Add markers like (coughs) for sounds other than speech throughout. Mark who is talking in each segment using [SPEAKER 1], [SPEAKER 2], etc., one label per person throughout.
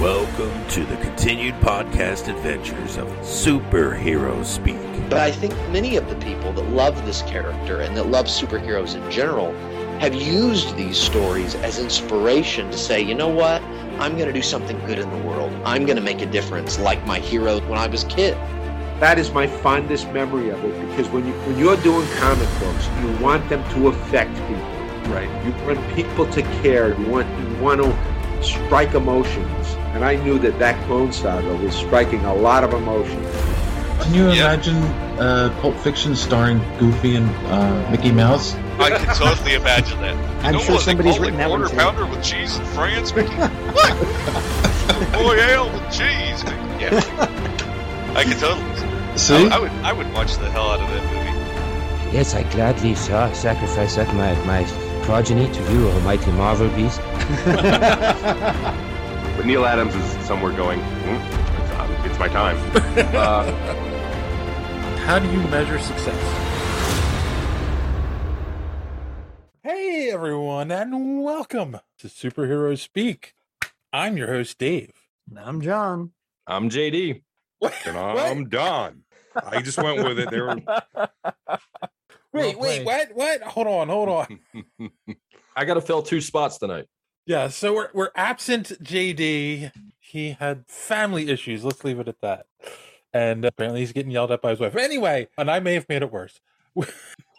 [SPEAKER 1] Welcome to the continued podcast adventures of Superhero Speak.
[SPEAKER 2] But I think many of the people that love this character and that love superheroes in general have used these stories as inspiration to say, you know what? I'm going to do something good in the world. I'm going to make a difference like my hero when I was a kid.
[SPEAKER 3] That is my fondest memory of it because when you when you're doing comic books, you want them to affect people, right? You want people to care. You want you want to strike emotions, and I knew that that Clone Saga was striking a lot of emotions.
[SPEAKER 4] Can you imagine uh, Pulp Fiction starring Goofy and uh, Mickey Mouse?
[SPEAKER 5] I can totally imagine that. You
[SPEAKER 6] I'm
[SPEAKER 5] know
[SPEAKER 6] sure
[SPEAKER 5] what they
[SPEAKER 6] somebody's
[SPEAKER 5] call a
[SPEAKER 6] written that one
[SPEAKER 5] quarter
[SPEAKER 6] too.
[SPEAKER 5] pounder with cheese in France, Mickey? What?
[SPEAKER 6] (laughs)
[SPEAKER 5] Boy, ale with cheese, Mickey. Yeah. I can totally.
[SPEAKER 4] See?
[SPEAKER 5] I, I would. I would watch the hell out of that movie.
[SPEAKER 7] Yes, I gladly sa- sacrifice that my, my progeny to you, almighty Marvel Beast.
[SPEAKER 8] But Neil Adams is somewhere going, hmm, it's, uh, it's my time. Uh,
[SPEAKER 9] How do you measure success? Hey, everyone, and welcome to Superheroes Speak. I'm your host, Dave.
[SPEAKER 6] I'm John.
[SPEAKER 8] I'm JD. And I'm Don. I just went with it. They were,
[SPEAKER 9] Wait, wait, what? What? Hold on, hold on.
[SPEAKER 10] I got to fill two spots tonight.
[SPEAKER 9] yeah, so we're, we're absent JD. He had family issues. Let's leave it at that. And apparently, he's getting yelled at by his wife. Anyway, and I may have made it worse.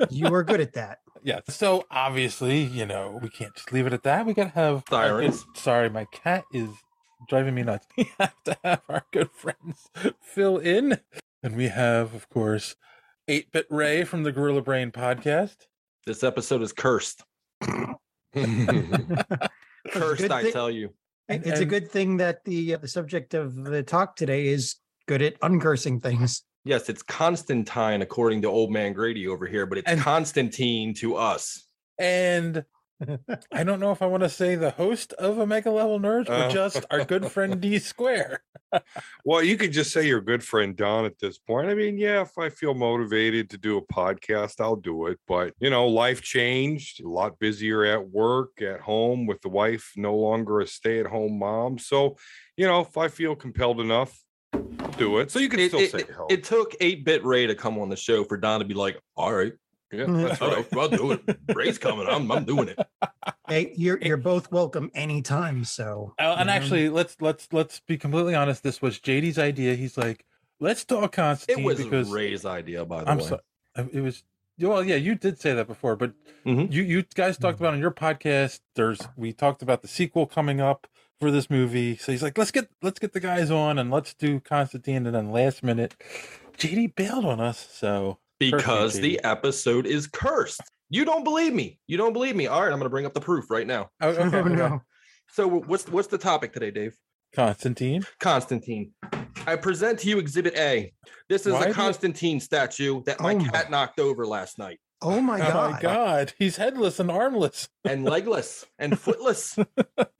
[SPEAKER 6] You were good at that.
[SPEAKER 9] (laughs) Yeah. So obviously, you know, we can't just leave it at that. We gotta have our good-
[SPEAKER 10] Sirens.
[SPEAKER 9] Sorry, my cat is driving me nuts. (laughs) We have to have our good friends fill in, and we have, of course, Eight Bit Ray from the Gorilla Brain podcast.
[SPEAKER 10] This episode is cursed. cursed,
[SPEAKER 6] Good
[SPEAKER 10] I
[SPEAKER 6] thing-
[SPEAKER 10] tell you.
[SPEAKER 9] And-
[SPEAKER 6] It's a
[SPEAKER 9] and-
[SPEAKER 6] good thing that the uh, the subject of the talk today is good at uncursing things.
[SPEAKER 10] Yes, it's Constantine according to Old Man Grady over here, but it's
[SPEAKER 9] And-
[SPEAKER 10] Constantine to us.
[SPEAKER 9] And I don't know if I want to say the host of Omega Level Nerds or
[SPEAKER 8] Oh.
[SPEAKER 9] just our good friend D Square.
[SPEAKER 8] well, you could just say your good friend Don at this point. I mean, yeah, if I feel motivated to do a podcast, I'll do it. But, you know, life changed, a lot busier at work, at home with the wife, no longer a stay at home mom. So, you know, if I feel compelled enough, I'll do it. So you can
[SPEAKER 10] It,
[SPEAKER 8] still
[SPEAKER 10] it-
[SPEAKER 8] say
[SPEAKER 10] it-
[SPEAKER 8] help.
[SPEAKER 10] it took 8 bit Ray to come on the show for Don to be like, all right,
[SPEAKER 8] yeah, (laughs)
[SPEAKER 9] Mm-hmm.
[SPEAKER 8] that's
[SPEAKER 10] all
[SPEAKER 8] right.
[SPEAKER 10] right, I'll do it. Oh, Ray's coming. I'm, I'm doing it.
[SPEAKER 6] Hey, you're you're both welcome anytime. So
[SPEAKER 9] Uh,
[SPEAKER 8] Mm-hmm.
[SPEAKER 9] and
[SPEAKER 6] you know,
[SPEAKER 9] actually, let's let's let's be completely honest. This was JD's idea. He's like, let's talk
[SPEAKER 10] It
[SPEAKER 9] Constantine
[SPEAKER 10] was
[SPEAKER 9] because
[SPEAKER 10] Ray's idea, by the
[SPEAKER 9] I'm
[SPEAKER 10] way.
[SPEAKER 9] sorry. It was well, yeah. You did say that before, but
[SPEAKER 10] Mhm.
[SPEAKER 9] you you guys talked
[SPEAKER 8] Mm-hmm.
[SPEAKER 9] about on your podcast. There's we talked about the sequel coming up for this movie. So he's like, let's get let's get the guys on and let's do Constantine. And then last minute, JD bailed on us. So
[SPEAKER 10] Because the
[SPEAKER 9] JD.
[SPEAKER 10] episode is cursed. You don't believe me. You don't believe me. All right, I'm going to bring up the proof right now.
[SPEAKER 9] oh,
[SPEAKER 6] (laughs) (laughs)
[SPEAKER 9] okay,
[SPEAKER 6] oh,
[SPEAKER 9] okay.
[SPEAKER 6] no.
[SPEAKER 10] So, what's what's the topic today, Dave?
[SPEAKER 9] Constantine.
[SPEAKER 10] Constantine. I present to you Exhibit A. This is
[SPEAKER 9] Why do
[SPEAKER 10] a
[SPEAKER 9] you-
[SPEAKER 10] Constantine statue that my
[SPEAKER 6] Oh my-
[SPEAKER 10] cat knocked over last night,
[SPEAKER 6] Oh my
[SPEAKER 9] (laughs) Oh
[SPEAKER 6] god.
[SPEAKER 9] my God, he's headless and armless.
[SPEAKER 10] and legless and footless.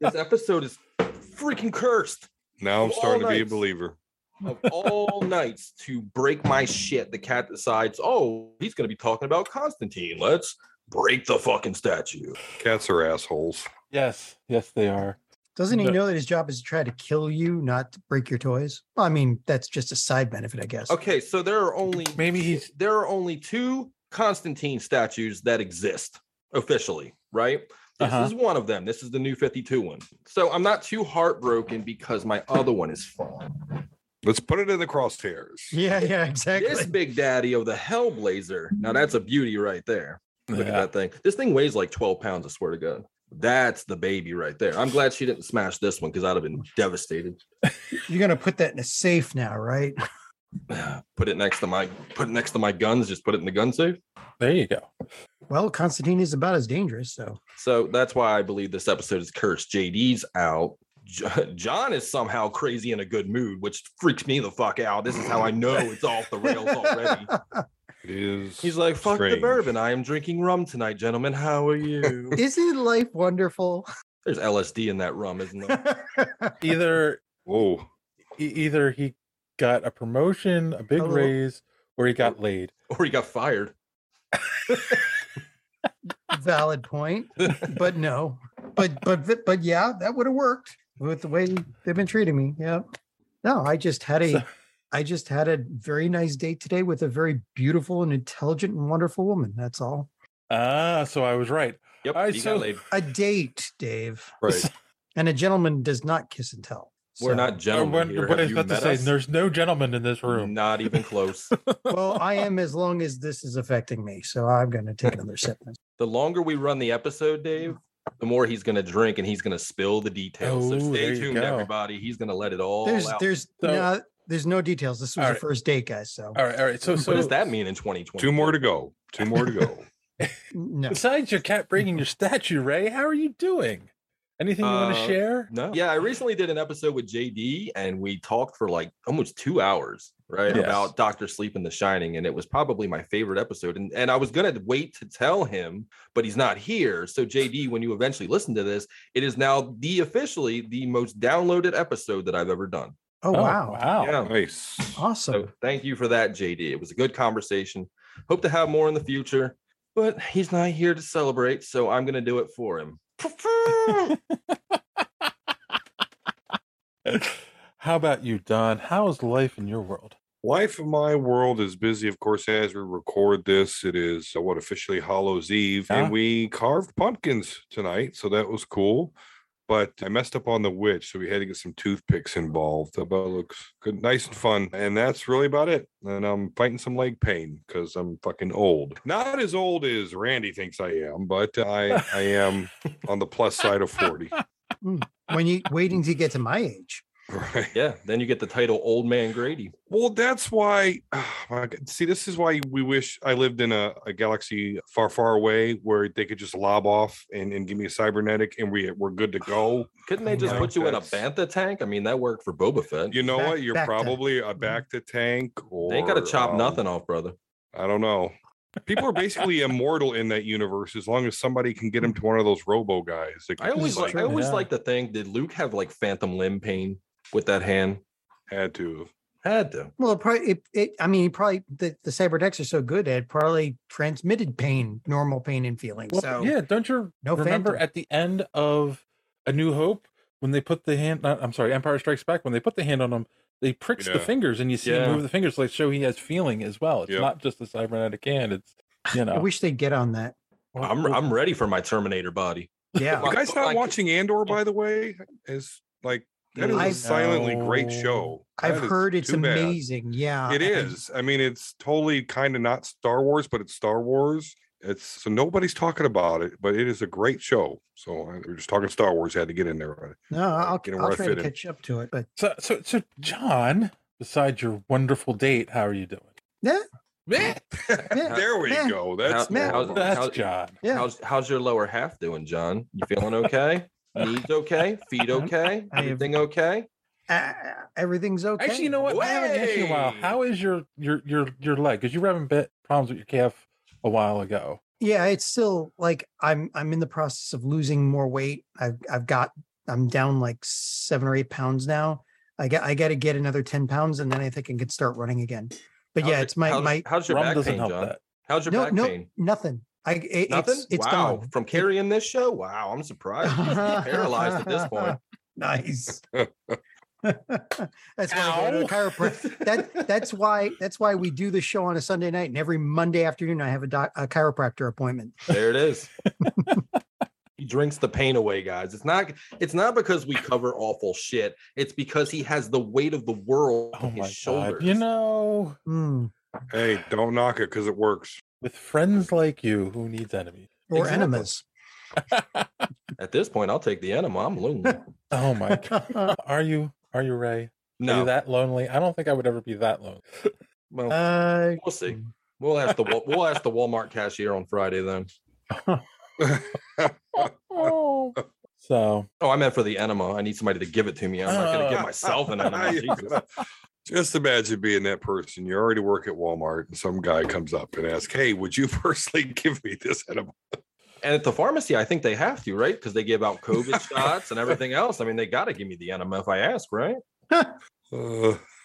[SPEAKER 10] this episode is freaking cursed.
[SPEAKER 8] Now I'm
[SPEAKER 10] All
[SPEAKER 8] starting to be a
[SPEAKER 10] nights.
[SPEAKER 8] believer.
[SPEAKER 10] Of all nights to break my shit, the cat decides, oh, he's going to be talking about Constantine. Let's break the fucking statue.
[SPEAKER 8] Cats are assholes.
[SPEAKER 9] Yes, yes, they are.
[SPEAKER 6] Doesn't he
[SPEAKER 9] The-
[SPEAKER 6] know that his job is to try to kill you, not to break your toys? Well, I mean, that's just a side benefit, I guess.
[SPEAKER 10] Okay, so there are only
[SPEAKER 9] Maybe he's
[SPEAKER 10] there are only two Constantine statues that exist officially, right? This
[SPEAKER 9] Uh-huh.
[SPEAKER 10] is one of them. This is the new 52 one. So I'm not too heartbroken because my other one is fun.
[SPEAKER 8] Let's put it in the crosshairs.
[SPEAKER 6] Yeah, yeah, exactly.
[SPEAKER 10] This big daddy of the Hellblazer. Now that's a beauty right there. Look
[SPEAKER 9] Yeah.
[SPEAKER 10] at that thing. This thing weighs like 12 pounds, I swear to God. That's the baby right there. I'm glad she didn't smash this one because I'd have been devastated.
[SPEAKER 6] You're gonna put that in a safe now, right?
[SPEAKER 10] Put it next to my put it next to my guns, just put it in the gun safe.
[SPEAKER 9] there. You go.
[SPEAKER 6] Well, Constantine is about as dangerous, so
[SPEAKER 10] So that's why I believe this episode is cursed. JD's out. Jo- (laughs) John is somehow crazy in a good mood, which freaks me the fuck out. This is how I know it's off the
[SPEAKER 6] (laughs)
[SPEAKER 10] rails
[SPEAKER 9] (laughs)
[SPEAKER 10] already.
[SPEAKER 8] It is.
[SPEAKER 10] He's like, fuck the
[SPEAKER 8] strange.
[SPEAKER 10] bourbon. I am drinking rum tonight, gentlemen. How
[SPEAKER 9] (laughs)
[SPEAKER 10] are you?
[SPEAKER 6] Isn't life wonderful?
[SPEAKER 10] There's LSD in that rum,
[SPEAKER 9] (laughs)
[SPEAKER 10] isn't there?
[SPEAKER 9] Either
[SPEAKER 8] Whoa.
[SPEAKER 9] e- either he got a promotion, a big
[SPEAKER 6] A little-
[SPEAKER 9] raise, or he got laid.
[SPEAKER 10] Or he got fired.
[SPEAKER 6] Valid point, but no, but but but yeah, that would have worked. with the way they've been treating me. Yeah. No, I just had a, I
[SPEAKER 9] So-
[SPEAKER 6] just had a very nice date today with a very beautiful and intelligent and wonderful woman. That's all.
[SPEAKER 9] Ah, so I was right.
[SPEAKER 10] Yep.
[SPEAKER 9] I
[SPEAKER 10] you got
[SPEAKER 9] so (laughs)
[SPEAKER 10] laid.
[SPEAKER 6] A date, Dave.
[SPEAKER 10] Right.
[SPEAKER 6] And a gentleman does not kiss and tell.
[SPEAKER 10] We're
[SPEAKER 6] So-
[SPEAKER 10] not
[SPEAKER 9] I
[SPEAKER 10] gentlemen.
[SPEAKER 9] wonder
[SPEAKER 10] Here.
[SPEAKER 9] uh, what I
[SPEAKER 10] Have
[SPEAKER 9] was
[SPEAKER 10] you
[SPEAKER 9] about
[SPEAKER 10] met
[SPEAKER 9] to say.
[SPEAKER 10] us?
[SPEAKER 9] There's no gentleman in this room.
[SPEAKER 10] Not even
[SPEAKER 9] (laughs)
[SPEAKER 10] close.
[SPEAKER 6] well, I am as long as this is affecting me. So I'm going to take another sip.
[SPEAKER 10] the longer we run the episode, Dave, the more he's going to drink and he's going to spill the details.
[SPEAKER 9] Oh,
[SPEAKER 10] so
[SPEAKER 9] there
[SPEAKER 10] stay
[SPEAKER 9] you
[SPEAKER 10] tuned,
[SPEAKER 9] go.
[SPEAKER 10] everybody. He's going to let it all
[SPEAKER 6] There's,
[SPEAKER 10] out.
[SPEAKER 6] there's,
[SPEAKER 9] So-
[SPEAKER 6] no, there's no details. This was
[SPEAKER 9] All
[SPEAKER 6] the
[SPEAKER 9] right.
[SPEAKER 6] first date, guys. So
[SPEAKER 9] All right, all right. So, so
[SPEAKER 10] what does that mean in 2020?
[SPEAKER 8] Two more to go. Two more to go.
[SPEAKER 6] no.
[SPEAKER 9] Besides your cat breaking your statue, Ray, how are you doing? Anything you want
[SPEAKER 10] Uh,
[SPEAKER 9] to share?
[SPEAKER 10] No. Yeah, I recently did an episode with JD and we talked for like almost two hours, right?
[SPEAKER 9] Yes.
[SPEAKER 10] About Doctor Sleep and The Shining. And it was probably my favorite episode. And and I was gonna wait to tell him, but he's not here. So JD, when you eventually listen to this, it is now the officially the most downloaded episode that I've ever done.
[SPEAKER 6] Oh, wow.
[SPEAKER 9] Wow.
[SPEAKER 10] (laughs) Yeah.
[SPEAKER 8] Nice.
[SPEAKER 6] Awesome.
[SPEAKER 8] Oh.
[SPEAKER 10] So thank you for that, JD. It was a good conversation. Hope to have more in the future, but he's not here to celebrate, so I'm gonna do it for him.
[SPEAKER 9] (laughs) How about you, Don? How's life in your world?
[SPEAKER 8] Life of my world is busy, of course, as we record this. It is uh, what officially Hallows Eve,
[SPEAKER 9] Huh?
[SPEAKER 8] and we carved pumpkins tonight, so that was cool. But I messed up on the witch, so we had to get some toothpicks involved. But it looks good, nice and fun, and that's really about it. And I'm fighting some leg pain because I'm fucking old. Not as old as Randy thinks I am, but I I am on the plus side of forty. (laughs)
[SPEAKER 6] When you waiting to get to my age,
[SPEAKER 8] Right.
[SPEAKER 10] yeah, then you get the title Old Man Grady.
[SPEAKER 8] Well, that's why. (sighs) my God. See, this is why we wish I lived in a, a galaxy far, far away where they could just lob off and, and give me a cybernetic and we, we're good to
[SPEAKER 6] (sighs)
[SPEAKER 8] go.
[SPEAKER 10] Couldn't they just
[SPEAKER 8] Yeah.
[SPEAKER 10] put you in a
[SPEAKER 8] That's-
[SPEAKER 10] bantha tank? I mean, that worked for Boba Fett.
[SPEAKER 8] You know
[SPEAKER 6] Back-
[SPEAKER 8] what? You're
[SPEAKER 6] back Mm-hmm. to-
[SPEAKER 8] probably a back to tank or.
[SPEAKER 10] they ain't got to chop
[SPEAKER 8] um,
[SPEAKER 10] nothing off, brother.
[SPEAKER 8] I don't know. People are
[SPEAKER 6] (laughs)
[SPEAKER 8] basically immortal in that universe as long as somebody can get them to one of those robo guys. that
[SPEAKER 10] I
[SPEAKER 8] can
[SPEAKER 10] always
[SPEAKER 8] just,
[SPEAKER 10] like. I
[SPEAKER 9] true,
[SPEAKER 10] always
[SPEAKER 9] yeah.
[SPEAKER 10] like to think did Luke have like phantom limb pain with that hand?
[SPEAKER 8] had to.
[SPEAKER 10] Had to.
[SPEAKER 6] well, it probably it, it I mean, he probably the the cyberdecks are so good at it probably transmitted pain, normal pain and feeling.
[SPEAKER 9] Well,
[SPEAKER 6] so
[SPEAKER 9] yeah, don't you
[SPEAKER 6] No
[SPEAKER 9] remember
[SPEAKER 6] phantom.
[SPEAKER 9] at the end of A New Hope when they put the hand? Not, I'm sorry, Empire Strikes Back when they put the hand on him, they pricks the
[SPEAKER 8] Yeah.
[SPEAKER 9] fingers and you see
[SPEAKER 10] Yeah.
[SPEAKER 9] him move the fingers, like show he has feeling as well. It's
[SPEAKER 8] Yep.
[SPEAKER 9] not just a cybernetic hand. It's you
[SPEAKER 6] I
[SPEAKER 9] know.
[SPEAKER 6] wish they'd get on that.
[SPEAKER 10] I'm I'm ready for my Terminator body.
[SPEAKER 6] Yeah.
[SPEAKER 8] You guys not
[SPEAKER 10] Like-
[SPEAKER 8] watching Andor,
[SPEAKER 10] Oh.
[SPEAKER 8] by the way? Is like, that is a
[SPEAKER 6] I've-
[SPEAKER 8] silently great
[SPEAKER 9] No.
[SPEAKER 8] show.
[SPEAKER 6] Oh, I've
[SPEAKER 8] That is
[SPEAKER 6] heard it's
[SPEAKER 8] too bad.
[SPEAKER 6] amazing. Yeah.
[SPEAKER 8] It
[SPEAKER 6] I-
[SPEAKER 8] is. I mean, it's totally kind of not Star Wars, but it's Star Wars. It's so nobody's talking about it, but it is a great show. So I- we're just talking Star Wars. Had to get in there.
[SPEAKER 10] (laughs)
[SPEAKER 6] No, I'll,
[SPEAKER 8] Get 'em where
[SPEAKER 6] I'll
[SPEAKER 8] I
[SPEAKER 6] try
[SPEAKER 8] fit
[SPEAKER 6] to
[SPEAKER 8] in.
[SPEAKER 6] catch up to it, but
[SPEAKER 9] So so so John, besides your wonderful date, how are you doing?
[SPEAKER 6] Yeah.
[SPEAKER 9] Meh.
[SPEAKER 6] yeah,
[SPEAKER 8] there we
[SPEAKER 6] yeah.
[SPEAKER 8] go. That's
[SPEAKER 10] How-
[SPEAKER 8] normal.
[SPEAKER 10] how's-
[SPEAKER 9] That's John.
[SPEAKER 6] Yeah.
[SPEAKER 10] How's how's your lower half doing, John? You
[SPEAKER 9] (laughs)
[SPEAKER 10] feeling okay? Knees okay? Feet
[SPEAKER 9] Uh-huh.
[SPEAKER 10] okay?
[SPEAKER 6] I have-
[SPEAKER 10] Everything okay?
[SPEAKER 6] uh, everything's okay.
[SPEAKER 9] Actually, you know what? I haven't asked you in a while.
[SPEAKER 10] Way.
[SPEAKER 9] How is your your your your leg? Because you were having bit problems with your calf a while ago.
[SPEAKER 6] yeah, it's still like I'm I'm in the process of losing more weight. I've I've got I'm down like seven or eight pounds now. I got I got to get another ten pounds, and then I think I can start running again. But
[SPEAKER 10] How's
[SPEAKER 6] yeah,
[SPEAKER 10] your-
[SPEAKER 6] it's my
[SPEAKER 10] how's,
[SPEAKER 6] my
[SPEAKER 10] How's your
[SPEAKER 9] Rum
[SPEAKER 10] back
[SPEAKER 9] doesn't
[SPEAKER 10] pain,
[SPEAKER 9] help
[SPEAKER 10] John?
[SPEAKER 9] that.
[SPEAKER 10] How's your
[SPEAKER 6] no
[SPEAKER 10] back
[SPEAKER 6] no
[SPEAKER 10] pain?
[SPEAKER 6] nothing. I it,
[SPEAKER 10] Nothing.
[SPEAKER 6] it's it's
[SPEAKER 10] wow,
[SPEAKER 6] gone. (laughs)
[SPEAKER 10] from carrying this show. Wow, I'm surprised. You must be paralyzed at this point.
[SPEAKER 6] (laughs)
[SPEAKER 10] (laughs)
[SPEAKER 6] Nice. that's why I go to a chiropractor. That that's why that's why we do the show on a Sunday night, and every Monday afternoon I have a, doc, a chiropractor appointment.
[SPEAKER 10] (laughs) There it is. he drinks the pain away, guys. It's not. It's not because we cover awful shit. It's because he has the weight of the world
[SPEAKER 9] Oh
[SPEAKER 10] on
[SPEAKER 9] my
[SPEAKER 10] his shoulders.
[SPEAKER 9] god! You know,
[SPEAKER 6] Mm,
[SPEAKER 8] Hey, don't knock it because it works.
[SPEAKER 9] with friends like you, who needs enemies?
[SPEAKER 6] or
[SPEAKER 10] Exactly.
[SPEAKER 6] enemas.
[SPEAKER 10] At this point, I'll take the enema. I'm lonely.
[SPEAKER 9] Oh my god! (laughs) Are you are you Ray? Are
[SPEAKER 10] No,
[SPEAKER 9] you that lonely? I don't think I would ever be that lonely.
[SPEAKER 10] well,
[SPEAKER 6] Uh,
[SPEAKER 10] we'll see. We'll ask the Wal- we'll ask the Walmart cashier on Friday then.
[SPEAKER 9] Oh. So
[SPEAKER 10] Oh, I meant for the enema. I need somebody to give it to me. I'm not going
[SPEAKER 8] (laughs)
[SPEAKER 10] to give
[SPEAKER 8] Oh.
[SPEAKER 10] myself an
[SPEAKER 8] (laughs)
[SPEAKER 10] enema. Jesus.
[SPEAKER 8] Just imagine being that person. You already work at Walmart, and some guy comes up and asks, "Hey, would you (laughs) personally give me this?" Enema?
[SPEAKER 10] (laughs) And at the pharmacy, I think they have to, right? Because they give out COVID
[SPEAKER 8] (laughs)
[SPEAKER 10] shots and everything else. I mean, they got to give me the enema if I ask, right?
[SPEAKER 8] Uh,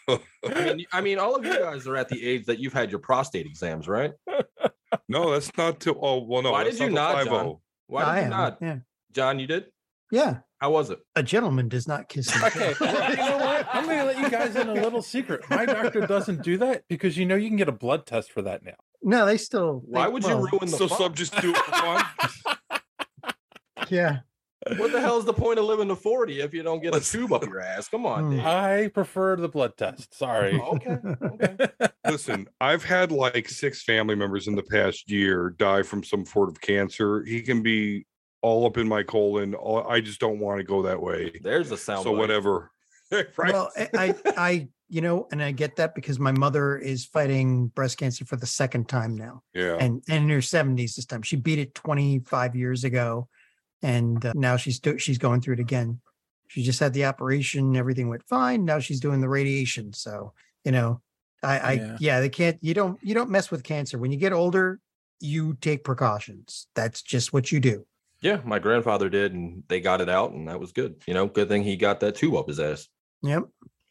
[SPEAKER 10] I mean, I mean, all of you guys are at the age that you've had your prostate exams, right?
[SPEAKER 8] (laughs) no, that's not oh. to. Oh well, no.
[SPEAKER 10] Why
[SPEAKER 8] that's
[SPEAKER 10] did you
[SPEAKER 8] till
[SPEAKER 10] not, John?
[SPEAKER 8] 5-0.
[SPEAKER 10] Why
[SPEAKER 6] I
[SPEAKER 10] did you
[SPEAKER 6] am.
[SPEAKER 10] not,
[SPEAKER 6] Yeah.
[SPEAKER 10] John? You did.
[SPEAKER 6] Yeah.
[SPEAKER 10] How was it?
[SPEAKER 6] A gentleman does not kiss. (laughs)
[SPEAKER 9] Okay, well, you know what? I'm going to let you guys in a little secret. My doctor doesn't do that because you know you can get a blood test for that now.
[SPEAKER 6] No, they still.
[SPEAKER 10] Why
[SPEAKER 6] they-
[SPEAKER 10] would
[SPEAKER 6] well,
[SPEAKER 10] you ruin the
[SPEAKER 8] So
[SPEAKER 10] fun?
[SPEAKER 8] some just do it for fun.
[SPEAKER 6] Yeah,
[SPEAKER 10] (laughs) What the hell is the point of living to 40 if you don't get a tube up your ass? Come on,
[SPEAKER 6] Hmm.
[SPEAKER 10] dude. Oh,
[SPEAKER 9] I prefer the blood test. Sorry.
[SPEAKER 10] Okay. okay.
[SPEAKER 8] (laughs) Listen, I've had like six family members in the past year die from some sort of cancer. He can be all up in my colon. All, I just don't want to go that way.
[SPEAKER 10] There's a sound.
[SPEAKER 8] So
[SPEAKER 10] bite. (laughs)
[SPEAKER 8] whatever. right.
[SPEAKER 6] Well, I, I, I, you know, and I get that because my mother is fighting breast cancer for the second time now,
[SPEAKER 8] yeah.
[SPEAKER 6] and and in her seventies this time. She beat it twenty five years ago, and uh, now she's do- she's going through it again. She just had the operation; everything went fine. Now she's doing the radiation. So you know, I, I
[SPEAKER 9] Yeah.
[SPEAKER 6] yeah. they can't. You don't you don't mess with cancer when you get older. You take precautions. That's just what you do.
[SPEAKER 10] Yeah, my grandfather did, and they got it out, and that was good. You know, good thing he got that tube up his ass.
[SPEAKER 6] Yep.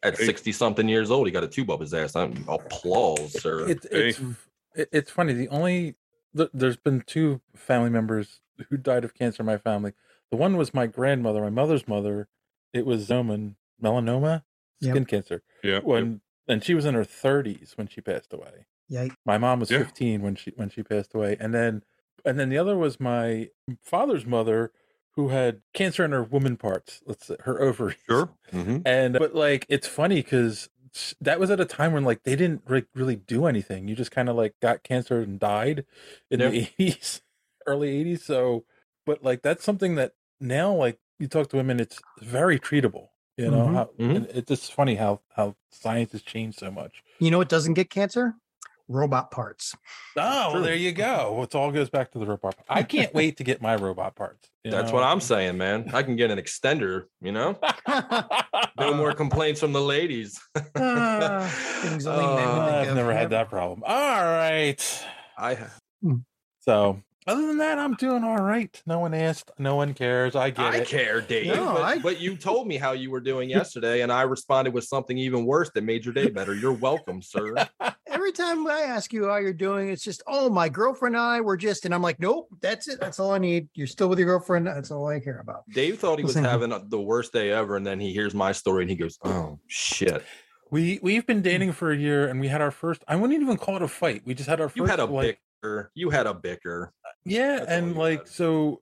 [SPEAKER 10] At
[SPEAKER 8] Hey.
[SPEAKER 10] 60 something years old, he got a tube up his ass. I'm applause, sir.
[SPEAKER 9] It, it's it- it's funny. The only th- there's been two family members who died of cancer in my family. The one was my grandmother, my mother's mother. It was Zoman melanoma,
[SPEAKER 6] Yep.
[SPEAKER 9] skin cancer.
[SPEAKER 8] yeah.
[SPEAKER 9] When and she was in her 30s when she passed away.
[SPEAKER 6] Yeah.
[SPEAKER 9] My mom was
[SPEAKER 8] Yeah.
[SPEAKER 9] 15 when she when she passed away, and then and then the other was my father's mother who had cancer in her woman parts. Let's say her ovaries.
[SPEAKER 8] Sure. Mhm.
[SPEAKER 9] (laughs) And but like it's funny because that was at a time when like they didn't re- really do anything. You just kind of like got cancer and died in the (laughs) eighties, early eighties. So, but like that's something that now like you talk to women, it's very treatable. You know,
[SPEAKER 8] Mm-hmm,
[SPEAKER 6] Mhm.
[SPEAKER 9] how,
[SPEAKER 10] Mhm.
[SPEAKER 9] and it's just funny how how science has changed so much.
[SPEAKER 6] You know what doesn't get cancer? Robot parts.
[SPEAKER 9] Oh,
[SPEAKER 10] True.
[SPEAKER 9] well, there you go. It all goes back to the robot. part. I
[SPEAKER 10] (laughs)
[SPEAKER 9] can't wait to get my robot parts. you
[SPEAKER 10] That's
[SPEAKER 9] know?
[SPEAKER 10] what I'm saying, man. I can get an extender, you know?
[SPEAKER 9] (laughs)
[SPEAKER 10] No (laughs) more complaints from the ladies.
[SPEAKER 6] Ah, things only men would
[SPEAKER 10] Uh,
[SPEAKER 6] think
[SPEAKER 9] I've
[SPEAKER 6] of
[SPEAKER 9] never had
[SPEAKER 6] never.
[SPEAKER 9] that problem. All right.
[SPEAKER 10] I
[SPEAKER 9] So other than that, I'm doing all right. No one asked. No one cares. I get
[SPEAKER 10] I
[SPEAKER 9] it.
[SPEAKER 10] care, Dave.
[SPEAKER 6] No,
[SPEAKER 10] but,
[SPEAKER 6] I-
[SPEAKER 10] but you told me how you were doing yesterday, and I responded with something even worse that made your day better. You're welcome, sir.
[SPEAKER 6] Every time I ask you how you're doing, it's just, oh, my girlfriend and I were just, and I'm like, nope, that's it. That's all I need. You're still with your girlfriend. That's all I care about.
[SPEAKER 10] Dave thought he was
[SPEAKER 6] Listen.
[SPEAKER 10] having a- the worst day ever, and then he hears my story and he goes, "Oh shit!"
[SPEAKER 9] We we've
[SPEAKER 10] Hmm.
[SPEAKER 9] been dating for a year, and we had our first. I wouldn't even call it a fight. We just had our
[SPEAKER 10] You
[SPEAKER 9] first.
[SPEAKER 10] had a
[SPEAKER 9] like,
[SPEAKER 10] bicker. You had a bicker.
[SPEAKER 9] Yeah,
[SPEAKER 10] That's all
[SPEAKER 9] and
[SPEAKER 10] you
[SPEAKER 9] like
[SPEAKER 10] had.
[SPEAKER 9] so,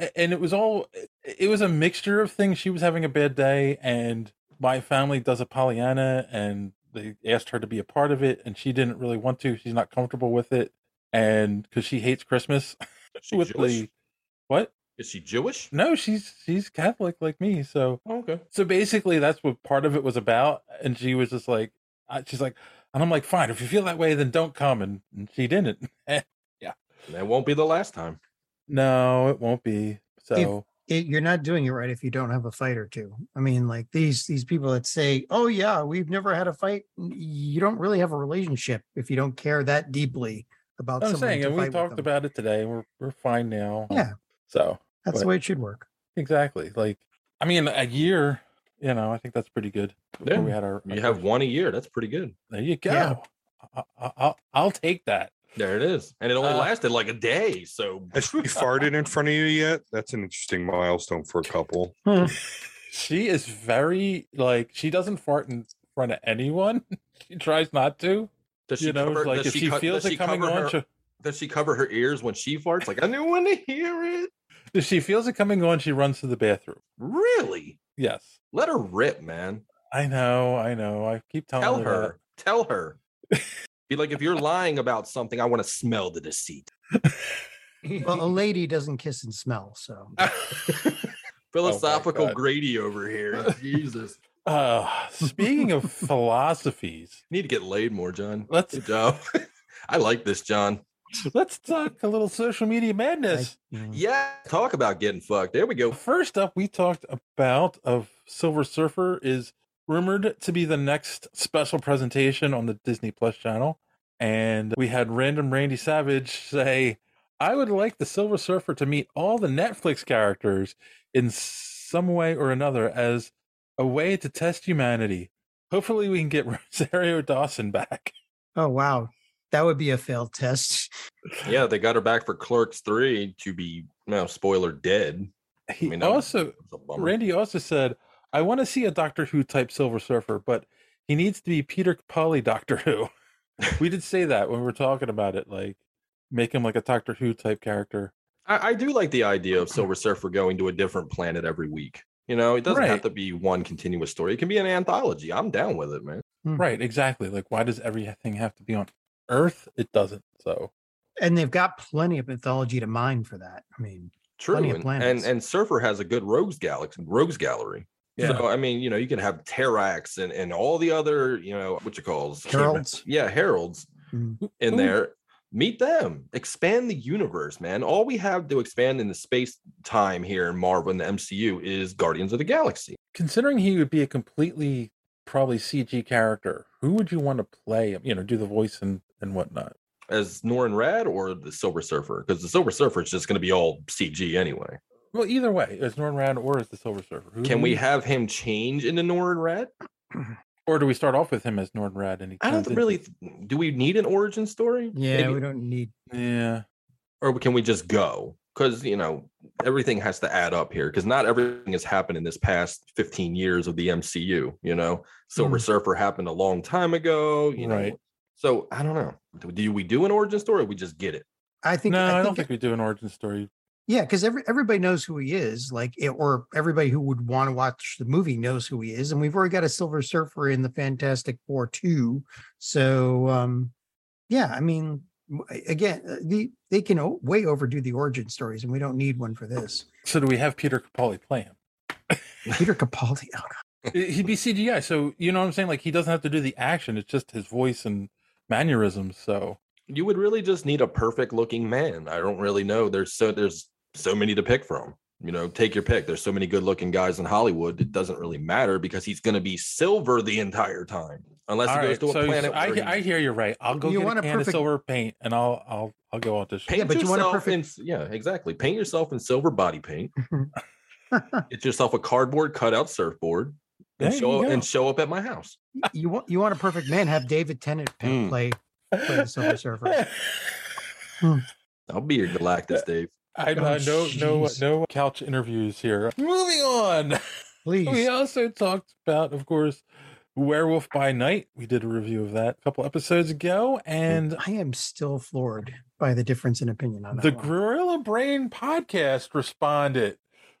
[SPEAKER 9] a- and it was all. it- It was a mixture of things. She was having a bad day, and my family does a Pollyanna, and they asked her to be a part of it, and she didn't really want to. She's not comfortable with it, and because she hates Christmas. (laughs)
[SPEAKER 10] Is she
[SPEAKER 9] with
[SPEAKER 10] Jewish?
[SPEAKER 9] the what?
[SPEAKER 10] Is she Jewish?
[SPEAKER 9] No, she's she's Catholic like me, so.
[SPEAKER 10] Oh, okay.
[SPEAKER 9] so basically that's what part of it was about and she was just like I, she's like and i'm like fine if you feel that way then don't come and, and she didn't
[SPEAKER 10] That won't be the last time.
[SPEAKER 9] no it won't be so
[SPEAKER 6] It, you're not doing it right if you don't have a fight or two. I mean, like these these people that say, "Oh yeah, we've never had a fight." You don't really have a relationship if you don't care that deeply about.
[SPEAKER 9] i'm
[SPEAKER 6] someone
[SPEAKER 9] saying
[SPEAKER 6] to
[SPEAKER 9] and we
[SPEAKER 6] fight with
[SPEAKER 9] talked
[SPEAKER 6] them.
[SPEAKER 9] about it today and we're, we're fine now
[SPEAKER 6] Yeah.
[SPEAKER 9] so
[SPEAKER 6] That's
[SPEAKER 9] but-
[SPEAKER 6] the way it should work.
[SPEAKER 9] exactly like i mean a year you know i think that's pretty good before
[SPEAKER 10] Yeah.
[SPEAKER 9] we had our our
[SPEAKER 10] You have
[SPEAKER 9] first-
[SPEAKER 10] one a year. That's pretty good.
[SPEAKER 9] there you go
[SPEAKER 6] Yeah.
[SPEAKER 9] I, I, I'll, I'll take that
[SPEAKER 10] There it is, and it only
[SPEAKER 9] Uh,
[SPEAKER 10] lasted like a day. So
[SPEAKER 8] Has she farted in front of you yet? That's an interesting milestone for a couple. (laughs)
[SPEAKER 9] she is very like she doesn't fart in front of anyone (laughs) she tries not to
[SPEAKER 10] does she
[SPEAKER 9] you know
[SPEAKER 10] cover?
[SPEAKER 9] like
[SPEAKER 10] does
[SPEAKER 9] if
[SPEAKER 10] she,
[SPEAKER 9] she
[SPEAKER 10] co-
[SPEAKER 9] feels
[SPEAKER 10] does
[SPEAKER 9] it
[SPEAKER 10] she
[SPEAKER 9] coming
[SPEAKER 10] cover
[SPEAKER 9] on
[SPEAKER 10] her,
[SPEAKER 9] she'll-
[SPEAKER 10] Does she cover her ears when she farts? Like I didn't want to hear it.
[SPEAKER 9] If she feels it coming on, she runs to the bathroom.
[SPEAKER 10] Really?
[SPEAKER 9] Yes.
[SPEAKER 10] Let her rip, man.
[SPEAKER 9] I know, I know. I keep telling
[SPEAKER 10] Tell
[SPEAKER 9] her.
[SPEAKER 10] her. Tell
[SPEAKER 9] (laughs)
[SPEAKER 10] her. Be like, if you're lying about something, I want to smell
[SPEAKER 9] (laughs)
[SPEAKER 10] the deceit.
[SPEAKER 6] Well, a lady doesn't kiss and smell, so
[SPEAKER 10] Philosophical
[SPEAKER 9] Oh God.
[SPEAKER 10] Grady
[SPEAKER 9] (laughs)
[SPEAKER 10] over here. Jesus.
[SPEAKER 9] that. Uh, speaking
[SPEAKER 6] (laughs)
[SPEAKER 9] of philosophies,
[SPEAKER 10] You need to get laid more, John.
[SPEAKER 9] let's Mm.
[SPEAKER 10] Good job. (laughs) I like this, John.
[SPEAKER 9] let's talk a little social media madness.
[SPEAKER 10] Yeah. Talk about getting fucked. There we go.
[SPEAKER 9] First up, we talked about of Silver Surfer is rumored to be the next special presentation on the Disney Plus channel, and we had random Randy Savage say, "I would like the Silver Surfer to meet all the Netflix characters in some way or another as a way to test humanity. Hopefully, we can get (laughs) Rosario Dawson back."
[SPEAKER 6] Oh wow, that would be a failed test. (laughs)
[SPEAKER 10] Yeah, they got her back for Clerks 3 to be, no, spoiler, dead.
[SPEAKER 9] He
[SPEAKER 10] mean, that was-
[SPEAKER 9] also
[SPEAKER 10] was a bummer.
[SPEAKER 9] Randy also said, "I want to see a Doctor Who type Silver Surfer, but he needs to be Peter Capaldi Doctor Who." (laughs) we did say that when we were talking about it, like make him like a Doctor Who type character.
[SPEAKER 10] I, I do like the
[SPEAKER 9] (clears throat)
[SPEAKER 10] idea of Silver Surfer going to a different planet every week. You know, it doesn't have
[SPEAKER 9] Right.
[SPEAKER 10] to be one continuous story. It can be an anthology. I'm down with it, man.
[SPEAKER 9] Right, exactly. Like, why does everything have to be on Earth? It doesn't. So,
[SPEAKER 6] and they've got plenty of mythology to mine for that. I mean,
[SPEAKER 10] True.
[SPEAKER 6] Plenty of
[SPEAKER 10] And, and
[SPEAKER 6] planets.
[SPEAKER 10] and Surfer has a good rogues galaxy, rogues gallery. You
[SPEAKER 9] Yeah.
[SPEAKER 10] know, I mean, you know, you can have Terax and, and all the other, you know, what you calls
[SPEAKER 6] Heralds. Mm-hmm.
[SPEAKER 10] Yeah, heralds
[SPEAKER 9] Who-
[SPEAKER 10] in
[SPEAKER 9] who-
[SPEAKER 10] there. Meet them. Expand the universe, man. All we have to expand in the space time here in Marvel and the MCU is Guardians of the Galaxy.
[SPEAKER 9] Considering he would be a completely probably CG character, who would you want to play? him? You know, do the voice and and whatnot.
[SPEAKER 10] as Norin Rad or the Silver Surfer? Because the Silver Surfer is just going to be all CG anyway.
[SPEAKER 9] Well, either way, as Norn Rad or as the Silver Surfer, who
[SPEAKER 10] Can
[SPEAKER 9] do
[SPEAKER 10] we
[SPEAKER 9] you-
[SPEAKER 10] have him change into Norin Rad?
[SPEAKER 9] or do we start off with him as Norn Rad? And he
[SPEAKER 10] I don't
[SPEAKER 9] turns into-
[SPEAKER 10] really. th- Do we need an origin story?
[SPEAKER 6] yeah,
[SPEAKER 10] Maybe-
[SPEAKER 6] we don't need.
[SPEAKER 9] yeah.
[SPEAKER 10] or can we just go? Because you know everything has to add up here. Because not everything has happened in this past 15 years of the MCU. You know, Silver
[SPEAKER 6] Mm.
[SPEAKER 10] Surfer happened a long time ago. You
[SPEAKER 9] Right.
[SPEAKER 10] know, so I don't know. Do- Do we do an origin story? Or we just get it.
[SPEAKER 6] I think.
[SPEAKER 9] no, I,
[SPEAKER 6] I
[SPEAKER 9] don't
[SPEAKER 6] think,
[SPEAKER 9] think we do an origin story.
[SPEAKER 6] yeah, because every everybody knows who he is, like it, or everybody who would want to watch the movie knows who he is, and we've already got a Silver Surfer in the Fantastic Four too. So, um, yeah, I mean, w- again, uh, the they can o- way overdo the origin stories, and we don't need one for this.
[SPEAKER 9] So, do we have Peter Capaldi play him?
[SPEAKER 6] Peter
[SPEAKER 9] (laughs)
[SPEAKER 6] Capaldi. (laughs) Oh,
[SPEAKER 9] He- He'd be CGI. So, you know what I'm saying? Like, he doesn't have to do the action. It's just his voice and mannerisms. So,
[SPEAKER 10] you would really just need a perfect looking man. I don't really know. There's so there's so many to pick from. You know, take your pick. There's so many good looking guys in Hollywood. It doesn't really matter because he's going to be silver the entire time, unless
[SPEAKER 9] all
[SPEAKER 10] he
[SPEAKER 9] right.
[SPEAKER 10] goes to a
[SPEAKER 9] So,
[SPEAKER 10] planet.
[SPEAKER 9] I,
[SPEAKER 10] where he-
[SPEAKER 9] I hear you're right. I'll go
[SPEAKER 6] You
[SPEAKER 9] get
[SPEAKER 6] want
[SPEAKER 9] a
[SPEAKER 6] a
[SPEAKER 9] can of
[SPEAKER 6] perfect-
[SPEAKER 9] silver paint, and I'll I'll I'll go audition.
[SPEAKER 10] paint
[SPEAKER 6] Yeah, but you want a
[SPEAKER 10] yourself in-
[SPEAKER 6] perfect-
[SPEAKER 10] yeah, exactly. Paint yourself in silver body paint.
[SPEAKER 6] God.
[SPEAKER 10] Get yourself a cardboard cutout surfboard
[SPEAKER 9] There
[SPEAKER 10] and
[SPEAKER 9] you
[SPEAKER 10] show
[SPEAKER 9] go.
[SPEAKER 10] and show up at my house.
[SPEAKER 6] you want you want a perfect man? Have David Tennant pa-
[SPEAKER 9] Hmm.
[SPEAKER 10] Mm.
[SPEAKER 6] play play the Silver Surfer.
[SPEAKER 10] I'll be your Galactus, Dave.
[SPEAKER 9] (laughs) I
[SPEAKER 6] Oh,
[SPEAKER 9] uh, no no
[SPEAKER 6] jeez.
[SPEAKER 9] no couch interviews here. Moving on.
[SPEAKER 6] Please.
[SPEAKER 9] We also talked about, of course, Werewolf by Night. We did a review of that a couple episodes ago, and
[SPEAKER 6] I am still floored by the difference in opinion on that
[SPEAKER 9] the
[SPEAKER 6] one.
[SPEAKER 9] Gorilla Brain podcast responded.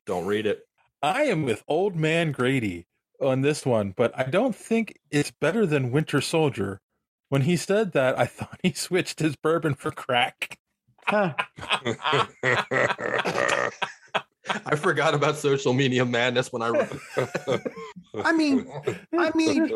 [SPEAKER 10] Don't read it.
[SPEAKER 9] I am with Old Man Grady on this one, but I don't think it's better than Winter Soldier. When he said that, I (laughs) thought he switched his bourbon for crack.
[SPEAKER 6] Huh. (laughs)
[SPEAKER 10] I forgot about social media madness when I wrote. (laughs)
[SPEAKER 6] I mean, I
[SPEAKER 9] (laughs)
[SPEAKER 6] mean,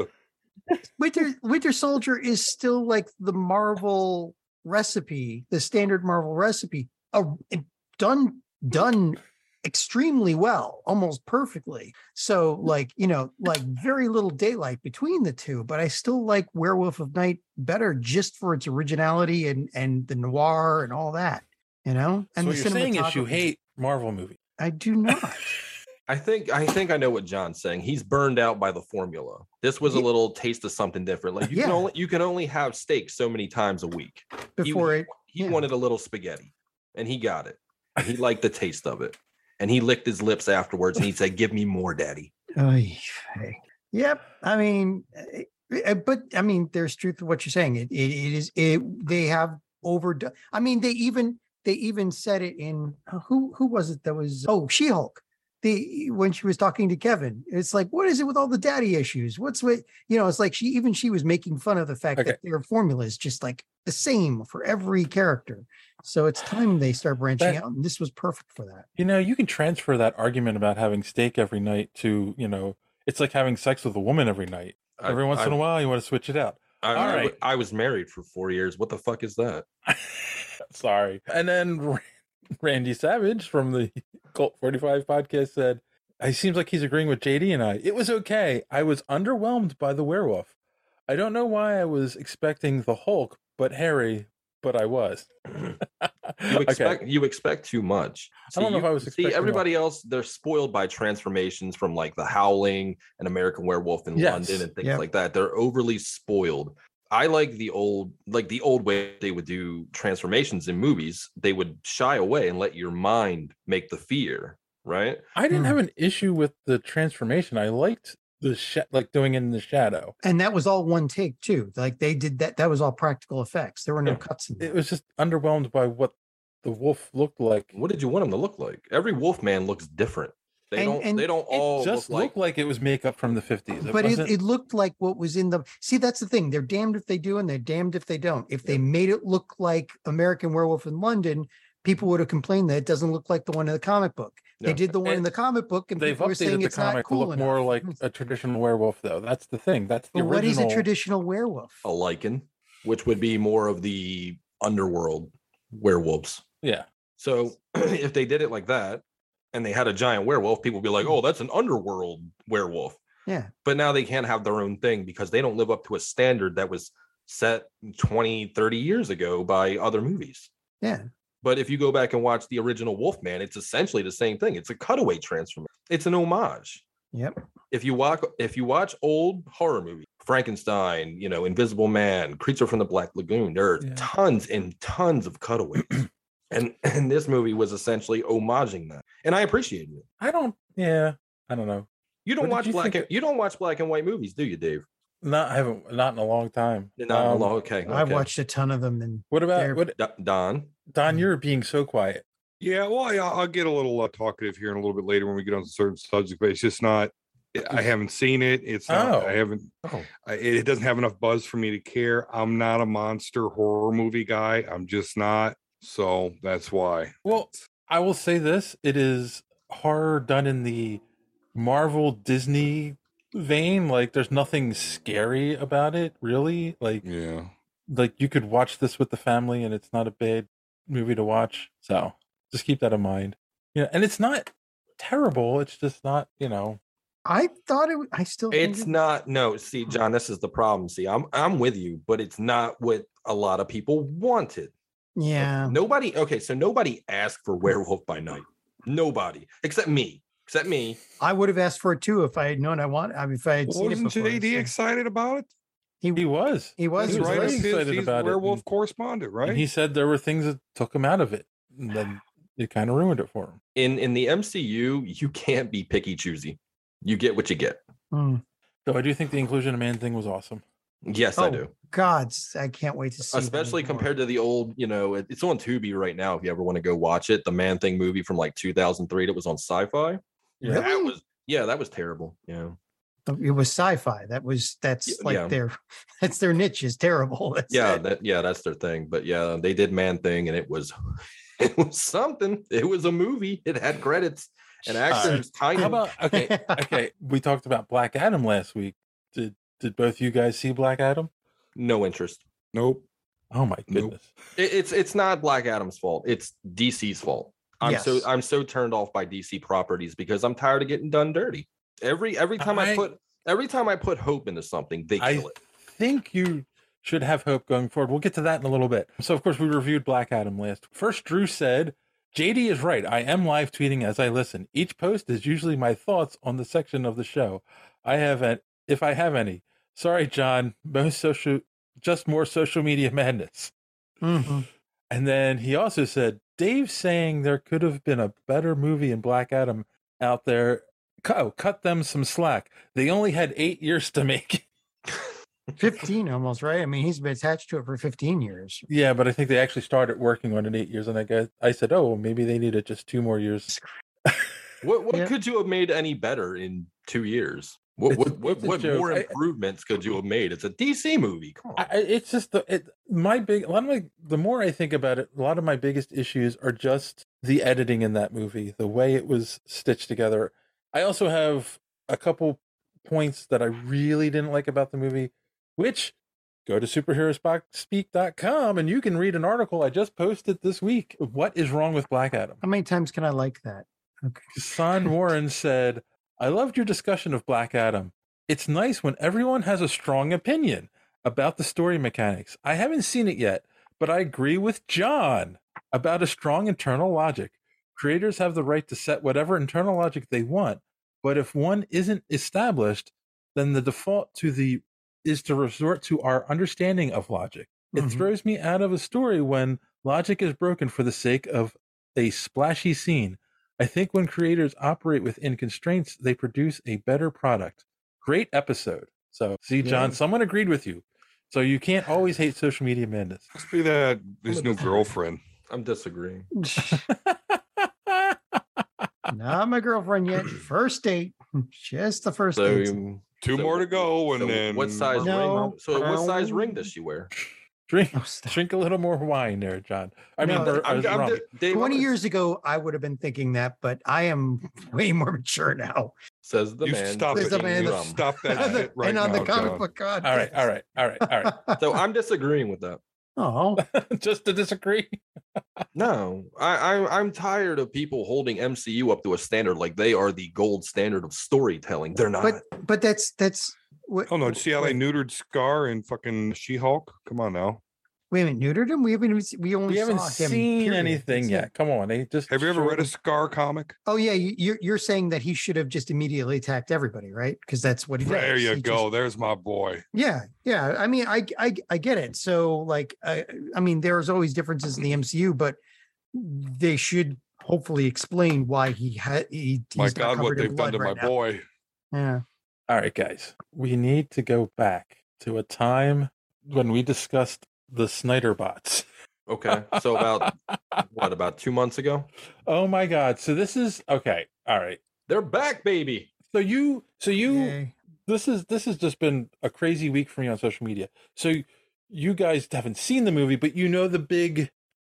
[SPEAKER 6] Winter Winter Soldier is still like the Marvel recipe, the standard Marvel recipe, a, it- done done extremely well, almost perfectly. So like, you know, like very little daylight between the two, but I still like Werewolf of Night better just for its originality and and the noir and all that, you know? And
[SPEAKER 9] And so what you're saying is you
[SPEAKER 6] cinematography.
[SPEAKER 9] hate Marvel movies.
[SPEAKER 6] I do
[SPEAKER 9] (laughs)
[SPEAKER 6] not.
[SPEAKER 10] I think I think I know what John's saying. He's burned out by the formula. This was a
[SPEAKER 6] Ye-
[SPEAKER 10] little taste of something different. Like you can
[SPEAKER 6] Yeah.
[SPEAKER 10] only you can only have steak so many times a week. He-
[SPEAKER 6] Before
[SPEAKER 10] he,
[SPEAKER 6] it
[SPEAKER 10] he
[SPEAKER 6] yeah.
[SPEAKER 10] wanted a little spaghetti, and he got it. And he liked the taste of it, and he licked his lips afterwards, and he said, "Give me more, Daddy."
[SPEAKER 6] Oy vey. Yep. I mean, eh, eh, but I mean, there's truth to what you're saying. It, it, it is. It they have overdone. I mean, they even they even said it in uh, who who was it that was oh She Hulk. The when she was talking to Kevin, it's like, what is it with all the daddy issues? What's with you know? It's like she even she was making fun of the fact
[SPEAKER 9] Okay.
[SPEAKER 6] that their formula is just like the same for every character. So it's time they start branching
[SPEAKER 9] That-
[SPEAKER 6] out, and this was perfect for that.
[SPEAKER 9] You know, you can transfer that argument about having steak every night to, you know, it's like having sex with a woman every night.
[SPEAKER 10] I-
[SPEAKER 9] every once
[SPEAKER 10] I-
[SPEAKER 9] in a while, you want to switch it out.
[SPEAKER 10] I,
[SPEAKER 9] All
[SPEAKER 10] I w-
[SPEAKER 9] right.
[SPEAKER 10] I was married for four years. What the fuck
[SPEAKER 9] (laughs)
[SPEAKER 10] is that?
[SPEAKER 9] Sorry. And then (laughs) Ra- Randy Savage from the Cult 45 podcast said, It seems like he's agreeing with JD and I. It was okay. I was underwhelmed by the werewolf. I don't know why I was expecting the Hulk, but Harry, but I was.
[SPEAKER 10] (laughs)
[SPEAKER 9] (laughs)
[SPEAKER 10] You expect you expect too much.
[SPEAKER 9] I don't know
[SPEAKER 10] you-
[SPEAKER 9] if I was
[SPEAKER 10] see
[SPEAKER 9] expecting
[SPEAKER 10] everybody else. They're spoiled by transformations from like The Howling and American Werewolf in
[SPEAKER 9] Yes.
[SPEAKER 10] London and things
[SPEAKER 6] Yep.
[SPEAKER 10] like that. They're overly spoiled. I like the old like the old way they would do transformations in movies. They would shy away and let your mind make the fear right?
[SPEAKER 9] I didn't have an issue with the transformation. I liked the sh- like doing it in the shadow.
[SPEAKER 6] and that was all one take too. Like they did that. That was all practical effects. There were no
[SPEAKER 10] Yeah.
[SPEAKER 6] cuts. In
[SPEAKER 9] It
[SPEAKER 6] that.
[SPEAKER 9] was just underwhelmed by what the wolf looked like.
[SPEAKER 10] What did you want him to look like? Every Wolfman looks different. They
[SPEAKER 6] And-
[SPEAKER 10] don't.
[SPEAKER 6] and
[SPEAKER 10] they don't all
[SPEAKER 9] Just
[SPEAKER 10] look like.
[SPEAKER 9] looked like it was makeup from the fifties.
[SPEAKER 6] but it, it looked like what was in the see that's the thing they're damned if they do and they're damned if they don't if they made it look like american werewolf in london people would have complained that it doesn't look like the one in the comic book
[SPEAKER 10] Yeah.
[SPEAKER 6] they did the one in
[SPEAKER 9] And
[SPEAKER 6] the comic book and
[SPEAKER 9] They've
[SPEAKER 6] people were saying
[SPEAKER 9] updated the
[SPEAKER 6] it's not
[SPEAKER 9] comic
[SPEAKER 6] cool
[SPEAKER 9] to look more
[SPEAKER 6] enough.
[SPEAKER 9] like a traditional werewolf, though. That's the thing. That's the
[SPEAKER 6] But what is
[SPEAKER 9] original.
[SPEAKER 6] a traditional werewolf
[SPEAKER 10] a lichen, which would be more of the underworld werewolves.
[SPEAKER 9] Yeah,
[SPEAKER 10] So (clears throat) if they did it like that and they had a giant werewolf, people would be like, oh, that's an underworld werewolf.
[SPEAKER 6] Yeah.
[SPEAKER 10] But now they can't have their own thing because they don't live up to a standard that was set 20, 30 years ago by other movies.
[SPEAKER 6] yeah
[SPEAKER 10] But if you go back and watch the original Wolfman, it's essentially the same thing. It's a cutaway transformation. It's an homage.
[SPEAKER 6] Yep.
[SPEAKER 10] If you watch if you watch old horror movies, Frankenstein, you know, Invisible Man, Creature from the Black Lagoon, there are
[SPEAKER 9] Yeah.
[SPEAKER 10] tons and tons
[SPEAKER 9] (clears throat)
[SPEAKER 10] of cutaways. and and this movie was essentially homaging that. And I appreciated it.
[SPEAKER 9] I don't. Yeah, I don't know.
[SPEAKER 10] You don't
[SPEAKER 9] What did
[SPEAKER 10] watch
[SPEAKER 9] you
[SPEAKER 10] black
[SPEAKER 9] think
[SPEAKER 10] and, you don't watch black and white movies, do you, Dave?
[SPEAKER 9] Not I haven't. Not in a long time.
[SPEAKER 10] Not
[SPEAKER 9] Um,
[SPEAKER 10] okay.
[SPEAKER 6] i've
[SPEAKER 10] okay.
[SPEAKER 6] watched a ton of them and
[SPEAKER 9] What
[SPEAKER 6] They're- Hmm.
[SPEAKER 9] about what
[SPEAKER 10] Do- Don.
[SPEAKER 9] Don? You're being so quiet.
[SPEAKER 8] Yeah, well, I, I'll get a little uh, talkative here in a little bit later when we get on certain subject, but it's just not. I haven't seen it. It's not. I
[SPEAKER 9] Oh.
[SPEAKER 8] haven't.
[SPEAKER 10] Oh.
[SPEAKER 8] I, it it doesn't have enough buzz for me to care. I'm not a monster horror movie guy. I'm just not. So that's why.
[SPEAKER 9] Well, I will say this: it is horror done in the Marvel Disney vein. Like, there's nothing scary about it, really. Like,
[SPEAKER 8] Yeah.
[SPEAKER 9] like you could watch this with the family, and it's not a bad movie to watch. So just keep that in mind. Yeah, and it's not terrible. It's just not, you know.
[SPEAKER 6] i thought it w- i still think
[SPEAKER 10] It's
[SPEAKER 6] it-
[SPEAKER 10] not no. See, John, this is the problem. See, I'm I'm with you, but it's not what a lot of people wanted.
[SPEAKER 6] yeah
[SPEAKER 10] Nobody. Okay, so nobody asked for Werewolf by Night. Nobody except me. Except me.
[SPEAKER 6] i would have asked for it too if i had known i want I mean, if i had seen it
[SPEAKER 8] Wasn't
[SPEAKER 6] before
[SPEAKER 8] JD
[SPEAKER 6] so-
[SPEAKER 8] excited about it?
[SPEAKER 9] He was.
[SPEAKER 6] he was,
[SPEAKER 8] He's
[SPEAKER 9] He
[SPEAKER 6] he was
[SPEAKER 8] right.
[SPEAKER 9] very
[SPEAKER 8] up
[SPEAKER 6] late.
[SPEAKER 8] his-
[SPEAKER 9] excited
[SPEAKER 8] he's
[SPEAKER 9] about it,
[SPEAKER 8] werewolf
[SPEAKER 9] and-
[SPEAKER 8] correspondent,
[SPEAKER 9] And
[SPEAKER 8] right?
[SPEAKER 9] he said there were things that took him out of it. And then it kind of ruined it for him.
[SPEAKER 10] In in the MCU, you can't be picky choosy. You get what you get.
[SPEAKER 6] Mm.
[SPEAKER 9] So I do think the inclusion of man thing was awesome.
[SPEAKER 10] Yes, I
[SPEAKER 6] Oh,
[SPEAKER 10] do.
[SPEAKER 6] gods i can't wait to see them
[SPEAKER 10] Especially
[SPEAKER 6] anymore.
[SPEAKER 10] compared to the old, you know, it- it's on Tubi right now. If you ever want to go watch it, the Man Thing movie from like 2003 that was on Sci-Fi.
[SPEAKER 9] Yeah.
[SPEAKER 10] That
[SPEAKER 6] Really?
[SPEAKER 10] was yeah, that was terrible. Yeah.
[SPEAKER 6] it was sci-fi that was that's
[SPEAKER 10] Yeah,
[SPEAKER 6] like
[SPEAKER 10] yeah.
[SPEAKER 6] their (laughs) that's their niche is terrible (laughs) that's
[SPEAKER 10] yeah
[SPEAKER 6] it.
[SPEAKER 10] that yeah that's their thing but yeah they did man thing and it was (laughs) it was something it was a movie it had credits and actors kind
[SPEAKER 9] How
[SPEAKER 10] of
[SPEAKER 9] about
[SPEAKER 10] (laughs)
[SPEAKER 9] okay,
[SPEAKER 8] (laughs)
[SPEAKER 6] (laughs)
[SPEAKER 9] okay? We talked about Black Adam last week. Did did both you guys see Black Adam?
[SPEAKER 10] no interest
[SPEAKER 8] nope.
[SPEAKER 9] Oh my
[SPEAKER 8] Nope.
[SPEAKER 9] goodness!
[SPEAKER 10] It- it's it's not black adam's fault it's dc's fault i'm so
[SPEAKER 6] Yes.
[SPEAKER 10] i'm so turned off by dc properties because i'm tired of getting done dirty every every time i,
[SPEAKER 9] I-
[SPEAKER 10] put every time i put hope into something they
[SPEAKER 9] I-
[SPEAKER 10] kill it
[SPEAKER 9] Think you should have hope going forward. We'll get to that in a little bit. So of course we reviewed Black Adam last. First, Drew said. JD is right. I am live tweeting as I listen. Each post is usually my thoughts on the section of the show. I have an, if I have any. Sorry, John. Most social, just more social media (laughs) madness.
[SPEAKER 6] Mhm.
[SPEAKER 9] And then he also said, Dave saying there could have been a better movie in Black Adam out there. Cu- Oh, cut them some slack. They only had eight years to make. it."
[SPEAKER 6] 15 almost right i mean he's been attached to it for 15 years
[SPEAKER 9] yeah, but I think they actually started working on it eight years. And I guess I said, oh, well, maybe they needed just two more years.
[SPEAKER 10] what what
[SPEAKER 6] Yeah.
[SPEAKER 10] could you have made any better in two years what
[SPEAKER 9] It's-
[SPEAKER 10] what, what,
[SPEAKER 9] it's a
[SPEAKER 10] what
[SPEAKER 9] joke.
[SPEAKER 10] more
[SPEAKER 9] I- I-
[SPEAKER 10] improvements could you have made it's a dc movie come on
[SPEAKER 9] I, I- it's just the it, my big. A lot of my the more I think about it, a lot of my biggest issues are just the editing in that movie, the way it was stitched together. I also have a couple points that I really didn't like about the movie, which go to superheroespeak.com and you can read an article I just posted this week. What is wrong with Black Adam?
[SPEAKER 6] how many times can i like that okay
[SPEAKER 9] Son Warren said, I loved your discussion of Black Adam. It's nice when everyone has a strong opinion about the story mechanics. I haven't seen it yet, but I agree with John about a strong internal logic. Creators have the right to set whatever internal logic they want, but if one isn't established, then the default to the is to resort to our understanding of logic. It
[SPEAKER 6] Mhm.
[SPEAKER 9] throws me out of a story when logic is broken for the sake of a splashy scene. I think when creators operate within constraints, they produce a better product. Great episode. So, see, John,
[SPEAKER 8] Yeah.
[SPEAKER 9] someone agreed with you. So you can't always hate social
[SPEAKER 6] (laughs)
[SPEAKER 9] media madness. (laughs)
[SPEAKER 8] Must be that his new girlfriend.
[SPEAKER 10] I'm disagreeing.
[SPEAKER 6] (laughs) Not my girlfriend
[SPEAKER 10] (clears throat)
[SPEAKER 6] yet. First date. Just the first
[SPEAKER 10] So,
[SPEAKER 6] date. (laughs)
[SPEAKER 10] um,
[SPEAKER 8] Two
[SPEAKER 10] so-
[SPEAKER 8] more to go, and
[SPEAKER 10] so
[SPEAKER 8] then
[SPEAKER 10] what size ring? So what size ring does she wear?
[SPEAKER 9] Drink,
[SPEAKER 6] Oh,
[SPEAKER 9] drink a little more wine there, John. I mean,
[SPEAKER 6] No,
[SPEAKER 9] or-
[SPEAKER 6] I'm-
[SPEAKER 9] or
[SPEAKER 6] I'm
[SPEAKER 9] rum.
[SPEAKER 6] just- 20 years ago, I would have been thinking that, but I am (laughs) way more mature now.
[SPEAKER 10] Says the
[SPEAKER 6] You
[SPEAKER 10] man.
[SPEAKER 6] stop Says it. the man. You stop (laughs) that
[SPEAKER 10] All
[SPEAKER 6] shit right And on the now, comic John. book podcast.
[SPEAKER 10] All right,
[SPEAKER 9] all right, all right, all
[SPEAKER 6] (laughs)
[SPEAKER 10] right. So I'm disagreeing with that.
[SPEAKER 6] Oh, (laughs)
[SPEAKER 9] (laughs) just to disagree.
[SPEAKER 10] No, I, I I'm tired of people holding MCU up to a standard like they are the gold standard of storytelling. They're not.
[SPEAKER 6] But but that's that's what
[SPEAKER 8] Oh no! Did you see how they neutered Scar and fucking She-Hulk? Come on now.
[SPEAKER 6] we haven't neutered him. We haven't even se- we only
[SPEAKER 9] We haven't
[SPEAKER 6] saw him,
[SPEAKER 9] seen
[SPEAKER 6] period.
[SPEAKER 9] anything
[SPEAKER 6] That's
[SPEAKER 9] yet.
[SPEAKER 6] it.
[SPEAKER 9] Come on, they just. Have you ever read
[SPEAKER 8] a Scar comic?
[SPEAKER 6] Oh yeah, you- you're you're saying that he should have just immediately attacked everybody, right? Because that's what he does.
[SPEAKER 8] There you
[SPEAKER 6] He
[SPEAKER 8] go. There's my boy.
[SPEAKER 6] Yeah, yeah. I mean, I I I get it. So like, I I mean, there's always differences in the MCU, but they should hopefully explain why he had he, he's
[SPEAKER 8] my
[SPEAKER 6] not
[SPEAKER 8] God, what
[SPEAKER 6] covered in
[SPEAKER 8] they've done
[SPEAKER 6] blood
[SPEAKER 8] to
[SPEAKER 6] right
[SPEAKER 8] my
[SPEAKER 6] now.
[SPEAKER 8] boy.
[SPEAKER 6] Yeah.
[SPEAKER 9] All right, guys, we need to go back to a time when we discussed the Snyder bots.
[SPEAKER 10] Okay, so about what about two months ago?
[SPEAKER 9] Oh my God! So this is okay. All right,
[SPEAKER 10] they're back, baby.
[SPEAKER 9] So you, so you, this is this has just been a crazy week for me on social media. So you guys haven't seen the movie, but you know the big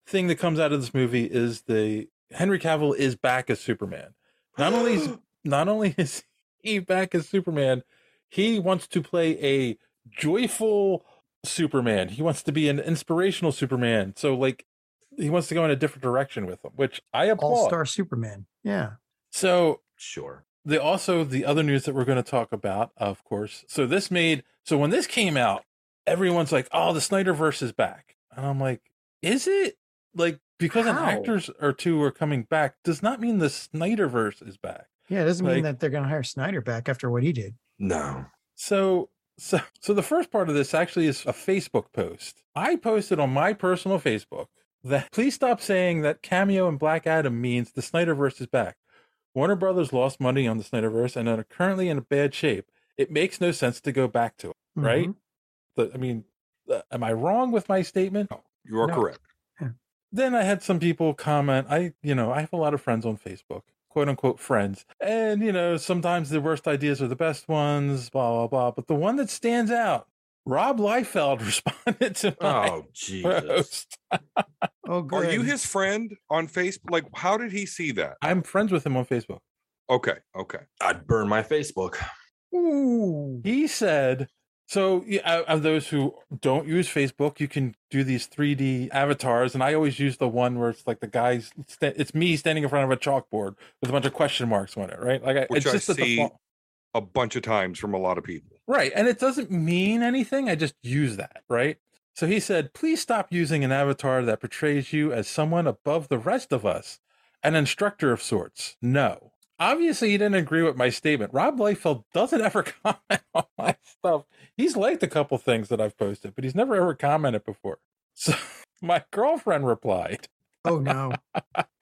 [SPEAKER 9] thing that comes out of this movie is the Henry Cavill is back as Superman. Not
[SPEAKER 6] (gasps)
[SPEAKER 9] only is not only (laughs) is he back as Superman, he wants to play a joyful Superman. He wants to be an inspirational Superman. So like he wants to go in a different direction with him, which I applaud.
[SPEAKER 6] All Star Superman. Yeah.
[SPEAKER 9] So
[SPEAKER 10] sure.
[SPEAKER 9] The also the other news that we're going to talk about, of course. So this made so when this came out, everyone's like, "Oh, the Snyderverse is back," and I'm like, "Is it like because an
[SPEAKER 6] How?
[SPEAKER 9] actors or two are coming back does not mean the Snyderverse is back."
[SPEAKER 6] Yeah, it doesn't mean
[SPEAKER 9] Like-
[SPEAKER 6] that they're going to hire Snyder back after what he did.
[SPEAKER 10] No.
[SPEAKER 9] So so (laughs) so the first part of this actually is a Facebook post. I posted on my personal Facebook that please stop saying that cameo in Black Adam means the Snyderverse is back. Warner Brothers lost money on the Snyderverse and are currently in a bad shape. It makes no sense to go back to it,
[SPEAKER 6] Hmm. Mm-hmm.
[SPEAKER 9] right? The- I mean, uh, am I wrong with my statement?
[SPEAKER 8] You are
[SPEAKER 9] No.
[SPEAKER 8] correct.
[SPEAKER 9] Then I had some people comment. I, you know, I have a lot of friends on Facebook, quote unquote friends. And, you know, sometimes the worst ideas are the best ones, blah, blah, blah. But the one that stands out, Rob Liefeld (laughs) responded to my
[SPEAKER 6] (laughs)
[SPEAKER 10] Oh, Jesus.
[SPEAKER 9] post.
[SPEAKER 6] Oh,
[SPEAKER 8] Are you his friend on Facebook? Like, how did he see that?
[SPEAKER 9] I'm friends with him on Facebook.
[SPEAKER 8] Okay. Okay.
[SPEAKER 10] I'd burn my Facebook.
[SPEAKER 6] Ooh.
[SPEAKER 9] He said, so yeah, uh, of those who don't use Facebook, you can do these 3D avatars. And I always use the one where it's like the guy's, sta- it's me standing in front of a chalkboard with a bunch of question marks on it, right? Like, I,
[SPEAKER 8] Which
[SPEAKER 9] it's
[SPEAKER 8] I
[SPEAKER 9] just a
[SPEAKER 8] see
[SPEAKER 9] default-
[SPEAKER 8] a bunch of times from a lot of people.
[SPEAKER 9] Right. And it doesn't mean anything. I just use that. Right. So he said, please stop using an avatar that portrays you as someone above the rest of us, an instructor of sorts. No. Obviously, he didn't agree with my statement. Rob Liefeld doesn't (laughs) ever comment on my stuff. He's liked a couple things that I've posted, but he's never ever commented before. So (laughs) my girlfriend replied,
[SPEAKER 6] Oh no.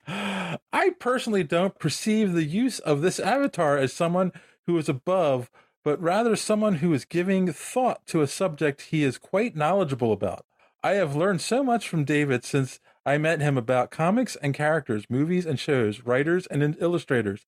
[SPEAKER 9] I personally don't perceive the use of this avatar as someone who is above, but rather someone who is giving thought to a subject he is quite knowledgeable about. I have learned so much from David since I met him about comics and characters, movies and shows, writers and in- illustrators.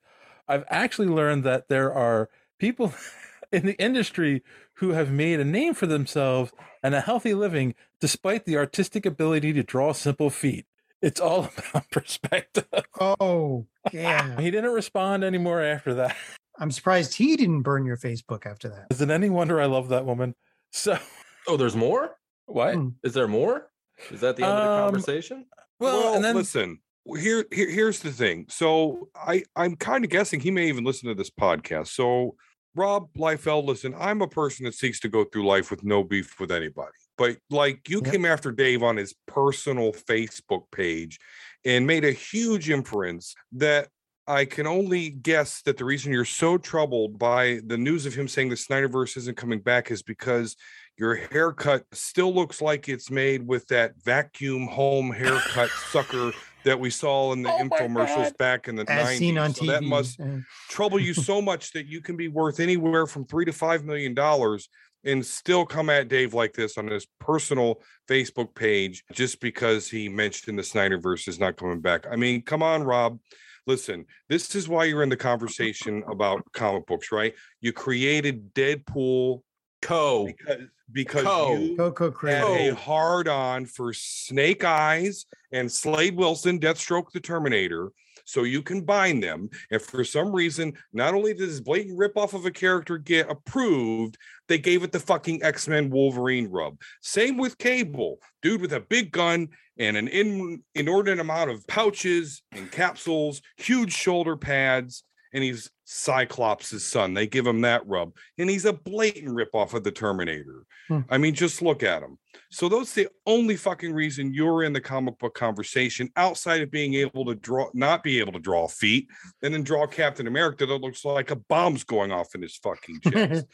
[SPEAKER 9] I've actually learned that there are people (laughs) in the industry who have made a name for themselves and a healthy living despite the artistic ability to draw simple feet. It's all (laughs) about perspective.
[SPEAKER 6] Oh, yeah.
[SPEAKER 9] (laughs) he didn't respond anymore after that. (laughs)
[SPEAKER 6] I'm surprised he didn't burn your Facebook after that.
[SPEAKER 9] Is it any wonder I love that woman? So, (laughs)
[SPEAKER 10] Oh, there's more?
[SPEAKER 9] What?
[SPEAKER 6] Hmm.
[SPEAKER 10] Is there more? Is that the end of the
[SPEAKER 8] Um,
[SPEAKER 10] conversation?
[SPEAKER 9] Well, and then-
[SPEAKER 8] listen. Here, here, here's the thing. So I, I'm kind of guessing he may even listen to this podcast. So Rob Liefeld, listen, I'm a person that seeks to go through life with no beef with anybody. But like you came after Dave on his personal Facebook page and made a huge inference that I can only guess that the reason you're so troubled by the news of him saying the Snyderverse isn't coming back is because your haircut still looks like it's made with that vacuum home haircut sucker that we saw in the infomercials back in the
[SPEAKER 6] as
[SPEAKER 8] 90s.
[SPEAKER 6] seen on Uh,
[SPEAKER 8] So
[SPEAKER 6] TV.
[SPEAKER 8] that must
[SPEAKER 6] yeah.
[SPEAKER 8] trouble you so much that you can be worth anywhere from three to five million dollars and still come at Dave like this on his personal Facebook page just because he mentioned the Snyderverse is not coming back. I mean, come on, Rob. Listen, this is why you're in the conversation about comic books, right? You created Deadpool
[SPEAKER 10] Co.
[SPEAKER 8] because, because
[SPEAKER 10] Co.
[SPEAKER 8] you
[SPEAKER 6] Coco Oh,
[SPEAKER 8] had
[SPEAKER 6] Craig.
[SPEAKER 8] a hard on for Snake Eyes and Slade Wilson, Deathstroke the Terminator. So you combine them. And for some reason, not only did this blatant ripoff of a character get approved, they gave it the fucking X Men Wolverine rub. Same with Cable, dude with a big gun and an in, inordinate amount of pouches and capsules, huge shoulder pads. And he's Cyclops' son. They give him that rub. And he's a blatant ripoff of the Terminator.
[SPEAKER 6] Hmm.
[SPEAKER 8] I mean, just look at him. So that's the only fucking reason you're in the comic book conversation outside of being able to draw, not be able to draw feet, and then draw Captain America that looks like a bomb's going off in his fucking chest.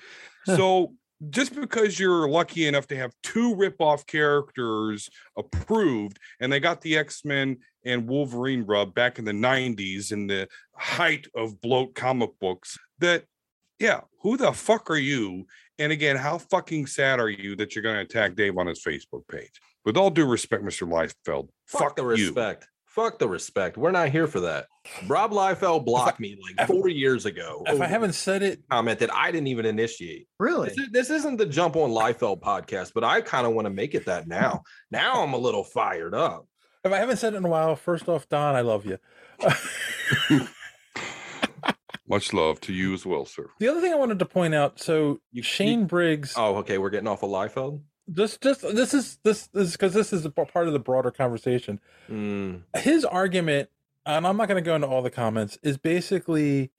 [SPEAKER 8] so just because you're lucky enough to have two rip-off characters approved, and they got the X-Men and Wolverine rub back in the 90s in the height of bloat comic books, that yeah, who the fuck are you and again, how fucking sad are you that you're going to attack Dave on his Facebook page? With all due respect, Mr. Leifeld,
[SPEAKER 10] Fuck, the
[SPEAKER 8] you.
[SPEAKER 10] respect. Fuck the respect. We're not here for that. Rob Liefeld blocked me like four years ago.
[SPEAKER 9] If
[SPEAKER 10] over
[SPEAKER 9] I haven't said it,
[SPEAKER 10] a comment that I didn't even initiate.
[SPEAKER 6] Really?
[SPEAKER 10] This, is, this isn't the jump on Liefeld podcast, but I kind of want to make it that now. Now I'm a little fired up.
[SPEAKER 9] if I haven't said it in a while, first off, Don, I love you.
[SPEAKER 8] Much love to you as well, sir.
[SPEAKER 9] the other thing I wanted to point out, so
[SPEAKER 10] You-
[SPEAKER 9] Shane
[SPEAKER 10] you-
[SPEAKER 9] Briggs,
[SPEAKER 10] Oh, okay. We're getting off of Liefeld.
[SPEAKER 9] just just this is this is because this is a p- part of the broader conversation.
[SPEAKER 10] Mm,
[SPEAKER 9] his argument, and I'm not going to go into all the comments, is basically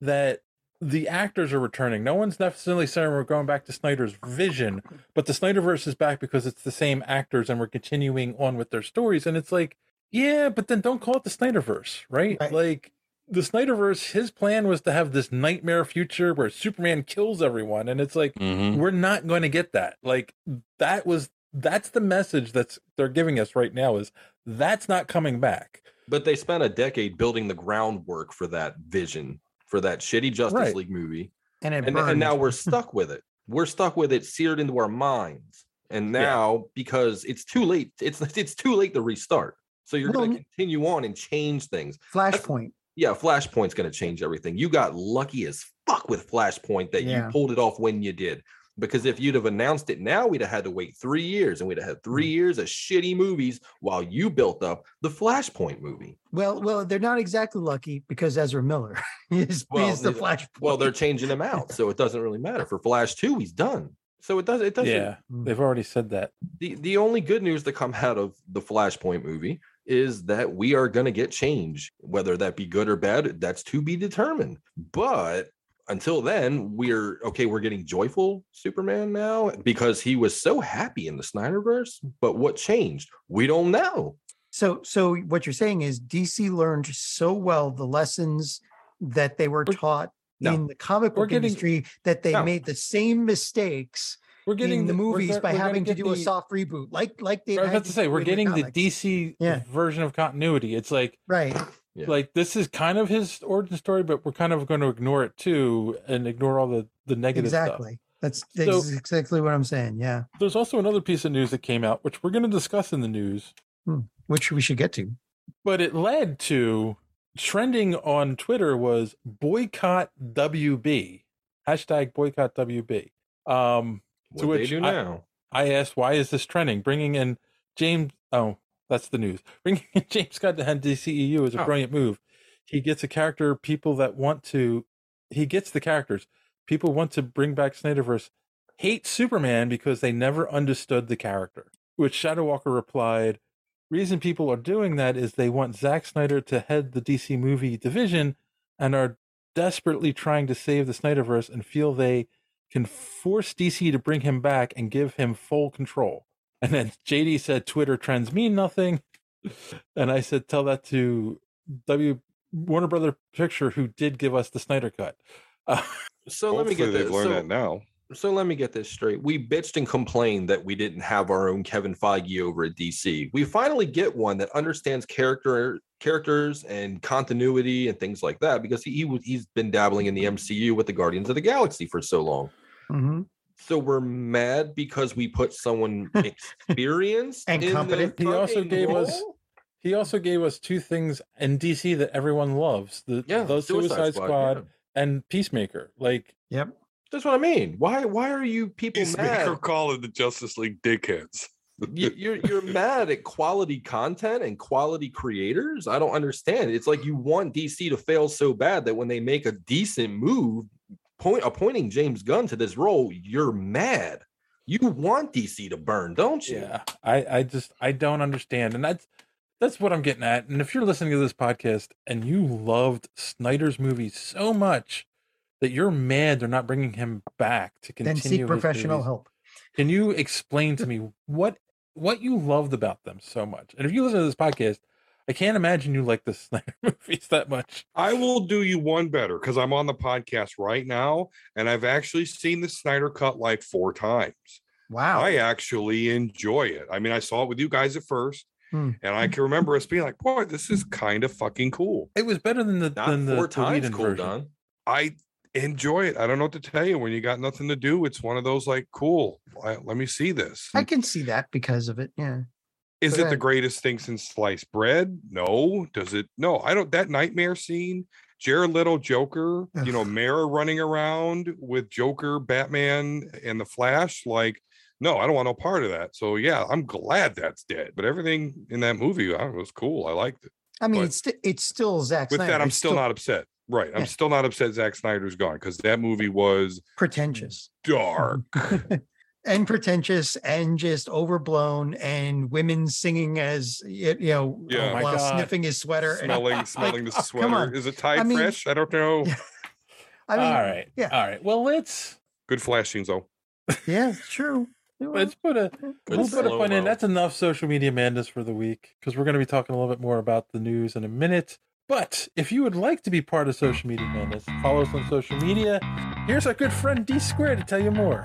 [SPEAKER 9] that the actors are returning. No one's necessarily saying we're going back to Snyder's vision, but the Snyderverse is back because it's the same actors and we're continuing on with their stories. And it's like, yeah, but then don't call it the Snyderverse, right?
[SPEAKER 6] Right.
[SPEAKER 9] Like the Snyderverse, his plan was to have this nightmare future where Superman kills everyone. And it's like, we're not going to get that like that was that's the message that's they're giving us right now is that's not coming back
[SPEAKER 10] but they spent a decade building the groundwork for that vision for that shitty Justice
[SPEAKER 9] Right.
[SPEAKER 10] League movie,
[SPEAKER 6] And it
[SPEAKER 10] and, and
[SPEAKER 6] burned. (laughs)
[SPEAKER 10] now we're stuck with it. We're stuck with it, seared into our minds. And
[SPEAKER 9] Yeah.
[SPEAKER 10] now, because it's too late, it's (laughs) it's too late to restart. So you're going
[SPEAKER 6] Well,
[SPEAKER 10] to continue on and change things.
[SPEAKER 6] Flashpoint.
[SPEAKER 10] yeah, Flashpoint's going to change everything. You got lucky as fuck with Flashpoint that
[SPEAKER 6] Yeah.
[SPEAKER 10] you pulled it off when you did. Because if you'd have announced it now, we'd have had to wait three years and we'd have had
[SPEAKER 6] Hmm.
[SPEAKER 10] three years of shitty movies while you built up the Flashpoint movie.
[SPEAKER 6] Well, well, they're not exactly lucky because Ezra Miller (laughs) is,
[SPEAKER 10] Well,
[SPEAKER 6] is the
[SPEAKER 10] they-
[SPEAKER 6] Flashpoint.
[SPEAKER 10] Well, they're changing him out. So it doesn't really matter. For Flash 2, he's done. So it doesn't, it doesn't,
[SPEAKER 9] yeah they've already said that
[SPEAKER 10] the, the only good news to come out of the Flashpoint movie is that we are going to get change, whether that be good or bad, that's to be determined. But until then, we're okay, we're getting joyful Superman now because he was so happy in the Snyderverse. But what changed? We don't know.
[SPEAKER 6] So, so what you're saying is DC learned so well the lessons that they were
[SPEAKER 9] We're-
[SPEAKER 6] taught
[SPEAKER 10] No.
[SPEAKER 6] in the comic
[SPEAKER 9] We're
[SPEAKER 6] book
[SPEAKER 9] getting-
[SPEAKER 6] industry that they
[SPEAKER 10] No.
[SPEAKER 6] made the same mistakes
[SPEAKER 9] we're getting
[SPEAKER 6] in the
[SPEAKER 9] we're
[SPEAKER 6] movies
[SPEAKER 9] go-
[SPEAKER 6] by
[SPEAKER 9] we're gonna
[SPEAKER 6] having to
[SPEAKER 9] get
[SPEAKER 6] do a
[SPEAKER 9] the-
[SPEAKER 6] soft reboot, like like they.
[SPEAKER 9] I was about to say we're getting the DC
[SPEAKER 6] Yeah.
[SPEAKER 9] version of continuity. It's like
[SPEAKER 6] right.
[SPEAKER 10] Yeah.
[SPEAKER 9] like this is kind of his origin story, but we're kind of going to ignore it too and ignore all the the negative stuff.
[SPEAKER 6] Exactly. That's
[SPEAKER 9] So-
[SPEAKER 6] that's exactly what I'm saying. Yeah,
[SPEAKER 9] There's also another piece of news that came out, which we're going to discuss in the news,
[SPEAKER 6] which we should get to.
[SPEAKER 9] but it led to trending on Twitter was boycott WB hashtag boycott WB. Um,
[SPEAKER 10] What
[SPEAKER 9] To
[SPEAKER 10] they
[SPEAKER 9] which
[SPEAKER 10] do
[SPEAKER 9] I-
[SPEAKER 10] now.
[SPEAKER 9] I asked, why is this trending? Bringing in James. Oh, that's the news. (laughs) Bringing in James Scott to head DCEU is a
[SPEAKER 10] Oh.
[SPEAKER 9] brilliant move. He gets a character people that want to. He gets the characters people want to bring back Snyderverse hate Superman because they never understood the character. Which Shadowwalker replied, "Reason people are doing that is they want Zack Snyder to head the DC movie division and are desperately trying to save the Snyderverse and feel they can force DC to bring him back and give him full control. (laughs) And then JD said, Twitter trends mean nothing. (laughs) And I said, tell that to W Warner Brother Picture, who did give us the Snyder Cut. Uh,
[SPEAKER 10] So let
[SPEAKER 8] Hopefully
[SPEAKER 10] me get this.
[SPEAKER 8] they've learned
[SPEAKER 10] So-
[SPEAKER 8] that now.
[SPEAKER 10] so let me get this straight. We bitched and complained that we didn't have our own Kevin Feige over at DC. We finally get one that understands character characters and continuity and things like that because he, he was he's been dabbling in the MCU with the Guardians of the Galaxy for so long.
[SPEAKER 6] Mm-hmm.
[SPEAKER 10] So we're mad because we put
[SPEAKER 9] (laughs)
[SPEAKER 10] someone experienced
[SPEAKER 6] And
[SPEAKER 10] in the
[SPEAKER 6] competent.
[SPEAKER 9] He also
[SPEAKER 10] fucking
[SPEAKER 9] gave us
[SPEAKER 10] role?
[SPEAKER 9] he also gave us two things in DC that everyone loves: the
[SPEAKER 10] yeah,
[SPEAKER 9] the Suicide, Squad,
[SPEAKER 10] yeah.
[SPEAKER 9] and Peacemaker. Like
[SPEAKER 6] Yep.
[SPEAKER 10] That's what I mean. Why why are you people
[SPEAKER 8] Peacemaker
[SPEAKER 10] mad?
[SPEAKER 8] calling the Justice League dickheads.
[SPEAKER 10] you, you're you're mad at quality content and quality creators. I don't understand. It's like you want DC to fail so bad that when they make a decent move, point appointing James Gunn to this role, you're mad. You want DC to burn, don't you?
[SPEAKER 9] yeah i i just i don't understand and that's that's what i'm getting at and if you're listening to this podcast and you loved snyder's movie so much that you're mad they're not bringing him back to continue
[SPEAKER 6] Then seek
[SPEAKER 9] his
[SPEAKER 6] professional
[SPEAKER 9] movies,
[SPEAKER 6] help.
[SPEAKER 9] can you
[SPEAKER 6] (laughs)
[SPEAKER 9] explain to me what what you loved about them so much and if you listen to this podcast i can't imagine you like the (laughs) snyder movies that much
[SPEAKER 8] I will do you one better because I'm on the podcast right now and I've actually seen the Snyder Cut like four times.
[SPEAKER 6] Wow.
[SPEAKER 8] I actually enjoy it. I mean, I saw it with you guys at first,
[SPEAKER 6] Hmm.
[SPEAKER 8] and I can remember us being like, boy, this is kind of fucking cool.
[SPEAKER 9] it was better than the
[SPEAKER 10] Not
[SPEAKER 9] than the,
[SPEAKER 10] four
[SPEAKER 9] the
[SPEAKER 10] times
[SPEAKER 9] Whedon
[SPEAKER 10] cool,
[SPEAKER 9] version.
[SPEAKER 10] Don.
[SPEAKER 8] I enjoy it. I don't know what to tell you. When you got nothing to do, it's one of those like, cool, I- let me see this.
[SPEAKER 6] I can see that because of it. Yeah.
[SPEAKER 8] Is
[SPEAKER 6] Go
[SPEAKER 8] it the
[SPEAKER 6] ahead.
[SPEAKER 8] greatest thing since sliced bread? No. Does it? No, I don't. That nightmare scene, Jared Little Joker, you know,
[SPEAKER 6] Ugh.
[SPEAKER 8] Mara running around with Joker, Batman, and the Flash. Like, no, I don't want no part of that. So, yeah, I'm glad that's dead. But everything in that movie I don't know, was cool. I liked it.
[SPEAKER 6] I mean,
[SPEAKER 8] But-
[SPEAKER 6] it's sti- it's still Zack
[SPEAKER 8] With
[SPEAKER 6] Snyder.
[SPEAKER 8] that, I'm
[SPEAKER 6] It's
[SPEAKER 8] still not upset. Right. I'm
[SPEAKER 6] Yeah.
[SPEAKER 8] still not upset Zack Snyder's gone because that movie was
[SPEAKER 6] (laughs) pretentious.
[SPEAKER 8] dark.
[SPEAKER 6] (laughs) and pretentious and just overblown and women singing as y- you know
[SPEAKER 8] Yeah. Oh
[SPEAKER 9] my
[SPEAKER 6] while
[SPEAKER 9] God.
[SPEAKER 6] sniffing his sweater and (laughs) oh,
[SPEAKER 8] smelling, smelling the sweater.
[SPEAKER 6] on.
[SPEAKER 8] Is it tied
[SPEAKER 6] I mean-
[SPEAKER 8] fresh? I don't
[SPEAKER 6] (laughs)
[SPEAKER 8] know.
[SPEAKER 6] i mean
[SPEAKER 9] all right Uh,
[SPEAKER 6] yeah.
[SPEAKER 9] all right well let's
[SPEAKER 8] Good flashings though.
[SPEAKER 6] yeah it's true You
[SPEAKER 9] let's put a
[SPEAKER 6] know,
[SPEAKER 10] Good
[SPEAKER 9] we'll put a point in.
[SPEAKER 10] slow-mo.
[SPEAKER 9] That's enough social media madness for the week because we're going to be talking a little bit more about the news in a minute. But if you would like to be part of social media madness, follow us on social media. Here's our good friend D Square to tell you more.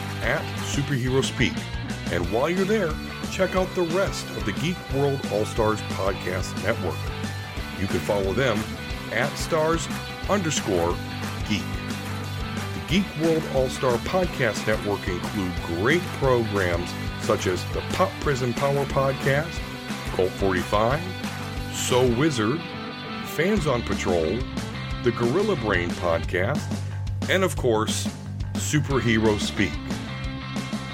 [SPEAKER 8] at Superhero Speak. And while you're there, check out the rest of the Geek World All Stars Podcast Network. You can follow them at stars underscore geek. The Geek World All Star Podcast Network include great programs such as the Pop Prison Power Podcast, Cult 45, So Wizard, Fans on Patrol, the Gorilla Brain Podcast, and of course, Superhero Speak.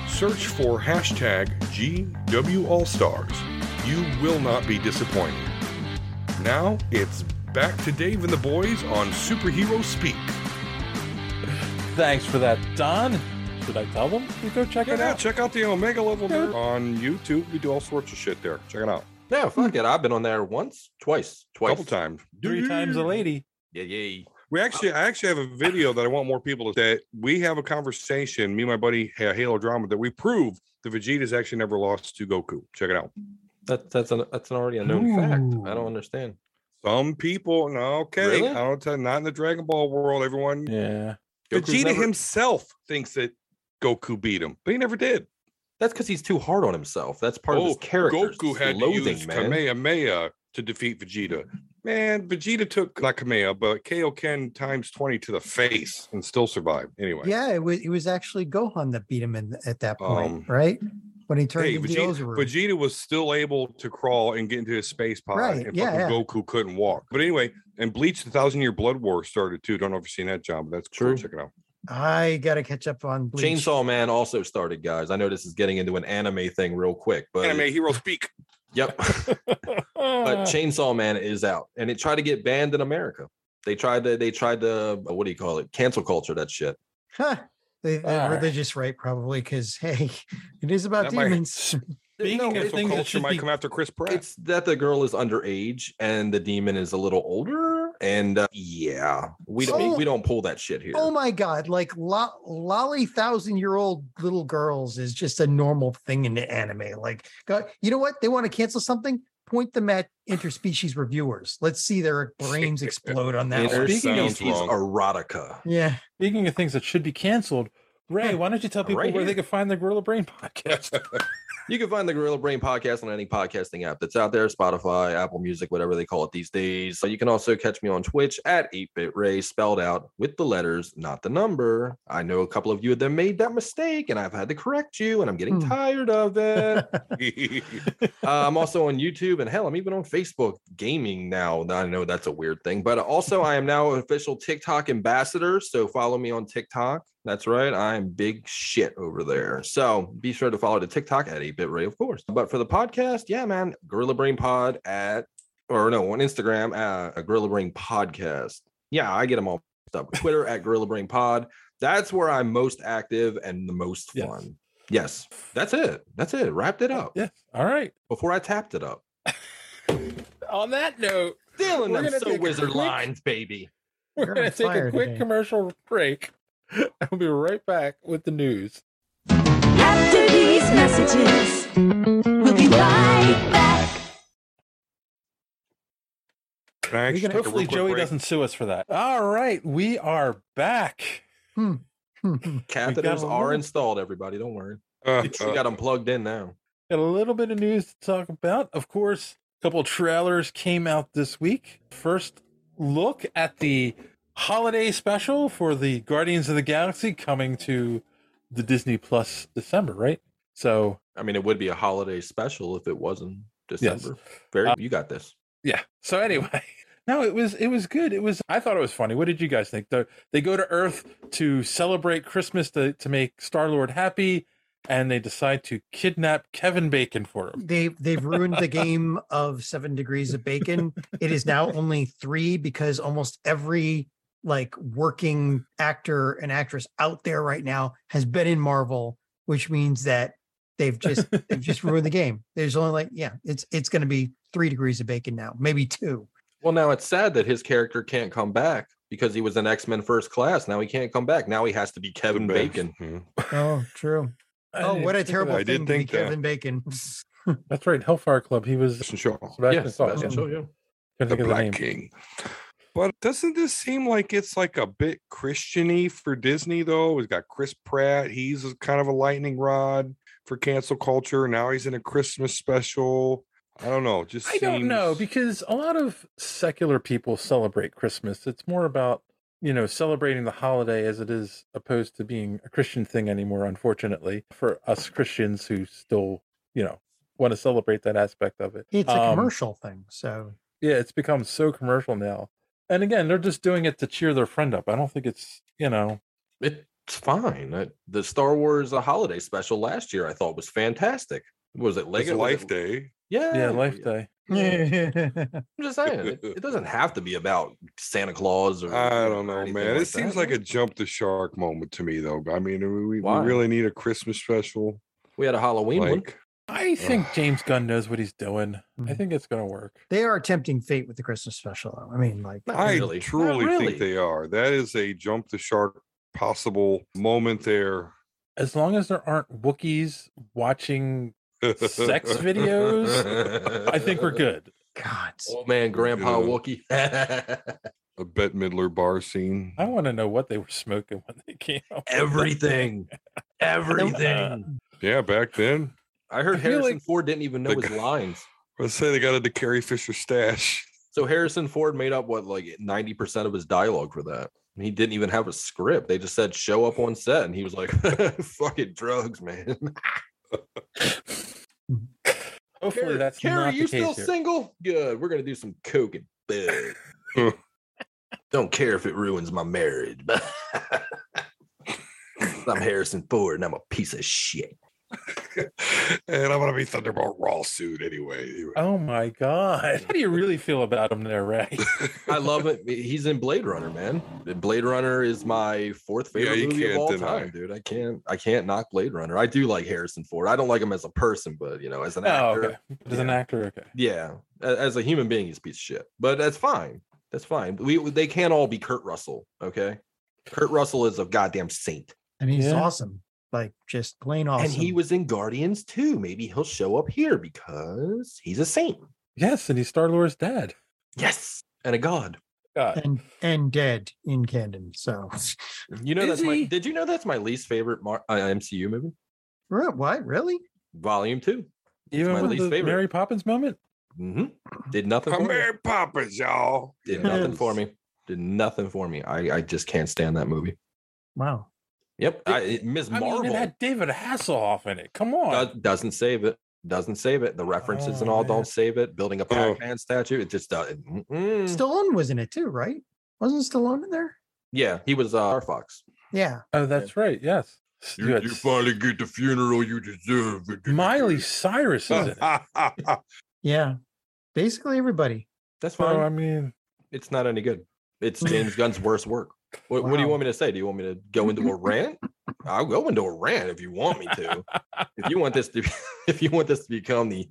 [SPEAKER 8] Search for hashtag GWAllStars. You will not be disappointed. Now it's back to Dave and the boys on Superhero Speak.
[SPEAKER 9] Thanks for that, Don. Should I tell them? You go check it
[SPEAKER 8] Yeah,
[SPEAKER 9] out.
[SPEAKER 8] check out the Omega Level Nerd on YouTube. We do all sorts of shit there. Check it out.
[SPEAKER 10] Yeah,
[SPEAKER 9] Hmm.
[SPEAKER 10] fuck it. I've been on there once, twice,
[SPEAKER 8] A
[SPEAKER 10] twice.
[SPEAKER 8] couple times.
[SPEAKER 9] Three times a lady.
[SPEAKER 10] Yeah, yeah.
[SPEAKER 8] We actually, I actually have a video that I want more people to that we have a conversation. Me and my buddy uh, Halo Drama that we prove the Vegeta's actually never lost to Goku. Check it out.
[SPEAKER 10] That, that's an that's an already a known fact. I don't understand.
[SPEAKER 8] Some people, no, okay,
[SPEAKER 10] Really?
[SPEAKER 8] I don't tell. Not in the Dragon Ball world. Everyone,
[SPEAKER 9] Yeah.
[SPEAKER 10] Goku's
[SPEAKER 8] Vegeta
[SPEAKER 10] never-
[SPEAKER 8] himself thinks that Goku beat him, but he never did.
[SPEAKER 10] That's because he's too hard on himself. That's part of his
[SPEAKER 8] Oh,
[SPEAKER 10] character.
[SPEAKER 8] Goku had to use Kamehameha to defeat Vegeta. Man, Vegeta took not Kamehameha, but Kaioken times twenty to the face and still survived. Anyway,
[SPEAKER 6] yeah it was it was actually gohan that beat him in at that point
[SPEAKER 8] Um,
[SPEAKER 6] right when he turned
[SPEAKER 8] Hey,
[SPEAKER 6] into
[SPEAKER 8] Vegeta,
[SPEAKER 6] Ozuru.
[SPEAKER 8] Vegeta was still able to crawl and get into his space pod,
[SPEAKER 6] Right,
[SPEAKER 8] and
[SPEAKER 6] yeah,
[SPEAKER 8] fucking
[SPEAKER 6] yeah.
[SPEAKER 8] Goku couldn't walk. But anyway, and Bleach, the Thousand Year Blood War started too. Don't know if you've seen that, John, but that's cool.
[SPEAKER 10] True.
[SPEAKER 8] Check it out.
[SPEAKER 6] i gotta catch up on Bleach.
[SPEAKER 10] Chainsaw Man also started, guys. I know this is getting into an anime thing real quick, but
[SPEAKER 8] Anime hero speak.
[SPEAKER 10] yep. (laughs)
[SPEAKER 9] (laughs) Ah.
[SPEAKER 10] but Chainsaw Man is out, and it tried to get uh, banned in America. They tried to they tried to what do you call it? Cancel culture that shit.
[SPEAKER 6] Huh. (laughs) They, they
[SPEAKER 9] All right.
[SPEAKER 6] religious right, probably, because (laughs) hey, it is about
[SPEAKER 8] That might- (laughs)
[SPEAKER 6] demons.
[SPEAKER 10] Speaking
[SPEAKER 8] No,
[SPEAKER 10] of
[SPEAKER 8] cancel
[SPEAKER 10] things that
[SPEAKER 8] culture
[SPEAKER 10] should
[SPEAKER 8] might
[SPEAKER 10] be-
[SPEAKER 8] come after Chris Pratt. (laughs)
[SPEAKER 10] It's that the girl is underage and the demon is a little older, and uh, yeah, we don't
[SPEAKER 6] Oh.
[SPEAKER 10] we don't pull that shit here.
[SPEAKER 6] Oh my god! Like lo- lolly thousand year old little girls is just a normal thing in the anime. Like, God, you know what? They want to cancel something. Point them at interspecies reviewers. Letlet's see their
[SPEAKER 8] (laughs)
[SPEAKER 6] brains explode on that.
[SPEAKER 10] Inter-
[SPEAKER 6] one.
[SPEAKER 10] Speaking of
[SPEAKER 8] sounds
[SPEAKER 10] these
[SPEAKER 8] wrong.
[SPEAKER 10] erotica,
[SPEAKER 6] Yeah,
[SPEAKER 9] Speaking of things that should be canceled, Ray, why don't you tell people
[SPEAKER 10] Right
[SPEAKER 9] where they
[SPEAKER 10] here.
[SPEAKER 9] can find the Gorilla Brain podcast?
[SPEAKER 10] you can find the Gorilla Brain podcast on any podcasting app that's out there Spotify, Apple Music, whatever they call it these days. So you can also catch me on Twitch at 8bit Ray, spelled out with the letters, not the number. I know a couple of you of them made that mistake, and I've had to correct you, and I'm getting
[SPEAKER 6] Hmm.
[SPEAKER 10] tired of it.
[SPEAKER 6] (laughs)
[SPEAKER 8] That's
[SPEAKER 10] Uh, I'm also on YouTube and hell, I'm even on Facebook gaming now. Now, I know that's a weird thing, but also I am now an official TikTok ambassador. So follow me on TikTok. That's right. I'm big shit over there. So be sure to follow the TikTok at 8bit Ray, of course. But for the podcast, yeah, man, Gorilla Brain Pod at, or no, on Instagram, uh, Gorilla Brain Podcast. Yeah, I get them all mixed up. Twitter at Gorilla Brain Pod. That's where I'm most active and the most
[SPEAKER 9] Yes.
[SPEAKER 10] fun. Yes, that's it. That's it. Wrapped it up
[SPEAKER 9] yeah. All right.
[SPEAKER 10] before I tapped it up.
[SPEAKER 9] On that note,
[SPEAKER 10] Stealing
[SPEAKER 9] We're
[SPEAKER 10] them
[SPEAKER 9] gonna
[SPEAKER 10] so
[SPEAKER 9] take a
[SPEAKER 10] wizard
[SPEAKER 9] quick-
[SPEAKER 10] lines, baby.
[SPEAKER 9] we're
[SPEAKER 6] You're
[SPEAKER 9] going
[SPEAKER 6] on
[SPEAKER 9] to take
[SPEAKER 6] fire
[SPEAKER 9] a quick
[SPEAKER 6] today.
[SPEAKER 9] commercial
[SPEAKER 10] (laughs)
[SPEAKER 9] break. I'll be right back with the news.
[SPEAKER 11] After these messages, we'll be right back.
[SPEAKER 8] Can I actually take a
[SPEAKER 9] Hopefully,
[SPEAKER 8] real quick
[SPEAKER 9] Joey
[SPEAKER 8] break?
[SPEAKER 9] doesn't sue us for that. All right. We are back.
[SPEAKER 10] Catheters
[SPEAKER 9] a
[SPEAKER 10] are
[SPEAKER 9] little-
[SPEAKER 10] installed, everybody. Don't worry.
[SPEAKER 8] Uh,
[SPEAKER 10] We got them plugged in now.
[SPEAKER 9] Got a little bit of news to talk about. Of course, a couple trailers came out this week. First look at the holiday special for the Guardians of the Galaxy coming to the Disney Plus December, right? So,
[SPEAKER 10] I mean, it would be a holiday special if it wasn't December. Very,
[SPEAKER 9] Uh,
[SPEAKER 10] you got this.
[SPEAKER 9] yeah. So anyway, (laughs) no, it was it was good. It was I thought it was funny. What did you guys think? They they go to Earth to celebrate Christmas to to make Star-Lord happy and they decide to kidnap Kevin Bacon for him.
[SPEAKER 6] they they've ruined the game of seven degrees of bacon. It is now only three because almost every like working actor and actress out there right now has been in Marvel, which means that they've just they've just ruined the game. There's only like yeah, it's it's going to be three degrees of bacon now, maybe two.
[SPEAKER 10] Well, now it's sad that his character can't come back because he was an X Men first class. Now he can't come back. Now he has to be Kevin Bacon.
[SPEAKER 8] Mhm.
[SPEAKER 6] Oh, true. (laughs) Oh,
[SPEAKER 9] (laughs)
[SPEAKER 6] what a terrible
[SPEAKER 8] I
[SPEAKER 6] thing
[SPEAKER 8] did
[SPEAKER 6] to be
[SPEAKER 8] think that.
[SPEAKER 6] Kevin Bacon.
[SPEAKER 9] That's right, Hellfire Club. He was
[SPEAKER 8] Sebastian Shaw,
[SPEAKER 9] Sebastian
[SPEAKER 10] Yes,
[SPEAKER 9] Shaw.
[SPEAKER 10] Sebastian Shaw, yeah.
[SPEAKER 9] Couldn't
[SPEAKER 8] the
[SPEAKER 9] think of
[SPEAKER 8] Black
[SPEAKER 9] name.
[SPEAKER 8] King. But doesn't this seem like it's like a bit Christiany for Disney though? We've got Chris Pratt. He's a- kind of a lightning rod for cancel culture. Now he's in a Christmas special. I don't know. it Just
[SPEAKER 9] I don't know
[SPEAKER 8] seems-
[SPEAKER 9] because a lot of secular people celebrate Christmas. It's more about, you know, celebrating the holiday as it is opposed to being a Christian thing anymore, unfortunately, for us Christians who still, you know, want to celebrate that aspect of it.
[SPEAKER 6] It's a
[SPEAKER 9] Um,
[SPEAKER 6] commercial thing, so
[SPEAKER 9] Yeah, it's become so commercial now. And again, they're just doing it to cheer their friend up. I don't think it's, you know,
[SPEAKER 10] It's fine. Uh, The Star Wars uh, holiday special last year I thought was fantastic. Was it
[SPEAKER 8] It's
[SPEAKER 10] Lego? was
[SPEAKER 8] Life
[SPEAKER 10] it-
[SPEAKER 8] Day.
[SPEAKER 10] Yeah.
[SPEAKER 6] Eh,
[SPEAKER 9] yeah, life day.
[SPEAKER 10] I'm just saying, it, it doesn't have to be about Santa Claus or.
[SPEAKER 8] I don't know,
[SPEAKER 10] anything
[SPEAKER 8] man.
[SPEAKER 10] like
[SPEAKER 8] it seems
[SPEAKER 10] that.
[SPEAKER 8] like a jump the shark moment to me though. I mean, we- we, we
[SPEAKER 10] Why?
[SPEAKER 8] really need a Christmas special.
[SPEAKER 10] We had a Halloween one.
[SPEAKER 8] Like,
[SPEAKER 9] I think James Gunn knows what he's doing.
[SPEAKER 6] Mm-hmm.
[SPEAKER 9] I think it's going to work.
[SPEAKER 6] (laughs) they are attempting fate with the Christmas special. though. I mean, like
[SPEAKER 10] Not
[SPEAKER 8] I
[SPEAKER 10] really.
[SPEAKER 8] truly
[SPEAKER 10] Not Oh, really.
[SPEAKER 8] think they are. That is a jump the shark possible moment there.
[SPEAKER 9] As long as there aren't Wookiees watching
[SPEAKER 8] (laughs)
[SPEAKER 9] sex videos.
[SPEAKER 10] (laughs)
[SPEAKER 9] I think we're good.
[SPEAKER 6] God,
[SPEAKER 10] Old man, Grandpa
[SPEAKER 8] Yeah.
[SPEAKER 10] Wookie. (laughs)
[SPEAKER 8] a Bette Midler bar scene.
[SPEAKER 9] I want to know what they were smoking when they came (laughs) out. with that thing.
[SPEAKER 10] Everything. Everything.
[SPEAKER 8] Yeah, back then.
[SPEAKER 10] I heard
[SPEAKER 9] Uh, I feel
[SPEAKER 10] Harrison
[SPEAKER 9] like-
[SPEAKER 10] Ford didn't even know
[SPEAKER 8] The
[SPEAKER 10] his
[SPEAKER 8] guy-
[SPEAKER 10] lines.
[SPEAKER 8] Let's say they got into Carrie Fisher stash. (laughs)
[SPEAKER 10] So Harrison Ford made up what, like 90% of his dialogue for that. And He didn't even have a script. They just said, show up on set. And he was like, (laughs) fucking drugs, man.
[SPEAKER 9] (laughs) Hopefully
[SPEAKER 10] Carrie-
[SPEAKER 9] that's
[SPEAKER 10] Carrie,
[SPEAKER 9] not the
[SPEAKER 10] you
[SPEAKER 9] case
[SPEAKER 10] still
[SPEAKER 9] here.
[SPEAKER 10] single? Good. We're gonna do some coke and
[SPEAKER 9] (laughs)
[SPEAKER 10] bed. Don't care if it ruins my (laughs) marriage. I'm Harrison Ford, and I'm a piece of shit.
[SPEAKER 8] and I'm gonna be Thunderbolt Raw suit anyway.
[SPEAKER 10] Uh,
[SPEAKER 9] Oh my
[SPEAKER 10] (laughs)
[SPEAKER 9] god! How do you really feel about him there, Ray?
[SPEAKER 10] I love it. He's in Blade Runner, man. Blade Runner is my fourth
[SPEAKER 8] Yeah,
[SPEAKER 10] favorite
[SPEAKER 8] you
[SPEAKER 10] movie of
[SPEAKER 8] can't
[SPEAKER 10] all
[SPEAKER 8] deny.
[SPEAKER 10] time, dude. I can't, I can't knock Blade Runner. I do like Harrison Ford. I don't like him as a person, but you know, as an
[SPEAKER 9] Oh,
[SPEAKER 10] actor,
[SPEAKER 9] okay. As an actor, okay.
[SPEAKER 10] yeah, a- as a human being, he's a piece of shit. But that's fine. That's fine. We they can't all be Kurt Russell, okay? Kurt Russell is a goddamn saint.
[SPEAKER 6] And he's
[SPEAKER 10] Yeah.
[SPEAKER 6] awesome. Like just plain awesome.
[SPEAKER 10] And he was in Guardians too. Maybe he'll show up here because he's a saint.
[SPEAKER 9] Yes, and he's Star Lord's dad.
[SPEAKER 10] Yes, and a god.
[SPEAKER 6] and and dead in Camden. So (laughs)
[SPEAKER 10] You know
[SPEAKER 6] Is
[SPEAKER 10] that's my.
[SPEAKER 6] he?
[SPEAKER 10] Did you know that's my least favorite Mar- uh, MCU movie?
[SPEAKER 6] Re- what really?
[SPEAKER 10] Volume two. It's
[SPEAKER 9] Even
[SPEAKER 10] my
[SPEAKER 9] with
[SPEAKER 10] least
[SPEAKER 9] the
[SPEAKER 10] favorite.
[SPEAKER 9] Mary Poppins moment.
[SPEAKER 10] Mm-hmm. Did nothing.
[SPEAKER 8] I'm
[SPEAKER 10] for me.
[SPEAKER 8] Mary Poppins, y'all.
[SPEAKER 10] Did nothing for me. Did nothing for me. I I just can't stand that movie.
[SPEAKER 6] Wow.
[SPEAKER 10] Yep. I, it- Ms.
[SPEAKER 9] I
[SPEAKER 10] Marvel
[SPEAKER 9] mean, it had David Hasselhoff in it. Come on.
[SPEAKER 10] do- doesn't save it. Doesn't save it. The references and
[SPEAKER 9] Oh,
[SPEAKER 10] all
[SPEAKER 9] man.
[SPEAKER 10] don't save it. Building a
[SPEAKER 8] Oh.
[SPEAKER 10] Pac-Man statue. It just doesn't. mm-mm.
[SPEAKER 6] Stallone was in it too, right? Wasn't Stallone in there?
[SPEAKER 10] Yeah, he was uh, Star Fox.
[SPEAKER 6] Yeah.
[SPEAKER 9] Oh, that's right. Yes. You
[SPEAKER 8] You, you finally get the funeral you deserve.
[SPEAKER 9] Miley Cyrus is in
[SPEAKER 10] (laughs)
[SPEAKER 8] (laughs)
[SPEAKER 9] it.
[SPEAKER 6] Yeah. Basically everybody.
[SPEAKER 10] That's
[SPEAKER 9] So,
[SPEAKER 10] fine.
[SPEAKER 9] I mean,
[SPEAKER 10] It's not any good. It's James Gunn's worst work. What, what do you
[SPEAKER 6] Wow.
[SPEAKER 10] want me to say? Do you want me to go into a rant? I'll go into a rant if you want me to. if you want this to, be, (laughs) if you want this to become the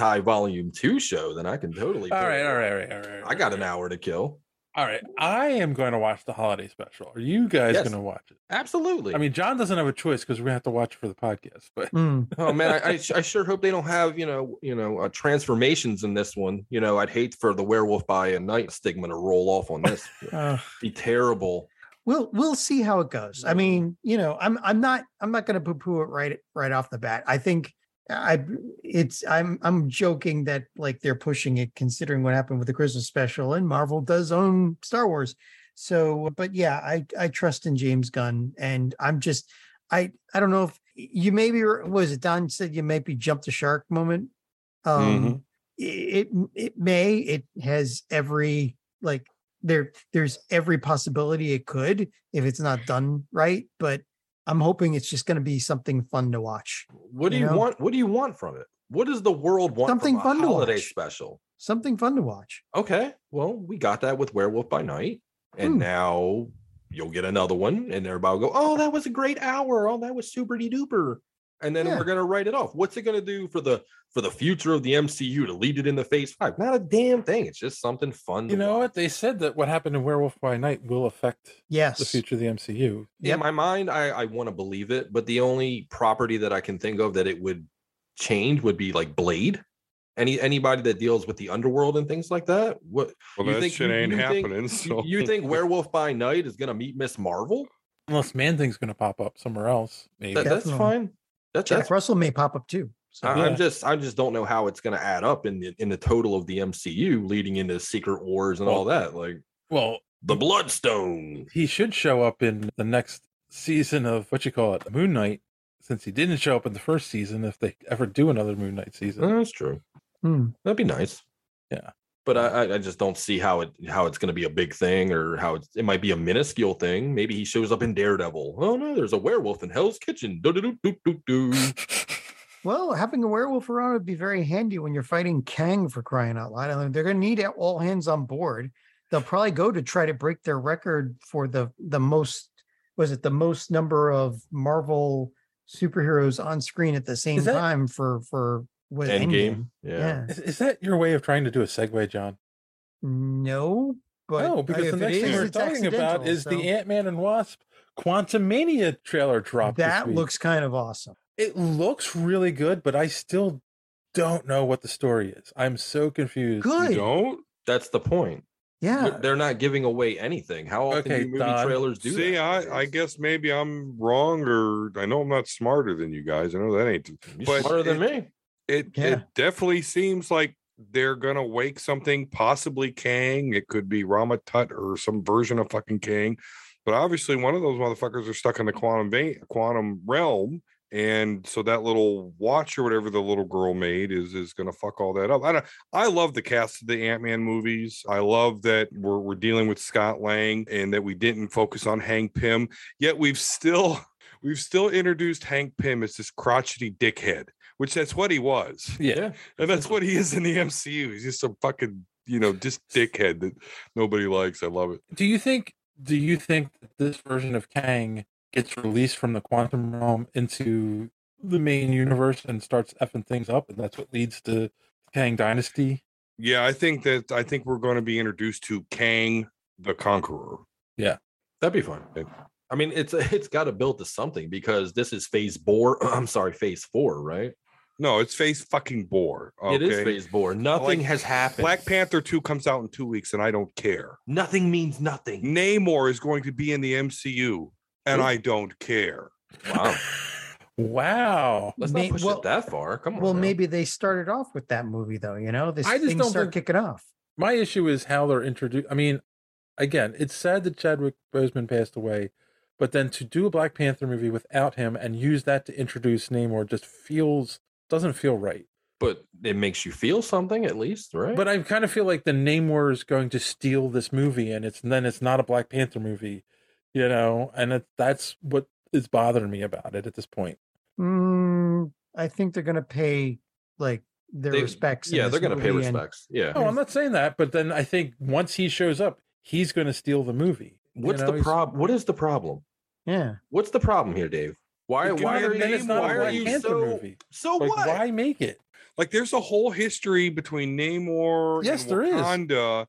[SPEAKER 10] anti-volume two show, then I can totally.
[SPEAKER 9] all
[SPEAKER 10] do
[SPEAKER 9] right,
[SPEAKER 10] it.
[SPEAKER 9] all right, all right, all right.
[SPEAKER 10] I got an hour to kill.
[SPEAKER 9] All right. I am going to watch the holiday special. Are you guys
[SPEAKER 10] Yes.
[SPEAKER 9] going to watch it?
[SPEAKER 10] Absolutely.
[SPEAKER 9] I mean, John doesn't have a choice because we have to watch it for the podcast. But
[SPEAKER 6] Mm.
[SPEAKER 10] (laughs) oh man, I, I, su- I sure hope they don't have you know you know uh, transformations in this one. You know, I'd hate for the werewolf by a night stigma to roll off
[SPEAKER 6] (laughs)
[SPEAKER 10] on this.
[SPEAKER 6] Uh,
[SPEAKER 10] Be terrible.
[SPEAKER 6] we'll we'll see how it goes. I mean, you know, I'm I'm not I'm not going to poo poo it right right off the bat. I think I it's I'm I'm joking that like they're pushing it considering what happened with the Christmas special and Marvel does own Star Wars. So, but yeah, I I trust in James Gunn and I'm just I I don't know if you maybe was it Don said you maybe jumped the shark moment. Um it it may it has every like there there's every possibility it could if it's not done right but i'm hoping it's just going to be something fun to watch
[SPEAKER 10] What do
[SPEAKER 6] You
[SPEAKER 10] you,
[SPEAKER 6] know?
[SPEAKER 10] want? What do you want from it? What does the world want?
[SPEAKER 6] Something
[SPEAKER 10] from a
[SPEAKER 6] fun to
[SPEAKER 10] holiday
[SPEAKER 6] watch.
[SPEAKER 10] special.
[SPEAKER 6] something fun to watch
[SPEAKER 10] Okay, well we got that with Werewolf by Night, and
[SPEAKER 6] Hmm.
[SPEAKER 10] now you'll get another one, and everybody will go, "Oh, that was a great hour. Oh, that was super duper." And then
[SPEAKER 6] Yeah.
[SPEAKER 10] we're gonna write it off. What's it gonna do for the for the future of the MCU to lead it in the phase five? Not a damn thing. It's just something fun.
[SPEAKER 9] you
[SPEAKER 10] to
[SPEAKER 9] know
[SPEAKER 10] watch.
[SPEAKER 9] what? They said that what happened in Werewolf by Night will affect the
[SPEAKER 6] yes
[SPEAKER 9] future of the MCU.
[SPEAKER 6] Yep.
[SPEAKER 10] in my mind, I, I want to believe it, but the only property that I can think of that it would change would be like Blade. Any anybody that deals with the underworld and things like that. What
[SPEAKER 8] Well,
[SPEAKER 10] you
[SPEAKER 8] that
[SPEAKER 10] think-
[SPEAKER 8] shit
[SPEAKER 10] you-
[SPEAKER 8] ain't
[SPEAKER 10] you think-
[SPEAKER 8] happening. (laughs) so
[SPEAKER 10] you think Werewolf by Night is gonna meet Miss Marvel?
[SPEAKER 9] Unless Man Thing's going to pop up somewhere else. Maybe.
[SPEAKER 10] That- that's
[SPEAKER 6] Definitely.
[SPEAKER 10] fine. That,
[SPEAKER 6] jack
[SPEAKER 10] that's
[SPEAKER 6] russell may pop up too so
[SPEAKER 10] I,
[SPEAKER 9] Yeah.
[SPEAKER 10] I'm just I just don't know how it's gonna add up in the in the total of the MCU leading into Secret Wars and all that. Like
[SPEAKER 9] well,
[SPEAKER 6] Mm.
[SPEAKER 10] the Bloodstone.
[SPEAKER 9] he should show up in the next season of what you call it, Moon Knight. Since he didn't show up in the first season, if they ever do another Moon Knight season,
[SPEAKER 10] Oh, that's true.
[SPEAKER 6] hmm.
[SPEAKER 10] That'd be nice.
[SPEAKER 9] Yeah.
[SPEAKER 10] But I, I- I just don't see how it how it's going to be a big thing or how it's, it might be a minuscule thing. Maybe he shows up in Daredevil. Oh no, there's a werewolf in Hell's Kitchen.
[SPEAKER 6] (laughs)
[SPEAKER 10] Do-do-do-do-do-do.
[SPEAKER 6] well having a werewolf around would be very handy when you're fighting kang for crying out loud I mean, they're going to need all hands on board they'll probably go to try to break their record for the the most was it the most number of marvel superheroes on screen at the same
[SPEAKER 9] that-
[SPEAKER 6] time for for was Endgame.
[SPEAKER 10] Endgame. Yeah.
[SPEAKER 6] Yeah.
[SPEAKER 9] is, is that your way of trying to do a segue, John?
[SPEAKER 6] No, but
[SPEAKER 9] no,
[SPEAKER 6] I-
[SPEAKER 9] Oh, because the
[SPEAKER 6] if it
[SPEAKER 9] next thing
[SPEAKER 6] is,
[SPEAKER 9] we're
[SPEAKER 6] it's
[SPEAKER 9] talking about
[SPEAKER 6] accidental,
[SPEAKER 9] is
[SPEAKER 6] so-
[SPEAKER 9] the Ant Man and Wasp Quantum Mania trailer drop.
[SPEAKER 6] that looks kind of awesome.
[SPEAKER 9] it looks really good, but I still don't know what the story is. I'm so confused.
[SPEAKER 8] you
[SPEAKER 6] Good.
[SPEAKER 8] don't
[SPEAKER 10] That's the point. They're-
[SPEAKER 6] Yeah.
[SPEAKER 10] They're not giving away anything. How often
[SPEAKER 9] Okay,
[SPEAKER 10] do movie
[SPEAKER 9] Don.
[SPEAKER 10] trailers do
[SPEAKER 8] see.
[SPEAKER 10] that
[SPEAKER 8] I I
[SPEAKER 10] nowadays?
[SPEAKER 8] guess maybe I'm wrong, or I know I'm not smarter than you guys. I know that ain't.
[SPEAKER 10] You're
[SPEAKER 8] but
[SPEAKER 10] smarter than
[SPEAKER 8] it-
[SPEAKER 10] me.
[SPEAKER 8] It
[SPEAKER 6] Yeah.
[SPEAKER 8] it definitely seems like they're gonna wake something, possibly Kang. It could be Rama Tut or some version of fucking Kang. But obviously, one of those motherfuckers are stuck in the quantum vein, quantum realm, and so that little watch or whatever the little girl made is is gonna fuck all that up. I don't, I love the cast of the Ant Man movies. I love that we're we're dealing with Scott Lang and that we didn't focus on Hank Pym. Yet we've still (laughs) We've still introduced Hank Pym as this crotchety dickhead, which that's what he was.
[SPEAKER 9] Yeah.
[SPEAKER 8] And that's what he is in the MCU. He's just a fucking, you know, just dickhead that nobody likes. I love it.
[SPEAKER 9] Do you think? Do you think that this version of Kang gets released from the quantum realm into the main universe and starts effing things up, and that's what leads to Kang Dynasty?
[SPEAKER 8] Yeah, I think that I think we're going to be introduced to Kang the Conqueror.
[SPEAKER 9] Yeah,
[SPEAKER 10] that'd be fun. I mean, it's (laughs) it's got to build to something because this is phase four. (clears throat) I'm sorry, phase four, right?
[SPEAKER 8] No, it's phase fucking bore.
[SPEAKER 10] It is phase four. Nothing has happened.
[SPEAKER 8] Black Panther 2 comes out in two weeks and I don't care.
[SPEAKER 10] Nothing means nothing.
[SPEAKER 8] Namor is going to be in the MCU and I don't care.
[SPEAKER 10] Wow.
[SPEAKER 9] Wow.
[SPEAKER 10] Let's
[SPEAKER 6] May-
[SPEAKER 10] not push
[SPEAKER 6] well-
[SPEAKER 10] it that far. Come on.
[SPEAKER 6] well,
[SPEAKER 10] now.
[SPEAKER 6] maybe they started off with that movie though. You know, this
[SPEAKER 9] I just
[SPEAKER 6] things
[SPEAKER 9] don't
[SPEAKER 6] start
[SPEAKER 9] think-
[SPEAKER 6] kicking off.
[SPEAKER 9] My issue is how they're introduced. I mean, again, it's sad that Chadwick Boseman passed away, but then to do a Black Panther movie without him and use that to introduce Namor just feels doesn't feel right.
[SPEAKER 10] But it makes you feel something at least, right?
[SPEAKER 9] But I kind of feel like the Namor is going to steal this movie, and it's then it's not a Black Panther movie, you know, and it, that's what is bothering me about it at this point.
[SPEAKER 6] Mm, I think they're gonna pay like their
[SPEAKER 10] They-
[SPEAKER 6] respects. in
[SPEAKER 10] Yeah,
[SPEAKER 6] this
[SPEAKER 10] they're gonna pay
[SPEAKER 6] movie and- Oh,
[SPEAKER 10] respects. Yeah.
[SPEAKER 9] No, I'm not saying that, but then I think once he shows up, he's going to steal the movie. you
[SPEAKER 10] What's
[SPEAKER 9] know,
[SPEAKER 10] the
[SPEAKER 9] he's-
[SPEAKER 10] problem? What is the problem?
[SPEAKER 6] Yeah.
[SPEAKER 10] What's the problem here, Dave? Why?
[SPEAKER 8] Give
[SPEAKER 10] Why
[SPEAKER 8] me a
[SPEAKER 10] are
[SPEAKER 8] name,
[SPEAKER 10] you?
[SPEAKER 9] not a
[SPEAKER 10] Why are
[SPEAKER 9] Black
[SPEAKER 10] you
[SPEAKER 9] Panther
[SPEAKER 10] so?
[SPEAKER 9] movie.
[SPEAKER 10] So
[SPEAKER 9] Like,
[SPEAKER 10] what?
[SPEAKER 9] why make it?
[SPEAKER 8] Like there's a whole history between Namor
[SPEAKER 9] Yes,
[SPEAKER 8] and
[SPEAKER 9] there is.
[SPEAKER 8] Wakanda.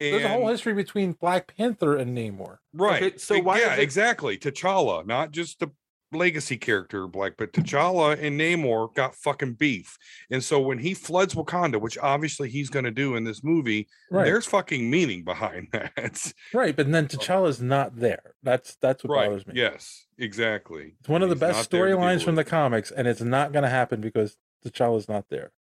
[SPEAKER 8] And,
[SPEAKER 9] There's a whole history between Black Panther and Namor.
[SPEAKER 8] Right. E,
[SPEAKER 10] Okay, so why
[SPEAKER 8] yeah,
[SPEAKER 10] is it-
[SPEAKER 8] exactly. T'Challa, not just the legacy character Black, but T'Challa and Namor got fucking beef. And so when he floods Wakanda, which obviously he's going to do in this movie,
[SPEAKER 9] Right.
[SPEAKER 8] there's fucking meaning behind (laughs) that.
[SPEAKER 9] Right, but then T'Challa's not there. That's that's what
[SPEAKER 8] right.
[SPEAKER 9] bothers me.
[SPEAKER 8] Yes, exactly.
[SPEAKER 9] It's one of the
[SPEAKER 8] He's
[SPEAKER 9] best
[SPEAKER 8] not there to deal
[SPEAKER 9] storylines from
[SPEAKER 8] with.
[SPEAKER 9] the comics, and it's not going to happen because T'Challa's not there.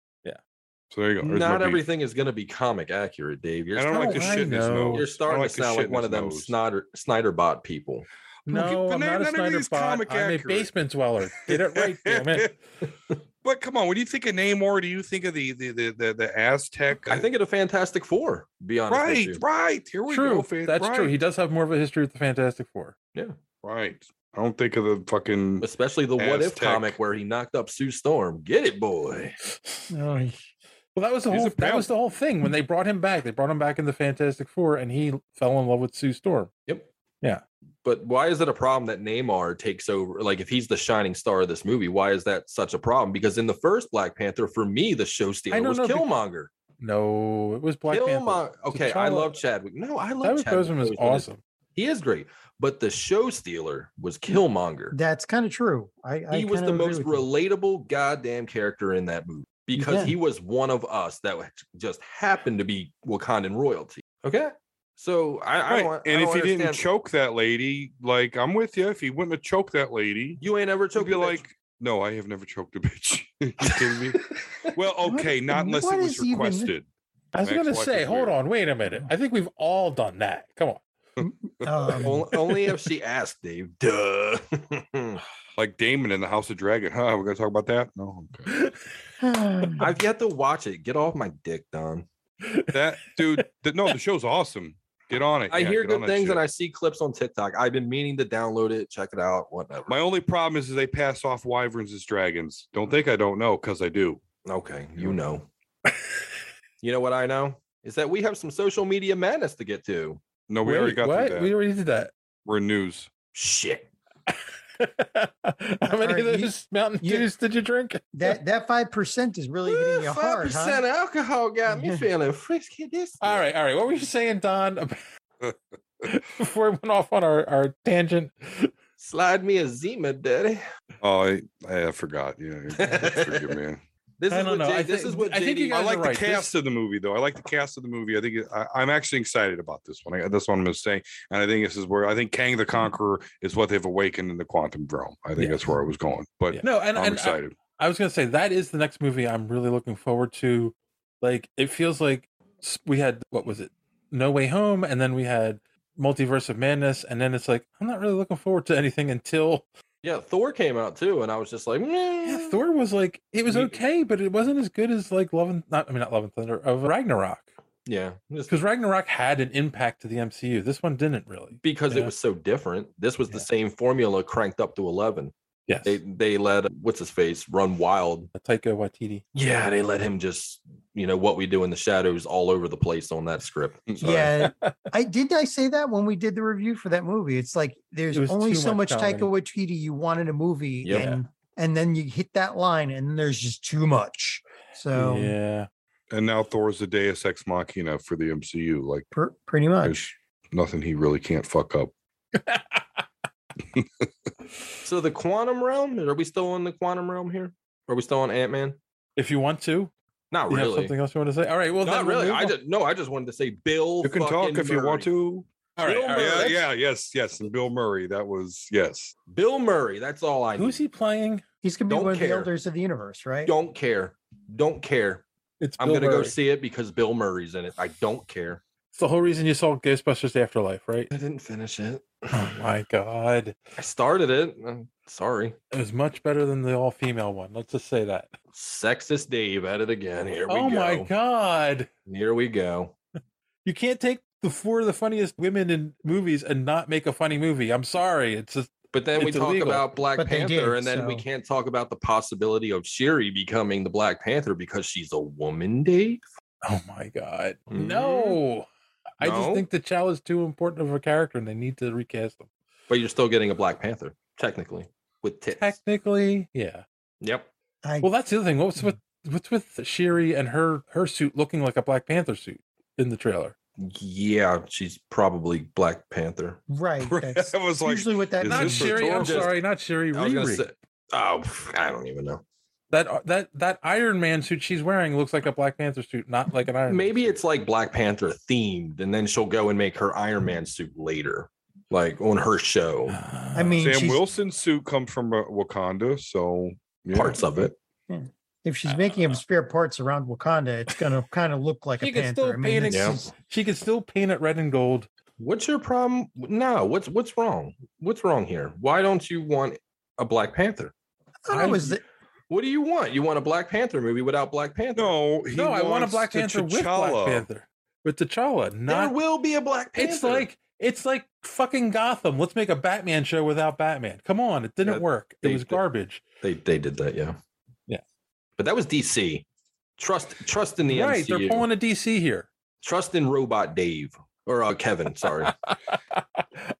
[SPEAKER 8] So there you go. There's my
[SPEAKER 10] Not
[SPEAKER 8] beef.
[SPEAKER 10] everything is going to be comic accurate, Dave. You're
[SPEAKER 8] I don't
[SPEAKER 10] starting-
[SPEAKER 8] like the
[SPEAKER 9] Oh, I
[SPEAKER 8] shit in his
[SPEAKER 9] know.
[SPEAKER 8] nose.
[SPEAKER 10] You're starting
[SPEAKER 8] I don't
[SPEAKER 10] to
[SPEAKER 8] the
[SPEAKER 10] sound
[SPEAKER 8] shit
[SPEAKER 10] like
[SPEAKER 8] in
[SPEAKER 10] one
[SPEAKER 8] his
[SPEAKER 10] of them
[SPEAKER 8] nose.
[SPEAKER 10] Snyder Snyder bot people.
[SPEAKER 8] Who
[SPEAKER 9] No,
[SPEAKER 8] gi- but
[SPEAKER 9] I'm
[SPEAKER 8] none-
[SPEAKER 9] not a
[SPEAKER 8] none of
[SPEAKER 9] Snyder
[SPEAKER 8] these
[SPEAKER 9] bot.
[SPEAKER 8] comic
[SPEAKER 9] I'm a
[SPEAKER 8] accurate.
[SPEAKER 9] basement dweller. Get
[SPEAKER 8] (laughs)
[SPEAKER 9] it right, damn it.
[SPEAKER 8] But come on, when you think of Namor, do you think of the the the the, the Aztec?
[SPEAKER 10] I think of the Fantastic Four. To be honest with
[SPEAKER 8] right,
[SPEAKER 10] you.
[SPEAKER 8] right. Here we
[SPEAKER 9] True,
[SPEAKER 8] go. Fan-
[SPEAKER 9] that's true.
[SPEAKER 8] right,
[SPEAKER 9] He does have more of a history with the Fantastic Four.
[SPEAKER 8] right. I don't think of the fucking.
[SPEAKER 10] Especially the What If
[SPEAKER 8] Aztec.
[SPEAKER 10] comic where he knocked up Sue Storm. Get it, boy.
[SPEAKER 6] Oh, y-
[SPEAKER 9] Well, that was the
[SPEAKER 8] He's a
[SPEAKER 9] whole that
[SPEAKER 8] pimp.
[SPEAKER 9] was the whole thing when they brought him back. They brought him back in the Fantastic Four, and he fell in love with Sue Storm.
[SPEAKER 10] But why is it a problem that Neymar takes over? Like, if he's the shining star of this movie, why is that such a problem? Because in the first Black Panther, for me, the show stealer
[SPEAKER 9] don't
[SPEAKER 10] was
[SPEAKER 9] know, because-
[SPEAKER 10] Killmonger.
[SPEAKER 9] No, it was Black
[SPEAKER 10] Killmonger.
[SPEAKER 9] Panther.
[SPEAKER 10] Okay, I
[SPEAKER 9] T'Challa-
[SPEAKER 10] love Chadwick. No, I love
[SPEAKER 9] Chadwick
[SPEAKER 10] Chadwick.
[SPEAKER 9] Boseman was
[SPEAKER 10] Boseman.
[SPEAKER 9] awesome.
[SPEAKER 10] He is great. But the show stealer was Killmonger.
[SPEAKER 6] that's kind of true. I, I
[SPEAKER 10] he was
[SPEAKER 6] kinda
[SPEAKER 10] the
[SPEAKER 6] agree
[SPEAKER 10] most
[SPEAKER 6] with you.
[SPEAKER 10] relatable goddamn character in that movie because
[SPEAKER 6] Yeah.
[SPEAKER 10] he was one of us that just happened to be Wakandan royalty. Okay. So I, I
[SPEAKER 8] Right.
[SPEAKER 10] don't, I
[SPEAKER 8] and if
[SPEAKER 10] don't
[SPEAKER 8] he didn't
[SPEAKER 10] understand-
[SPEAKER 8] choke that lady, like I'm with you. If he wouldn't have choked that lady,
[SPEAKER 10] you ain't ever
[SPEAKER 8] you'd
[SPEAKER 10] choked
[SPEAKER 8] be
[SPEAKER 10] a bitch.
[SPEAKER 8] like, "No, I have never choked a bitch." (laughs) you kidding me? Well,
[SPEAKER 6] What-
[SPEAKER 8] okay, not unless
[SPEAKER 6] what
[SPEAKER 8] it was
[SPEAKER 6] is even-
[SPEAKER 8] requested.
[SPEAKER 9] I was
[SPEAKER 8] Max
[SPEAKER 9] going to
[SPEAKER 8] Life
[SPEAKER 9] say,
[SPEAKER 8] is
[SPEAKER 9] hold
[SPEAKER 8] weird.
[SPEAKER 9] on, wait a minute. I think we've all done that. Come on.
[SPEAKER 6] Um,
[SPEAKER 8] (laughs)
[SPEAKER 10] only, only if she asked, Dave. Duh. (laughs)
[SPEAKER 8] Like Damon in the House of Dragon. Huh? We're gonna talk about that. No, okay.
[SPEAKER 10] I've yet to watch it. Get off my dick, Don.
[SPEAKER 8] that dude. th- no, the show's awesome. Get on it.
[SPEAKER 10] I
[SPEAKER 8] yeah,
[SPEAKER 10] hear
[SPEAKER 8] get on
[SPEAKER 10] good
[SPEAKER 8] that
[SPEAKER 10] things
[SPEAKER 8] shit.
[SPEAKER 10] and I see clips on TikTok. I've been meaning to download it, check it out, whatever.
[SPEAKER 8] My only problem is that they pass off wyverns as dragons. Don't think I don't know because I do. (laughs)
[SPEAKER 10] Okay, you know. you know what I know? Is that we have some social media madness to get to.
[SPEAKER 8] No, Oh, we already
[SPEAKER 9] Wait,
[SPEAKER 8] got
[SPEAKER 9] what?
[SPEAKER 8] through that.
[SPEAKER 9] We already did that. (laughs)
[SPEAKER 8] We're in news.
[SPEAKER 10] Shit.
[SPEAKER 9] How many
[SPEAKER 6] Alright,
[SPEAKER 9] of
[SPEAKER 6] you-
[SPEAKER 9] those Mountain
[SPEAKER 6] you-
[SPEAKER 9] Dews did you drink?
[SPEAKER 6] (sighs)
[SPEAKER 10] (laughs)
[SPEAKER 6] that that five percent is really hitting you hard, huh?
[SPEAKER 10] alcohol
[SPEAKER 6] (laughs)
[SPEAKER 10] got
[SPEAKER 6] me
[SPEAKER 10] feeling frisky this.
[SPEAKER 9] All right, all right. What were you saying, Don? about-
[SPEAKER 8] (laughs)
[SPEAKER 9] Before we went off on our, our tangent,
[SPEAKER 10] Slide me a Zima, daddy.
[SPEAKER 8] Oh, I, I forgot. Yeah, forgive me.
[SPEAKER 10] This
[SPEAKER 9] I
[SPEAKER 10] is
[SPEAKER 9] don't
[SPEAKER 10] what
[SPEAKER 9] know.
[SPEAKER 10] J-
[SPEAKER 9] I
[SPEAKER 10] this
[SPEAKER 9] think-
[SPEAKER 10] is what
[SPEAKER 9] I think you
[SPEAKER 10] JD
[SPEAKER 9] guys
[SPEAKER 8] I
[SPEAKER 9] are
[SPEAKER 8] like
[SPEAKER 9] right.
[SPEAKER 8] the cast of the movie, though. I like the cast of the movie. I think it- I, I'm actually excited about this one. I, that's what I'm going to say. And I think this is where I think Kang the Conqueror is what they've awakened in the quantum realm. I think
[SPEAKER 9] Yeah.
[SPEAKER 8] that's where I was going. But
[SPEAKER 9] Yeah. no, and,
[SPEAKER 8] I'm
[SPEAKER 9] and I,
[SPEAKER 8] excited.
[SPEAKER 9] I was gonna say that is the next movie I'm really looking forward to. Like it feels like s- we had what was it, No Way Home, and then we had Multiverse of Madness, and then it's like I'm not really looking forward to anything until
[SPEAKER 10] Yeah, Thor came out too, and I was just like,
[SPEAKER 9] yeah,
[SPEAKER 10] "Meh."
[SPEAKER 9] Thor was like it was
[SPEAKER 10] We-
[SPEAKER 9] okay, but it wasn't as good as like Love and not I mean not Love and Thunder of Ragnarok.
[SPEAKER 10] Yeah.
[SPEAKER 9] Because Ragnarok had an impact to the MCU. This one didn't really.
[SPEAKER 10] because
[SPEAKER 9] Yeah.
[SPEAKER 10] it was so different. This was the same formula cranked up to eleven.
[SPEAKER 9] Yes.
[SPEAKER 10] They they let what's his face run wild.
[SPEAKER 9] Taika Waititi.
[SPEAKER 10] Yeah, they let him just you know what we do in the shadows all over the place on that script. Sorry. (laughs)
[SPEAKER 6] Yeah, I did. I say that when we did the review for that movie. It's like there's
[SPEAKER 10] It was
[SPEAKER 6] only
[SPEAKER 10] too
[SPEAKER 6] so much
[SPEAKER 10] much
[SPEAKER 6] Taika Waititi you want in a movie,
[SPEAKER 10] Yeah.
[SPEAKER 6] and and then you hit that line, and there's just too much. So
[SPEAKER 9] yeah.
[SPEAKER 8] And now Thor's the Deus Ex Machina for the MCU. Like
[SPEAKER 6] pretty
[SPEAKER 8] much nothing he really can't fuck up.
[SPEAKER 10] So the quantum realm? Are we still on the quantum realm here? Are we still on Ant Man?
[SPEAKER 9] If you want to.
[SPEAKER 10] Not
[SPEAKER 9] You have
[SPEAKER 10] really.
[SPEAKER 9] something else you want to say? All right. Well,
[SPEAKER 10] Not
[SPEAKER 9] then we'll
[SPEAKER 10] really.
[SPEAKER 9] move
[SPEAKER 10] I
[SPEAKER 9] on.
[SPEAKER 10] just no. I just wanted to say Bill.
[SPEAKER 8] You can talk
[SPEAKER 10] fucking
[SPEAKER 8] if you want
[SPEAKER 10] Murray.
[SPEAKER 8] to.
[SPEAKER 9] All right,
[SPEAKER 10] Bill
[SPEAKER 9] all right,
[SPEAKER 8] Yeah,
[SPEAKER 10] Murray.
[SPEAKER 8] yeah, yes, yes. And Bill Murray. That was yes.
[SPEAKER 10] Bill Murray. That's all I.
[SPEAKER 9] Who's
[SPEAKER 10] need.
[SPEAKER 9] he playing?
[SPEAKER 6] he's gonna be
[SPEAKER 10] Don't
[SPEAKER 6] one of the
[SPEAKER 10] care.
[SPEAKER 6] elders of the universe, right?
[SPEAKER 10] Don't care. Don't care.
[SPEAKER 9] It's
[SPEAKER 10] I'm
[SPEAKER 9] Bill
[SPEAKER 10] gonna go
[SPEAKER 9] Murray.
[SPEAKER 10] see it because Bill Murray's in it. I don't care.
[SPEAKER 9] It's the whole reason you saw Ghostbusters Afterlife, right? (clears throat)
[SPEAKER 10] I didn't finish it. (clears throat)
[SPEAKER 9] Oh my god.
[SPEAKER 10] I started it. I'm sorry.
[SPEAKER 9] It was much better than the all female one. Let's just say that.
[SPEAKER 10] Sexist Dave at it again. Here we
[SPEAKER 9] oh
[SPEAKER 10] go.
[SPEAKER 9] my god.
[SPEAKER 10] Here we go.
[SPEAKER 9] You can't take the four of the funniest women in movies and not make a funny movie. I'm sorry. It's just
[SPEAKER 10] But then we
[SPEAKER 9] it's
[SPEAKER 10] talk
[SPEAKER 9] illegal.
[SPEAKER 10] about Black
[SPEAKER 6] But they
[SPEAKER 10] Panther,
[SPEAKER 6] did,
[SPEAKER 10] and then we
[SPEAKER 6] so-
[SPEAKER 10] can't talk about the possibility of Shiri becoming the Black Panther because she's a woman, Dave.
[SPEAKER 9] Oh my god.
[SPEAKER 10] Mhm.
[SPEAKER 9] No. I just
[SPEAKER 10] Mm-hmm. No?
[SPEAKER 9] think the Chow is too important of a character and they need to recast them.
[SPEAKER 10] But you're still getting a Black Panther, technically, with tits.
[SPEAKER 9] Technically, yeah.
[SPEAKER 10] yep.
[SPEAKER 6] I,
[SPEAKER 9] Well, that's the other thing. What's with what's with Shiri and her her suit looking like a Black Panther suit in the trailer?
[SPEAKER 10] Yeah, she's probably Black Panther.
[SPEAKER 8] (laughs)
[SPEAKER 6] right. That's
[SPEAKER 8] I was like,
[SPEAKER 6] usually what that
[SPEAKER 8] is
[SPEAKER 9] Not
[SPEAKER 8] this the
[SPEAKER 9] Shiri. I'm
[SPEAKER 8] Thor?
[SPEAKER 9] sorry, not Shiri.
[SPEAKER 10] I was gonna
[SPEAKER 9] Riri.
[SPEAKER 10] say- oh, pff, I don't even know.
[SPEAKER 9] That that that Iron Man suit she's wearing looks like a Black Panther suit, not like an Iron. Man.
[SPEAKER 10] Maybe it's like Black Panther themed, and then she'll go and make her Iron Man suit later, like on
[SPEAKER 9] (sighs)
[SPEAKER 10] her show.
[SPEAKER 6] I mean,
[SPEAKER 8] Sam
[SPEAKER 6] she's-
[SPEAKER 8] Wilson's suit come from uh, Wakanda, so yeah.
[SPEAKER 10] Parts of it.
[SPEAKER 6] if she's making up spare parts around Wakanda, it's
[SPEAKER 9] (laughs)
[SPEAKER 6] gonna kind of look like
[SPEAKER 9] She
[SPEAKER 6] a
[SPEAKER 9] could
[SPEAKER 6] panther.
[SPEAKER 9] still
[SPEAKER 6] I mean,
[SPEAKER 9] paint
[SPEAKER 6] it's
[SPEAKER 10] it- Yeah.
[SPEAKER 6] just-
[SPEAKER 9] She could still paint it red and gold.
[SPEAKER 10] What's your problem? No, what's what's wrong? What's wrong here? Why don't you want a Black Panther?
[SPEAKER 6] I thought it
[SPEAKER 9] I-
[SPEAKER 6] was the,
[SPEAKER 10] What do you want? You want a Black Panther movie without Black Panther?
[SPEAKER 8] No, he
[SPEAKER 9] no, I want a
[SPEAKER 8] wants
[SPEAKER 9] Black
[SPEAKER 8] the
[SPEAKER 9] Panther with
[SPEAKER 8] T'Challa.
[SPEAKER 9] Black Panther with T'Challa.
[SPEAKER 10] there
[SPEAKER 9] Not
[SPEAKER 10] will be a Black Panther.
[SPEAKER 9] it's like it's like fucking Gotham. Let's make a Batman show without Batman. Come on, it didn't
[SPEAKER 10] Yeah,
[SPEAKER 9] work. It
[SPEAKER 10] they-
[SPEAKER 9] was
[SPEAKER 10] they-
[SPEAKER 9] garbage.
[SPEAKER 10] they they did that, yeah,
[SPEAKER 9] Yeah.
[SPEAKER 10] But that was DC. Trust trust in the
[SPEAKER 9] right,
[SPEAKER 10] MCU.
[SPEAKER 9] they're pulling a DC here.
[SPEAKER 10] trust in Robot Dave or uh,
[SPEAKER 9] (laughs)
[SPEAKER 10] Kevin. Sorry.
[SPEAKER 9] all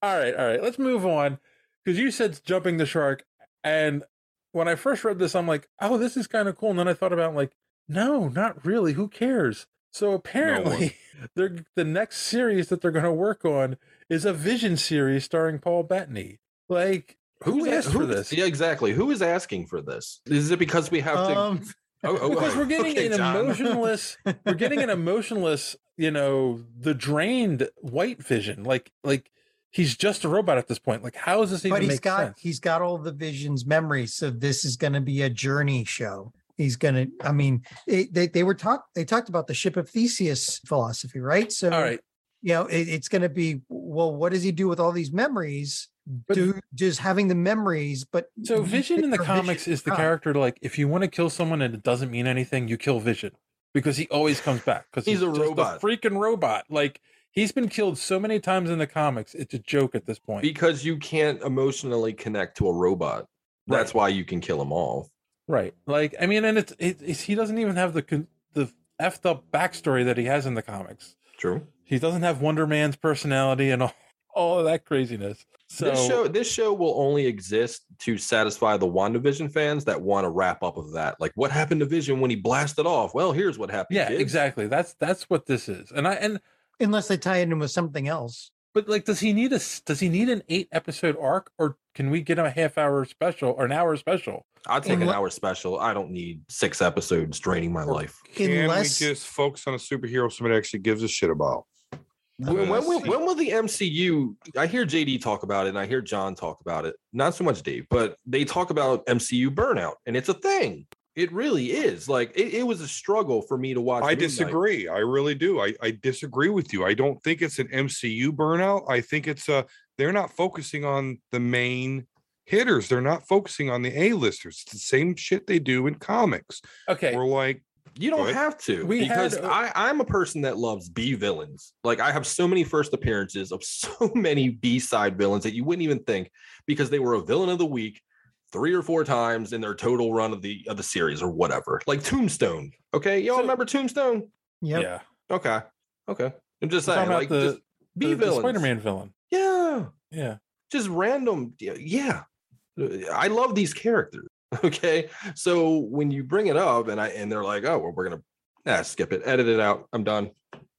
[SPEAKER 9] right, all right. Let's move on because you said jumping the shark, and when I first read this, I'm like, oh, this is kind of cool. And then I thought about like, no, not really. Who cares? So apparently, (laughs) they're the next series that they're going to work on is a Vision series starring Paul Bettany. Like, who
[SPEAKER 10] Who's a-
[SPEAKER 9] asked for
[SPEAKER 10] who-
[SPEAKER 9] this?
[SPEAKER 10] Yeah, exactly. Who is asking for this? Is it because we have to?
[SPEAKER 6] um,
[SPEAKER 10] Oh, oh,
[SPEAKER 9] because we're getting
[SPEAKER 10] (laughs) okay,
[SPEAKER 9] an
[SPEAKER 10] John. (laughs)
[SPEAKER 6] (laughs)
[SPEAKER 9] emotionless we're getting an emotionless you know the drained white vision like like he's just a robot at this point like how is this even
[SPEAKER 6] but he's
[SPEAKER 9] make
[SPEAKER 6] got
[SPEAKER 9] sense?
[SPEAKER 6] he's got all the visions memories so this is going to be a journey show he's going to i mean it, they, they were talk they talked about the ship of theseus philosophy right so
[SPEAKER 9] all right
[SPEAKER 6] you know it, it's going to be well what does he do with all these memories
[SPEAKER 9] But-
[SPEAKER 6] do just having the memories but
[SPEAKER 9] so vision in the
[SPEAKER 6] Vision
[SPEAKER 9] comics is the
[SPEAKER 6] comic.
[SPEAKER 9] character like if you want to kill someone and it doesn't mean anything you kill vision because he always comes back because
[SPEAKER 10] He's a
[SPEAKER 9] just
[SPEAKER 10] robot.
[SPEAKER 9] freaking robot like he's been killed so many times in the comics it's a joke at this point
[SPEAKER 10] Because you can't emotionally connect to a robot. That's why you can kill them off.
[SPEAKER 9] Right. Like I mean, and it's, it, it's he doesn't even have the con- the effed up backstory that he has in the comics.
[SPEAKER 10] True.
[SPEAKER 9] He doesn't have Wonder Man's personality and (laughs) all, all of that craziness. So
[SPEAKER 10] this show, this show will only exist to satisfy the WandaVision fans that want a wrap up of that. Like, what happened to Vision when he blasted off? Well, here's what happened.
[SPEAKER 9] yeah,
[SPEAKER 10] kids.
[SPEAKER 9] exactly. That's that's what this is. And I and
[SPEAKER 6] unless they tie it in with something else
[SPEAKER 9] but like, does he need a s- does he need an eight episode arc or can we get him a half hour special or an hour special?
[SPEAKER 10] I'll take an
[SPEAKER 6] Unle-
[SPEAKER 10] hour special. I don't need six episodes draining my life.
[SPEAKER 8] Can
[SPEAKER 6] Unless-
[SPEAKER 8] we just focus on a superhero somebody actually gives a shit about?
[SPEAKER 9] Uh,
[SPEAKER 10] When, when,
[SPEAKER 8] Yes.
[SPEAKER 10] will, when will the MCU? I hear JD talk about it, and I hear John talk about it. Not so much Dave, but they talk about MCU burnout, and it's a thing. It really is. Like it, it was a struggle for me to watch.
[SPEAKER 8] I
[SPEAKER 10] Moon Knight.
[SPEAKER 8] disagree. I really do. I, I disagree with you. I don't think it's an MCU burnout. I think it's a they're not focusing on the main hitters. They're not focusing on the A listers. It's the same shit they do in comics.
[SPEAKER 9] Okay,
[SPEAKER 8] We're like,
[SPEAKER 10] You don't have to
[SPEAKER 9] We had
[SPEAKER 10] because
[SPEAKER 9] a-
[SPEAKER 10] I, I'm a person that loves B villains. Like I have so many first appearances of (laughs) so many B side villains that you wouldn't even think because they were a villain of the week three or four times in their total run of the of the series or whatever. Like Tombstone. Okay, y'all remember Tombstone?
[SPEAKER 9] Yeah.
[SPEAKER 10] Okay, okay. I'm just
[SPEAKER 9] We're
[SPEAKER 10] saying,
[SPEAKER 9] talking about
[SPEAKER 10] like
[SPEAKER 9] the-
[SPEAKER 10] just B
[SPEAKER 9] the, the
[SPEAKER 10] villains.
[SPEAKER 9] Spider-Man villain.
[SPEAKER 10] Yeah,
[SPEAKER 9] Yeah.
[SPEAKER 10] just random. Yeah, Uh, I love these characters. (laughs) Okay, so when you bring it up and I and they're like, oh, well, we're gonna nah, skip it, edit it out. I'm done.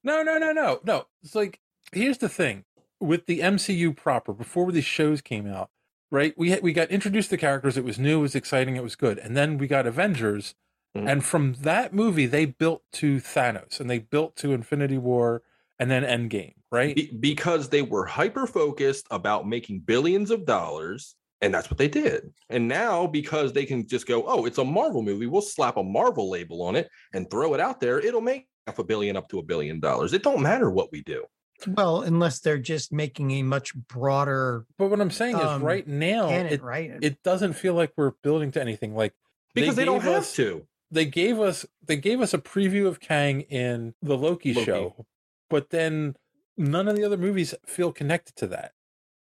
[SPEAKER 9] No, no, no, no, no. It's like here's the thing with the MCU proper. Before these shows came out, right? We had, we got introduced to characters. It was new. It was exciting. It was good. And then we got Avengers,
[SPEAKER 10] Mm.
[SPEAKER 9] and from that movie, they built to Thanos, and they built to Infinity War, and then Endgame, right?
[SPEAKER 10] Be- because they were hyper focused about making billions of dollars, and that's what they did. And now, because they can just go, oh, it's a Marvel movie, we'll slap a Marvel label on it and throw it out there. It'll make half a billion up to a billion dollars. It don't matter what we do.
[SPEAKER 6] Well, unless they're just making a much broader.
[SPEAKER 9] But what I'm saying is,
[SPEAKER 6] um,
[SPEAKER 9] right now,
[SPEAKER 6] canon,
[SPEAKER 9] Oh, it,
[SPEAKER 6] right?
[SPEAKER 9] it doesn't feel like we're building to anything. Like
[SPEAKER 10] Because they don't
[SPEAKER 9] gave
[SPEAKER 10] have
[SPEAKER 9] us-
[SPEAKER 10] to.
[SPEAKER 9] They gave us they gave us a preview of Kang in the Loki,
[SPEAKER 10] Loki.
[SPEAKER 9] show, but then none of the other movies feel connected to that.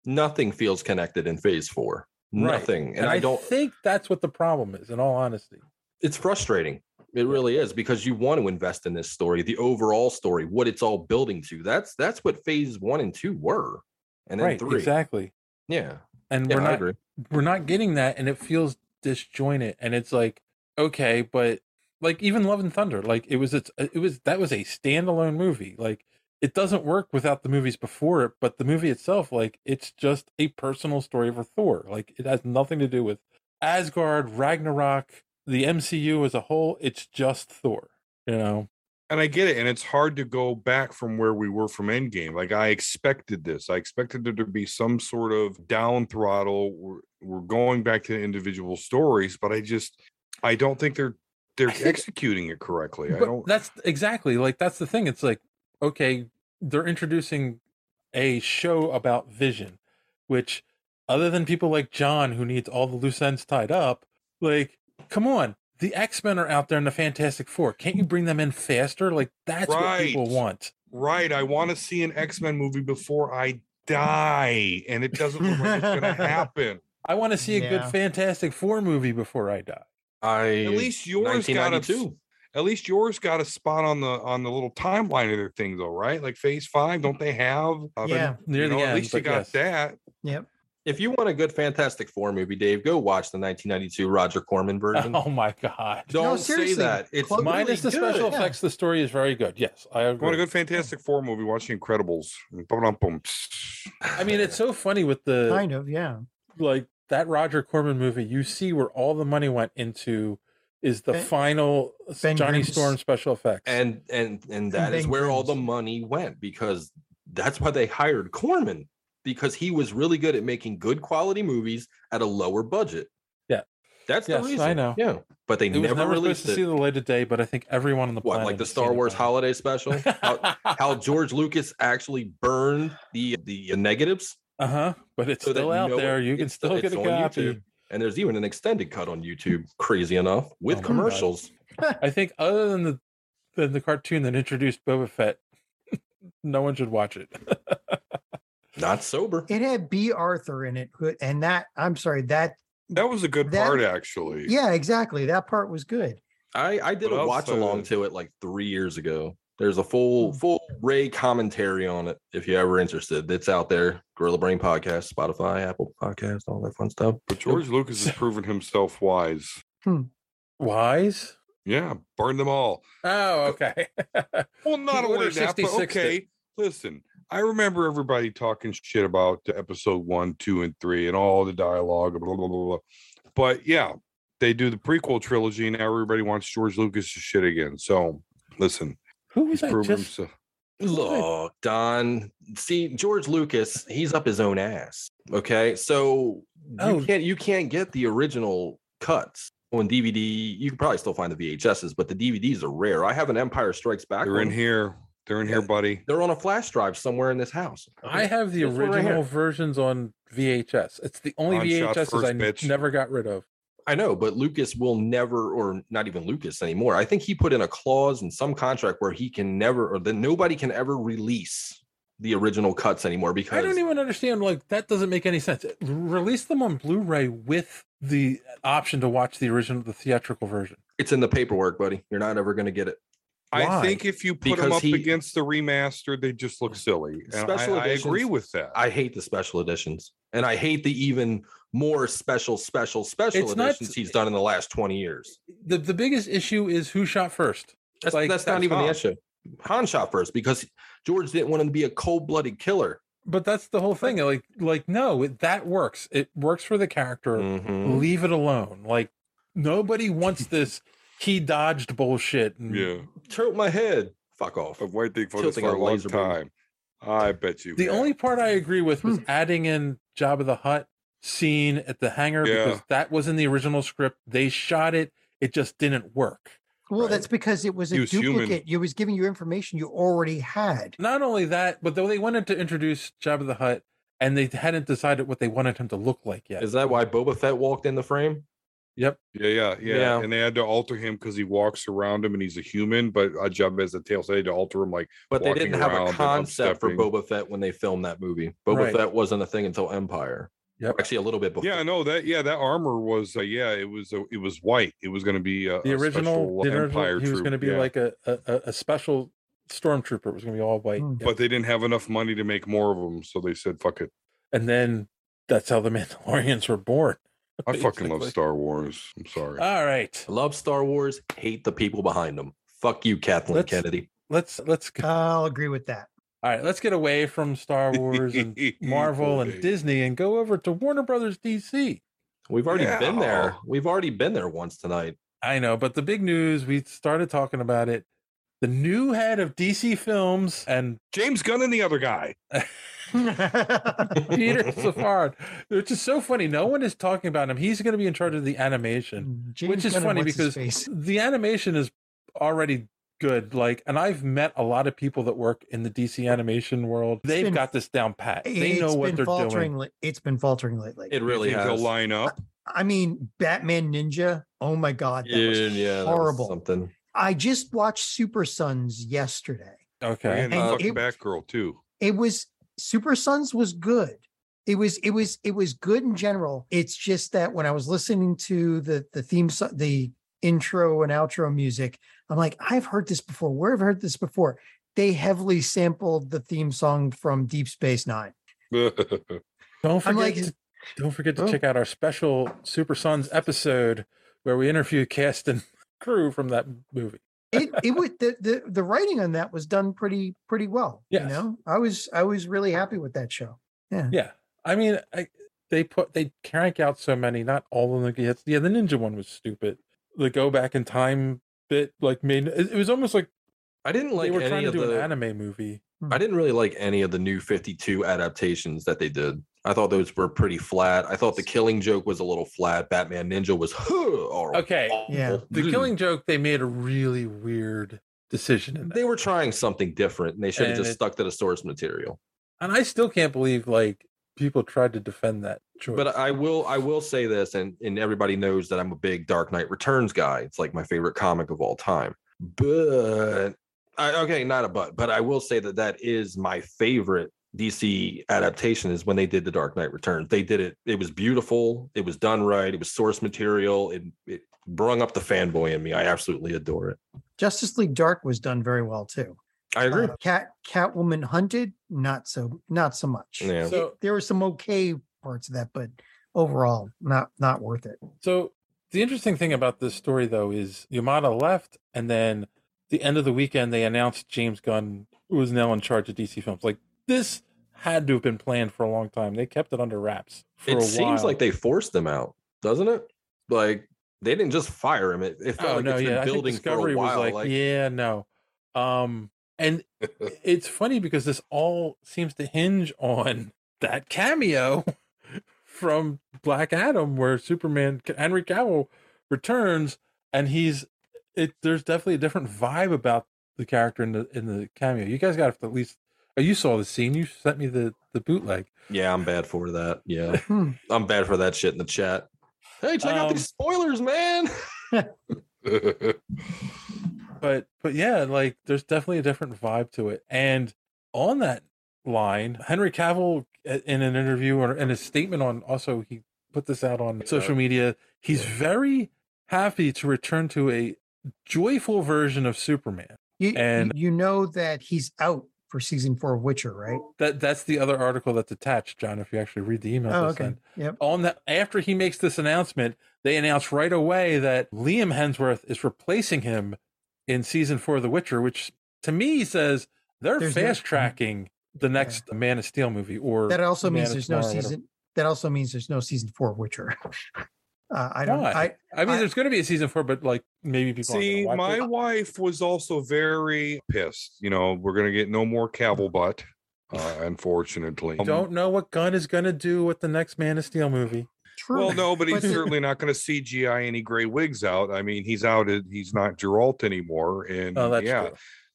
[SPEAKER 10] Nothing feels connected in phase four.
[SPEAKER 9] Right.
[SPEAKER 10] Nothing. And, I don't
[SPEAKER 9] think that's what the problem is. In all honesty,
[SPEAKER 10] it's frustrating. It really is because you want to invest in this story, the overall story, what it's all building to. That's that's what phase one and two were. And then
[SPEAKER 9] right?
[SPEAKER 10] three.
[SPEAKER 9] Exactly.
[SPEAKER 10] Yeah.
[SPEAKER 9] And
[SPEAKER 10] Yeah,
[SPEAKER 9] we're
[SPEAKER 10] I
[SPEAKER 9] not
[SPEAKER 10] agree.
[SPEAKER 9] we're not getting that, and it feels disjointed. And it's like okay, but like even Love and Thunder, like it was it's it was that was a standalone movie. Like it doesn't work without the movies before it, but the movie itself, like it's just a personal story for Thor. Like it has nothing to do with Asgard, Ragnarok, the MCU as a whole. It's just Thor. You know.
[SPEAKER 8] And I get it. And it's hard to go back from where we were from Endgame. Like I expected this. I expected there to be some sort of down throttle. We're, we're going back to the individual stories, but I just I don't think they're they're executing it correctly. I
[SPEAKER 9] But
[SPEAKER 8] don't
[SPEAKER 9] That's exactly like that's the thing. It's like okay, they're introducing a show about Vision, which other than people like John who needs all the loose ends tied up, like come on, the X Men are out there in the Fantastic Four. Can't you bring them in faster? Like that's what people
[SPEAKER 8] Mm. Right.
[SPEAKER 9] want.
[SPEAKER 8] right. I want to see an X-Men movie before I die. And it doesn't look like it's gonna happen.
[SPEAKER 9] I want to see a
[SPEAKER 8] Yeah.
[SPEAKER 9] good Fantastic Four movie before I die.
[SPEAKER 10] I
[SPEAKER 8] At least yours got a s-
[SPEAKER 9] 1992.
[SPEAKER 8] at least yours got a spot on the on the little timeline of their thing though, right? Like phase five, don't they have? uh,
[SPEAKER 6] Yeah.
[SPEAKER 8] you
[SPEAKER 10] Near the
[SPEAKER 8] know, at
[SPEAKER 10] end,
[SPEAKER 8] least you
[SPEAKER 10] but
[SPEAKER 8] got
[SPEAKER 10] yes.
[SPEAKER 9] (laughs)
[SPEAKER 8] that.
[SPEAKER 6] Yep.
[SPEAKER 10] If you want a good Fantastic Four movie, Dave, go watch the 1992 Roger Corman
[SPEAKER 9] (laughs)
[SPEAKER 10] version.
[SPEAKER 9] Oh my god!
[SPEAKER 10] Don't say that. It's
[SPEAKER 9] minus the
[SPEAKER 10] really
[SPEAKER 9] special
[SPEAKER 10] good.
[SPEAKER 9] effects. The story is very good. Yes, I agree.
[SPEAKER 8] Want a good Fantastic Four movie? Watch The Incredibles. Ba-dum-bum.
[SPEAKER 9] I
[SPEAKER 8] (laughs)
[SPEAKER 9] mean, it's so funny with the
[SPEAKER 6] Kind of, yeah.
[SPEAKER 9] like that Roger Corman movie. You see where all the money went into is the
[SPEAKER 6] Ben-
[SPEAKER 9] final uh,
[SPEAKER 6] Ben
[SPEAKER 9] Johnny
[SPEAKER 6] Grimm's-
[SPEAKER 9] Storm special effects.
[SPEAKER 10] And and and that
[SPEAKER 9] And
[SPEAKER 10] is
[SPEAKER 9] Ben
[SPEAKER 10] where all the money went because that's why they hired Corman because he was really good at making good quality movies at a lower budget.
[SPEAKER 9] Yeah.
[SPEAKER 10] That's
[SPEAKER 9] Yes,
[SPEAKER 10] the
[SPEAKER 9] I
[SPEAKER 10] reason.
[SPEAKER 9] know.
[SPEAKER 10] Yeah. But they
[SPEAKER 9] it was
[SPEAKER 10] never,
[SPEAKER 9] never supposed
[SPEAKER 10] released
[SPEAKER 9] to
[SPEAKER 10] it.
[SPEAKER 9] see the light of day, but I think everyone on the
[SPEAKER 10] what
[SPEAKER 9] planet
[SPEAKER 10] like the
[SPEAKER 9] has
[SPEAKER 10] Star
[SPEAKER 9] seen it
[SPEAKER 10] Wars
[SPEAKER 9] by now.
[SPEAKER 10] holiday special?
[SPEAKER 9] (laughs)
[SPEAKER 10] how, how George Lucas actually burned the the negatives?
[SPEAKER 9] Uh huh. But it's
[SPEAKER 10] that
[SPEAKER 9] still out
[SPEAKER 10] no-
[SPEAKER 9] there. You can
[SPEAKER 10] it's-
[SPEAKER 9] still
[SPEAKER 10] it's
[SPEAKER 9] get a
[SPEAKER 10] on
[SPEAKER 9] copy.
[SPEAKER 10] YouTube. And there's even an extended cut on YouTube, crazy enough,
[SPEAKER 9] Oh
[SPEAKER 10] with
[SPEAKER 9] my God.
[SPEAKER 10] commercials.
[SPEAKER 9] I think other than the than the cartoon that introduced Boba Fett, (laughs) no one should watch it. (laughs)
[SPEAKER 10] Not sober.
[SPEAKER 6] It had B. Arthur in it, who- and that I'm sorry that
[SPEAKER 8] That was a good
[SPEAKER 6] That-
[SPEAKER 8] part, actually.
[SPEAKER 6] yeah exactly that part was good.
[SPEAKER 10] I I did
[SPEAKER 8] But
[SPEAKER 10] a watch
[SPEAKER 8] also-
[SPEAKER 10] along to it like three years ago. There's a full
[SPEAKER 8] Mm.
[SPEAKER 10] full Ray commentary on it if you're ever interested. It's out there. Gorilla Brain Podcast, Spotify, Apple Podcast, all that fun stuff.
[SPEAKER 8] But George Lucas has proven himself wise.
[SPEAKER 9] Wise?
[SPEAKER 8] Yeah, burn them all.
[SPEAKER 9] Oh, okay. (laughs)
[SPEAKER 8] Well, not
[SPEAKER 9] Order
[SPEAKER 8] only that, but
[SPEAKER 9] 66 did.
[SPEAKER 8] okay. Listen, I remember everybody talking shit about episode one, two, and three, and all the dialogue, blah blah blah blah. But yeah, they do the prequel trilogy, and now everybody wants George Lucas' shit again. So listen,
[SPEAKER 9] who was
[SPEAKER 8] he's proven himself.
[SPEAKER 10] Look, Don. See, George Lucas, he's up his own ass. Okay, so you
[SPEAKER 8] Oh.
[SPEAKER 10] can't you can't get the original cuts on DVD. You can probably still find the VHSs, but the DVDs are rare. I have an Empire Strikes Back.
[SPEAKER 8] They're in
[SPEAKER 10] one.
[SPEAKER 8] here. They're in here, buddy.
[SPEAKER 10] They're on a flash drive somewhere in this house.
[SPEAKER 9] I have the
[SPEAKER 10] This one right here.
[SPEAKER 9] original versions on VHS. It's the only
[SPEAKER 8] On shot
[SPEAKER 9] VHSs
[SPEAKER 8] first,
[SPEAKER 9] I
[SPEAKER 8] bitch.
[SPEAKER 9] never got rid of.
[SPEAKER 10] I know, but Lucas will never, or not even Lucas anymore. I think he put in a clause in some contract where he can never, or that nobody can ever release the original cuts anymore
[SPEAKER 9] I
[SPEAKER 10] because
[SPEAKER 9] don't even understand. Like that doesn't make any sense. Release them on Blu-ray with the option to watch the original, the theatrical version.
[SPEAKER 10] it's in the paperwork, buddy. You're not ever going to get it.
[SPEAKER 8] I
[SPEAKER 9] Why?
[SPEAKER 8] think if you put them
[SPEAKER 10] Because
[SPEAKER 8] up
[SPEAKER 10] he-
[SPEAKER 8] against the remaster, they just look silly. And
[SPEAKER 10] Special
[SPEAKER 8] I, I agree
[SPEAKER 10] editions-
[SPEAKER 8] with that.
[SPEAKER 10] I hate the special editions, and I hate the even more special, special, special
[SPEAKER 9] It's not-
[SPEAKER 10] editions he's done in the last twenty years.
[SPEAKER 9] The the biggest issue is who shot first.
[SPEAKER 10] That's,
[SPEAKER 9] Like,
[SPEAKER 10] that's not
[SPEAKER 9] that's
[SPEAKER 10] even the
[SPEAKER 9] Han.
[SPEAKER 10] issue. Han shot first because George didn't want him to be a cold-blooded killer.
[SPEAKER 9] But that's the whole thing. Like like no, it, that works. It works for the character.
[SPEAKER 8] Mm-hmm.
[SPEAKER 9] Leave it alone. Like
[SPEAKER 8] (laughs)
[SPEAKER 9] nobody wants this. He dodged bullshit. and-
[SPEAKER 8] yeah.
[SPEAKER 10] Tilt my head. Fuck off.
[SPEAKER 9] Oh.
[SPEAKER 8] I've waited for
[SPEAKER 10] Tilting
[SPEAKER 8] this for
[SPEAKER 10] a
[SPEAKER 8] a long
[SPEAKER 10] laser beam.
[SPEAKER 8] time. I bet you.
[SPEAKER 9] The
[SPEAKER 8] have.
[SPEAKER 9] only part I agree with was adding in Job of the Hut scene at the hangar
[SPEAKER 8] Yeah.
[SPEAKER 9] because that was in the original script. They shot it. It just didn't work.
[SPEAKER 6] Well, that's because it was a
[SPEAKER 9] He was human.
[SPEAKER 6] duplicate. It was giving you information you already had.
[SPEAKER 9] Not only that, but though they wanted to introduce Job of the Hut and they hadn't decided what they wanted him to look like yet.
[SPEAKER 10] Is that why Boba Fett walked in the frame?
[SPEAKER 9] Yep.
[SPEAKER 8] Yeah, yeah, yeah,
[SPEAKER 10] Yeah.
[SPEAKER 8] And they had to alter him because he walks around him and he's a human, but a job as a tail, so they had to alter him like.
[SPEAKER 10] But they
[SPEAKER 8] walking
[SPEAKER 10] didn't have
[SPEAKER 8] around
[SPEAKER 10] a
[SPEAKER 8] and
[SPEAKER 10] concept for
[SPEAKER 8] upstepping.
[SPEAKER 10] Boba Fett when they filmed that movie. Boba
[SPEAKER 8] Right.
[SPEAKER 10] Fett wasn't a thing until Empire. Actually, a little bit before.
[SPEAKER 8] Yeah, I know that. Yeah, that armor was. Uh, yeah, it was. Uh, it was white. It was going to be uh,
[SPEAKER 9] The
[SPEAKER 8] a
[SPEAKER 9] original,
[SPEAKER 8] special
[SPEAKER 9] the original-
[SPEAKER 8] Empire
[SPEAKER 9] he was
[SPEAKER 8] troop,
[SPEAKER 9] going to be
[SPEAKER 8] yeah.
[SPEAKER 9] like a, a, a- a special stormtrooper. It was going to be all white. Yep.
[SPEAKER 8] But they didn't have enough money to make more of them, so they said, "Fuck it."
[SPEAKER 9] and then that's how the (laughs) Mandalorians were born.
[SPEAKER 8] I fucking love
[SPEAKER 9] basically. Uh,
[SPEAKER 8] Star Wars. I'm sorry.
[SPEAKER 9] All right.
[SPEAKER 10] Love Star Wars, hate the people behind them. Fuck you, Kathleen
[SPEAKER 9] Let's-
[SPEAKER 10] Kennedy.
[SPEAKER 9] Let's let's go.
[SPEAKER 6] I'll agree with that.
[SPEAKER 9] All right, let's get away from Star Wars and Marvel and Disney and go over to Warner Brothers DC.
[SPEAKER 10] We've already been there.
[SPEAKER 9] Yeah.
[SPEAKER 10] We've already been there once tonight.
[SPEAKER 9] I know, but the big news, we started talking about it. The new head of DC Films and
[SPEAKER 8] James Gunn and the other guy.
[SPEAKER 9] (laughs) Peter Safard, which is so funny. No one is talking about him. He's going to be in charge of the animation,
[SPEAKER 6] (laughs) James
[SPEAKER 9] which is
[SPEAKER 6] Gunn and
[SPEAKER 9] funny
[SPEAKER 6] what's his
[SPEAKER 9] because the animation is already good. Like, and I've met a lot of people that work in the DC animation world. They've
[SPEAKER 6] been-
[SPEAKER 9] got this down pat. They
[SPEAKER 6] It's
[SPEAKER 9] know
[SPEAKER 6] been
[SPEAKER 9] what they're
[SPEAKER 6] faltering.
[SPEAKER 9] doing.
[SPEAKER 6] li- It's been faltering lately.
[SPEAKER 10] (laughs) It really
[SPEAKER 8] think he'll
[SPEAKER 10] has.
[SPEAKER 8] line up.
[SPEAKER 6] I mean, Batman Ninja. Oh my God, that
[SPEAKER 10] yeah,
[SPEAKER 6] was
[SPEAKER 10] yeah, that was
[SPEAKER 6] horrible.
[SPEAKER 10] something.
[SPEAKER 6] I just watched Super Sons yesterday.
[SPEAKER 9] Okay.
[SPEAKER 8] And
[SPEAKER 6] And
[SPEAKER 8] fucking
[SPEAKER 6] it-
[SPEAKER 8] Batgirl (laughs) too.
[SPEAKER 6] It was Super Sons was good. It was it was it was good in general. It's just that when I was listening to the the theme so- the intro and outro music, I'm like, I've heard this before. Where have I heard this before? They heavily sampled the theme song from Deep Space Nine.
[SPEAKER 9] Don't forget,
[SPEAKER 6] I'm like-
[SPEAKER 9] to, don't forget to
[SPEAKER 6] Oh.
[SPEAKER 9] check out our special Super Sons episode where we interview cast and (laughs) crew from that movie.
[SPEAKER 6] it it would the, the the writing on that was done pretty pretty well.
[SPEAKER 9] Yes.
[SPEAKER 6] You know, I was I was really happy with that show. Yeah.
[SPEAKER 9] Yeah, I mean, I, they put they crank out so many. Not all of them get hits. Yeah, the ninja one was stupid. The go back in time bit like made it it was almost like
[SPEAKER 10] I didn't like
[SPEAKER 9] they were
[SPEAKER 10] any
[SPEAKER 9] trying to
[SPEAKER 10] of
[SPEAKER 9] do
[SPEAKER 10] the-
[SPEAKER 9] an anime movie.
[SPEAKER 10] I didn't really like any of the new 52 adaptations that they did. I thought those were pretty flat. I thought the killing joke was a little flat. Batman Ninja was horrible.
[SPEAKER 9] Okay,
[SPEAKER 6] Yeah.
[SPEAKER 9] the
[SPEAKER 10] Mm-hmm. Hmm.
[SPEAKER 9] Killing Joke they made a really weird decision in that.
[SPEAKER 10] They were trying something different and they should have
[SPEAKER 9] And
[SPEAKER 10] just
[SPEAKER 9] it-
[SPEAKER 10] stuck to the source material.
[SPEAKER 9] and I still can't believe like people tried to defend that choice.
[SPEAKER 10] But I will I will say this, and, and everybody knows that I'm a big Dark Knight Returns guy. It's like my favorite comic of all time. But I, okay, not a but, but I will say that that is my favorite DC adaptation is when they did the Dark Knight Returns. They did it. It was beautiful. It was done right. It was source material. It it brung up the fanboy in me. I absolutely adore it.
[SPEAKER 6] Justice League Dark was done very well too.
[SPEAKER 10] I agree.
[SPEAKER 6] Uh, Cat Catwoman Hunted, not so not so much.
[SPEAKER 10] Yeah.
[SPEAKER 6] It-
[SPEAKER 9] So-
[SPEAKER 6] there were some okay parts of that, but overall, not not worth it.
[SPEAKER 9] So the interesting thing about this story, though, is Yamada left, and then the end of the weekend they announced James Gunn was now in charge of DC Films. Like this had to have been planned for a long time. They kept it under wraps for a
[SPEAKER 10] it
[SPEAKER 9] while.
[SPEAKER 10] seems like they forced them out, doesn't it? Like they didn't just fire him. It, it felt
[SPEAKER 9] oh
[SPEAKER 10] like
[SPEAKER 9] no,
[SPEAKER 10] it's been
[SPEAKER 9] yeah, I think
[SPEAKER 10] building for
[SPEAKER 9] Discovery
[SPEAKER 10] a while.
[SPEAKER 9] was like, yeah, no, um,
[SPEAKER 10] (laughs)
[SPEAKER 9] and it's funny because this all seems to hinge on (laughs) that cameo (laughs) from Black Adam where Superman Henry Cavill returns and he's it there's definitely a different vibe about the character in the in the cameo. You guys got to at least oh, you saw the scene. You sent me the the bootleg. (laughs)
[SPEAKER 10] Yeah, I'm bad for that. Yeah.
[SPEAKER 6] Hmm.
[SPEAKER 10] I'm bad for that shit in the chat. Hey, check out
[SPEAKER 9] Um,
[SPEAKER 10] these spoilers, man. (laughs)
[SPEAKER 9] but but yeah, like there's definitely a different vibe to it. And on that line, Henry Cavill uh, in an interview or in a statement on also he put this out on social media. He's very happy to return to a joyful version of Superman.
[SPEAKER 6] You,
[SPEAKER 9] And-
[SPEAKER 6] you know that he's out for season four of Witcher, right?
[SPEAKER 9] That that's the other article that's attached, John. If you actually read the email,
[SPEAKER 6] Oh,
[SPEAKER 9] they
[SPEAKER 6] okay.
[SPEAKER 9] sent.
[SPEAKER 6] Yep.
[SPEAKER 9] On that, after he makes this announcement, they announce right away that Liam Hemsworth is replacing him in season four of The Witcher, which to me says they're
[SPEAKER 6] There's no-
[SPEAKER 9] fast tracking the next Man of Steel movie. Or
[SPEAKER 6] That also
[SPEAKER 9] Man
[SPEAKER 6] means
[SPEAKER 9] of
[SPEAKER 6] there's no
[SPEAKER 9] Tomorrow, whatever.
[SPEAKER 6] season. That also means there's no season four of Witcher. (laughs) Uh, I don't.
[SPEAKER 9] Why?
[SPEAKER 6] I,
[SPEAKER 9] I mean, there's going to be a season four, but like maybe people. aren't
[SPEAKER 8] See,
[SPEAKER 9] gonna watch
[SPEAKER 8] my
[SPEAKER 9] it.
[SPEAKER 8] wife was also very pissed. You know, we're gonna get no more Cavill butt, uh, unfortunately.
[SPEAKER 9] don't know what Gunn is going to do with the next Man of Steel movie.
[SPEAKER 8] Well, no, but he's
[SPEAKER 9] But-
[SPEAKER 8] certainly not going to CGI any gray wigs out. I mean, he's out. at- He's not Geralt anymore, and
[SPEAKER 9] Oh, that's
[SPEAKER 8] yeah,
[SPEAKER 9] true.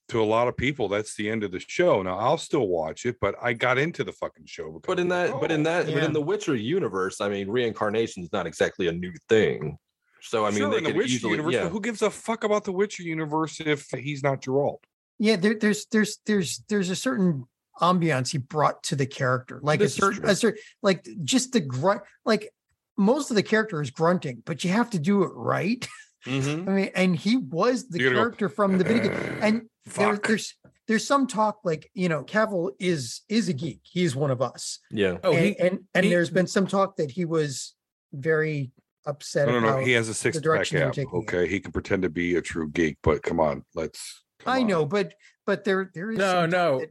[SPEAKER 8] to a lot of people, that's the end of the show. Now, I'll still watch it, but I got into the fucking show. Because
[SPEAKER 10] But in that,
[SPEAKER 9] (laughs)
[SPEAKER 10] but in that, but
[SPEAKER 8] Yeah.
[SPEAKER 10] in the Witcher universe, I mean, reincarnation is not exactly a new thing. So I mean,
[SPEAKER 8] Sure,
[SPEAKER 10] they
[SPEAKER 8] in the
[SPEAKER 10] could
[SPEAKER 8] Witcher
[SPEAKER 10] easily,
[SPEAKER 8] universe,
[SPEAKER 10] yeah.
[SPEAKER 8] but who gives a fuck about the Witcher universe if he's not Geralt?
[SPEAKER 6] yeah, there, there's there's there's there's a certain ambiance he brought to the character, like
[SPEAKER 10] This
[SPEAKER 6] a
[SPEAKER 10] is
[SPEAKER 6] certain a certain like just the grunt. Like most of the character is grunting, but you have to do it right.
[SPEAKER 10] Mm-hmm.
[SPEAKER 6] I mean, and he was the
[SPEAKER 11] You gotta go,
[SPEAKER 6] character from the
[SPEAKER 8] "Eh,
[SPEAKER 6] video game. And there,
[SPEAKER 11] fuck.
[SPEAKER 6] there's there's some talk like you know, Cavill is is a geek. He's one of us.
[SPEAKER 10] Yeah.
[SPEAKER 6] Oh,
[SPEAKER 9] Oh,
[SPEAKER 6] and
[SPEAKER 9] he-
[SPEAKER 6] and, and
[SPEAKER 9] he-
[SPEAKER 6] there's been some talk that he was very upset.
[SPEAKER 8] No, no, no.
[SPEAKER 6] about
[SPEAKER 8] He has a
[SPEAKER 6] the
[SPEAKER 8] six pack
[SPEAKER 6] direction they were
[SPEAKER 8] app.
[SPEAKER 6] taking it.
[SPEAKER 8] Okay, he can pretend to be a true geek, but come on, let's.
[SPEAKER 6] I know, but but there there is
[SPEAKER 9] No,
[SPEAKER 6] some-
[SPEAKER 9] no.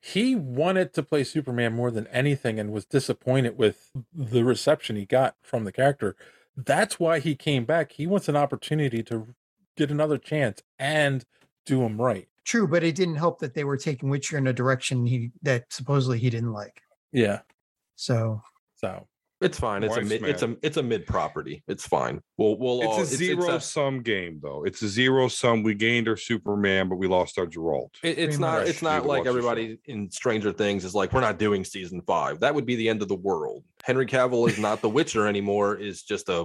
[SPEAKER 9] He wanted to play Superman more than anything and was disappointed with the reception he got from the character. That's why he came back. He wants an opportunity to get another chance and do him right.
[SPEAKER 6] True, but it didn't help that they were taking Witcher in a direction he that supposedly he didn't like.
[SPEAKER 9] Yeah.
[SPEAKER 6] So
[SPEAKER 9] So
[SPEAKER 10] it's fine. It's a
[SPEAKER 8] Wise
[SPEAKER 10] mid, it's a it's a mid property. It's fine. We'll we'll all
[SPEAKER 8] it's a zero sum game, though. It's a zero sum. We gained our Superman, but we lost our Geralt.
[SPEAKER 10] It, it's
[SPEAKER 8] Pretty
[SPEAKER 10] not.
[SPEAKER 8] much.
[SPEAKER 10] It's
[SPEAKER 8] You
[SPEAKER 10] not
[SPEAKER 8] can watch
[SPEAKER 10] like
[SPEAKER 8] the show.
[SPEAKER 10] everybody in Stranger Things is like, we're not doing season five. That would be the end of the world. Henry Cavill is not the Witcher anymore. Is just a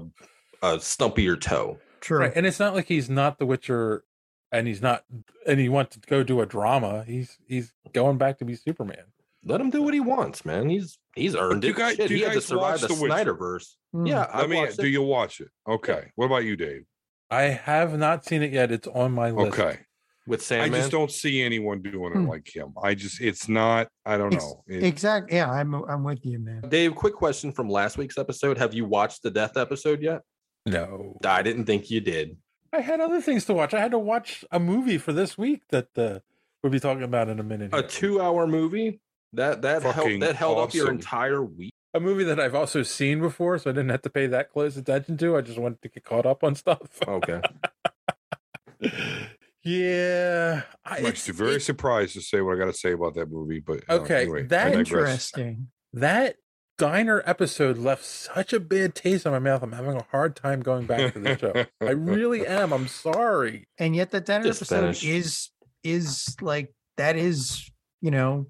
[SPEAKER 10] a stumpier toe.
[SPEAKER 6] True.
[SPEAKER 9] Right. And it's not like he's not the Witcher and he's not and he wants to go do a drama. He's he's going back to be Superman.
[SPEAKER 10] Let him do what he wants, man. He's he's earned
[SPEAKER 8] Do you
[SPEAKER 10] it.
[SPEAKER 8] guys-
[SPEAKER 10] Shit,
[SPEAKER 8] do
[SPEAKER 10] he
[SPEAKER 8] you
[SPEAKER 10] had to
[SPEAKER 8] guys watch
[SPEAKER 10] survive the,
[SPEAKER 8] The Witcher? Hmm.
[SPEAKER 10] Snyderverse.
[SPEAKER 6] Mm.
[SPEAKER 10] Yeah,
[SPEAKER 8] Let me. uh, Do you watch it? Okay. What about you, Dave?
[SPEAKER 9] I have not seen it yet. It's on my list.
[SPEAKER 8] Okay.
[SPEAKER 10] with
[SPEAKER 8] I
[SPEAKER 10] Sandman.
[SPEAKER 8] just don't see anyone doing
[SPEAKER 6] Hmm.
[SPEAKER 8] it like him. I just. It's not. I don't
[SPEAKER 6] Ex-
[SPEAKER 8] know. It-
[SPEAKER 6] exactly. Yeah, I'm I'm with you, man.
[SPEAKER 10] Dave, quick question from last week's episode. Have you watched the death episode yet?
[SPEAKER 9] No.
[SPEAKER 10] I didn't think you did.
[SPEAKER 9] I had other things to watch. I had to watch a movie for this week that uh, we'll be talking about in a minute.
[SPEAKER 10] A
[SPEAKER 9] here.
[SPEAKER 10] two hour movie? That that
[SPEAKER 8] Fucking
[SPEAKER 10] held that held up your
[SPEAKER 8] awesome.
[SPEAKER 10] entire week.
[SPEAKER 9] a movie that I've also seen before, so I didn't have to pay that close attention to. I just wanted to get caught up on stuff. (laughs)
[SPEAKER 10] Okay.
[SPEAKER 9] yeah. I,
[SPEAKER 8] I'm
[SPEAKER 9] it's-
[SPEAKER 8] actually very
[SPEAKER 9] it-
[SPEAKER 8] surprised to say what I got to say about that movie, but uh,
[SPEAKER 9] Okay,
[SPEAKER 8] anyway, I
[SPEAKER 9] that-
[SPEAKER 8] digress.
[SPEAKER 6] Interesting.
[SPEAKER 9] that diner episode left such a bad taste in my mouth. I'm having a hard time going back to the show.
[SPEAKER 8] (laughs)
[SPEAKER 9] I really am. I'm sorry.
[SPEAKER 6] And yet that that
[SPEAKER 9] Just
[SPEAKER 6] episode
[SPEAKER 9] finish.
[SPEAKER 6] is is like that is, you know,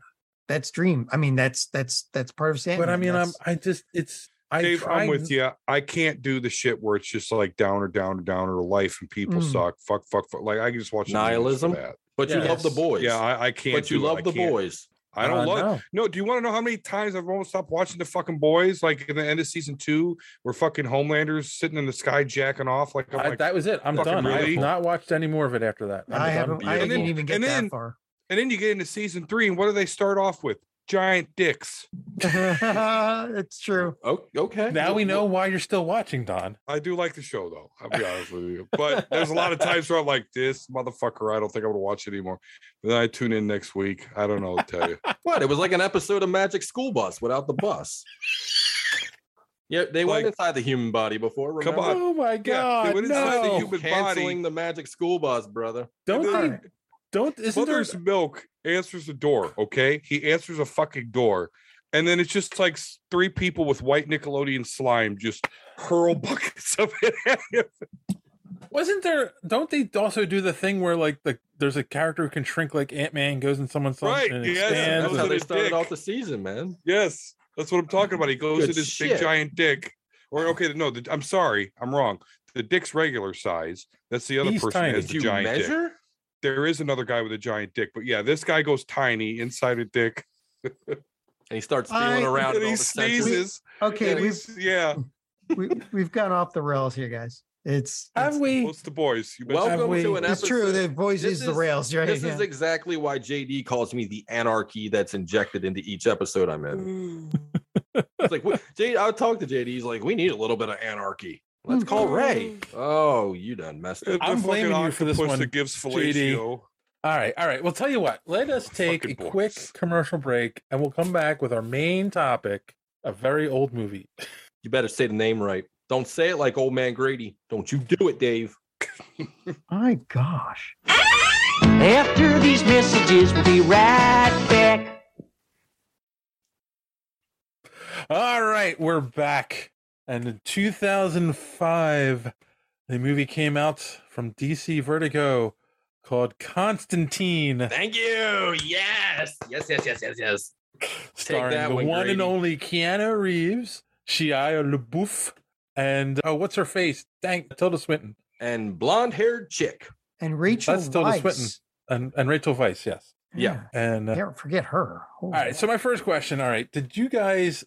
[SPEAKER 6] that's dream. I mean, that's that's that's part of Sandman.
[SPEAKER 9] But I mean, I'm.
[SPEAKER 6] That's-
[SPEAKER 9] I just. It's. I
[SPEAKER 8] Dave,
[SPEAKER 9] try
[SPEAKER 8] I'm
[SPEAKER 9] n-
[SPEAKER 8] with you. I can't do the shit where it's just like downer, downer, downer life and people
[SPEAKER 6] Mm.
[SPEAKER 8] suck. Fuck, fuck, fuck. Like I can just watch the movies for
[SPEAKER 10] Nihilism?
[SPEAKER 8] That.
[SPEAKER 10] But you
[SPEAKER 9] Yeah.
[SPEAKER 10] love the boys.
[SPEAKER 8] Yeah, I, I can't.
[SPEAKER 10] But you
[SPEAKER 8] do it.
[SPEAKER 10] love
[SPEAKER 8] I
[SPEAKER 10] the
[SPEAKER 8] can't.
[SPEAKER 10] boys.
[SPEAKER 8] I don't
[SPEAKER 9] Uh,
[SPEAKER 8] love.
[SPEAKER 9] no.
[SPEAKER 8] No, do you want to know how many times I've almost stopped watching the fucking boys? Like in the end of season two, where fucking Homelander's sitting in the sky jacking off. Like I'm
[SPEAKER 9] I-
[SPEAKER 8] like,
[SPEAKER 9] that was it. I'm
[SPEAKER 8] fucking
[SPEAKER 9] done. I
[SPEAKER 8] really?
[SPEAKER 9] have not watched any more of it after that. I'm
[SPEAKER 6] I
[SPEAKER 9] done.
[SPEAKER 6] haven't. I
[SPEAKER 8] beautiful.
[SPEAKER 6] didn't even get
[SPEAKER 8] And
[SPEAKER 6] that
[SPEAKER 8] then-
[SPEAKER 6] far.
[SPEAKER 8] and then you get into season three, and what do they start off with? Giant dicks.
[SPEAKER 6] (laughs) it's true.
[SPEAKER 10] Oh, okay.
[SPEAKER 9] Now we know why you're still watching, Don.
[SPEAKER 8] I do like the show though. I'll be honest with you. But there's a lot of times where I'm like, this motherfucker, I don't think I'm gonna watch it anymore. Then I tune in next week. I don't know what to tell you.
[SPEAKER 10] (laughs) What? It was like an episode of Magic School Bus without the bus. yeah, they
[SPEAKER 8] Like-
[SPEAKER 10] went inside the human body before.
[SPEAKER 8] Come
[SPEAKER 10] Remember?
[SPEAKER 8] on.
[SPEAKER 9] Oh my
[SPEAKER 8] Yeah, they
[SPEAKER 9] god!
[SPEAKER 8] went inside the
[SPEAKER 9] no.
[SPEAKER 8] human
[SPEAKER 10] Canceling
[SPEAKER 8] body.
[SPEAKER 10] the Magic School Bus, brother.
[SPEAKER 9] Don't
[SPEAKER 6] Alright.
[SPEAKER 9] they, don't isn't there
[SPEAKER 8] Mother's milk answers the door. Okay, he answers a fucking door, and then it's just like s- three people with white Nickelodeon slime just hurl (laughs) buckets of it at him.
[SPEAKER 9] wasn't there don't they also do the thing where like the there's a character who can shrink like Ant Man goes in someone's stomach
[SPEAKER 8] Right,
[SPEAKER 9] and
[SPEAKER 8] yes,
[SPEAKER 9] expands?
[SPEAKER 10] That's
[SPEAKER 8] was
[SPEAKER 10] how
[SPEAKER 8] in
[SPEAKER 10] they
[SPEAKER 8] his
[SPEAKER 10] started
[SPEAKER 8] dick.
[SPEAKER 10] off the season, man.
[SPEAKER 8] Yes, that's what I'm talking about. He goes
[SPEAKER 10] Good
[SPEAKER 8] in his
[SPEAKER 10] shit.
[SPEAKER 8] big giant dick Or okay, no, the, I'm sorry, I'm wrong. The dick's regular size. That's the other
[SPEAKER 10] He's
[SPEAKER 8] person
[SPEAKER 10] tiny.
[SPEAKER 8] who has
[SPEAKER 10] Did
[SPEAKER 8] the
[SPEAKER 10] you
[SPEAKER 8] giant dick.
[SPEAKER 10] measure?
[SPEAKER 8] There is another guy with a giant dick, but yeah, this guy goes tiny inside a dick. and
[SPEAKER 10] he starts
[SPEAKER 6] I-
[SPEAKER 8] (laughs) And he sneezes.
[SPEAKER 6] Okay,
[SPEAKER 8] And he
[SPEAKER 6] we've
[SPEAKER 8] yeah.
[SPEAKER 6] we, we've gone off the rails here, guys. It's have
[SPEAKER 9] we?
[SPEAKER 8] What's the boys? You
[SPEAKER 10] Welcome
[SPEAKER 6] Have we-
[SPEAKER 10] to an
[SPEAKER 6] It's
[SPEAKER 10] episode.
[SPEAKER 6] true, the boys
[SPEAKER 10] This
[SPEAKER 6] use the
[SPEAKER 10] is-
[SPEAKER 6] rails, right?
[SPEAKER 10] This is
[SPEAKER 6] Yeah.
[SPEAKER 10] exactly why JD calls me the anarchy that's injected into each episode I'm in. it's like, "What- JD, I would talk to JD. He's like, we need a little bit of anarchy. Let's call Ray. Oh, you done messed
[SPEAKER 8] Uh,
[SPEAKER 10] up.
[SPEAKER 9] I'm blaming you for this one.
[SPEAKER 8] that gives
[SPEAKER 9] JD.
[SPEAKER 8] fellatio.
[SPEAKER 9] All right, all right. Well, tell you what. Let us take a quick commercial break, and we'll come back with our main topic: a very old movie.
[SPEAKER 10] You better say the name right. Don't say it like old man Grady. Don't you do it, Dave.
[SPEAKER 6] My gosh.
[SPEAKER 11] After these messages, we'll be right back.
[SPEAKER 9] All right, we're back. And in 2005, the movie came out from DC Vertigo called Constantine,
[SPEAKER 10] Thank you. Yes. Yes, yes, yes, yes, yes.
[SPEAKER 9] starring
[SPEAKER 10] that
[SPEAKER 9] the
[SPEAKER 10] one,
[SPEAKER 9] one and
[SPEAKER 10] Grady.
[SPEAKER 9] only Keanu Reeves, Shia LaBeouf, and oh, what's her face? Dang, Tilda Swinton.
[SPEAKER 10] And blonde haired chick.
[SPEAKER 6] And Rachel
[SPEAKER 9] That's Tilda
[SPEAKER 6] Weisz.
[SPEAKER 9] Swinton. And, and Rachel Weiss, yes.
[SPEAKER 10] Yeah.
[SPEAKER 9] And uh,
[SPEAKER 6] Never forget her.
[SPEAKER 9] all right, so my first question. All right, did you guys,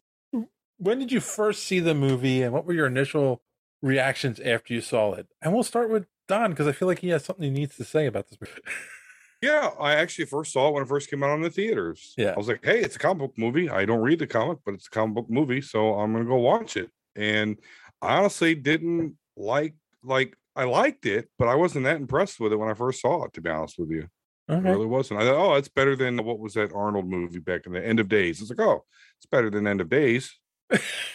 [SPEAKER 9] when did you first see the movie and what were your initial reactions after you saw it? And we'll start with Don because I feel like he has something he needs to say about this movie. (laughs)
[SPEAKER 8] Yeah, I actually first saw it when it first came out in the theaters.
[SPEAKER 9] Yeah.
[SPEAKER 8] I was like, hey, it's a comic book movie. I don't read the comic, but it's a comic book movie, so I'm gonna go watch it. And I honestly didn't like like I liked it, but I wasn't that impressed with it when I first saw it, to be honest with you.
[SPEAKER 9] Okay.
[SPEAKER 8] I really wasn't. I thought, oh, it's better than what was that Arnold movie back in the end of days. It's like, oh, it's better than end of days. (laughs)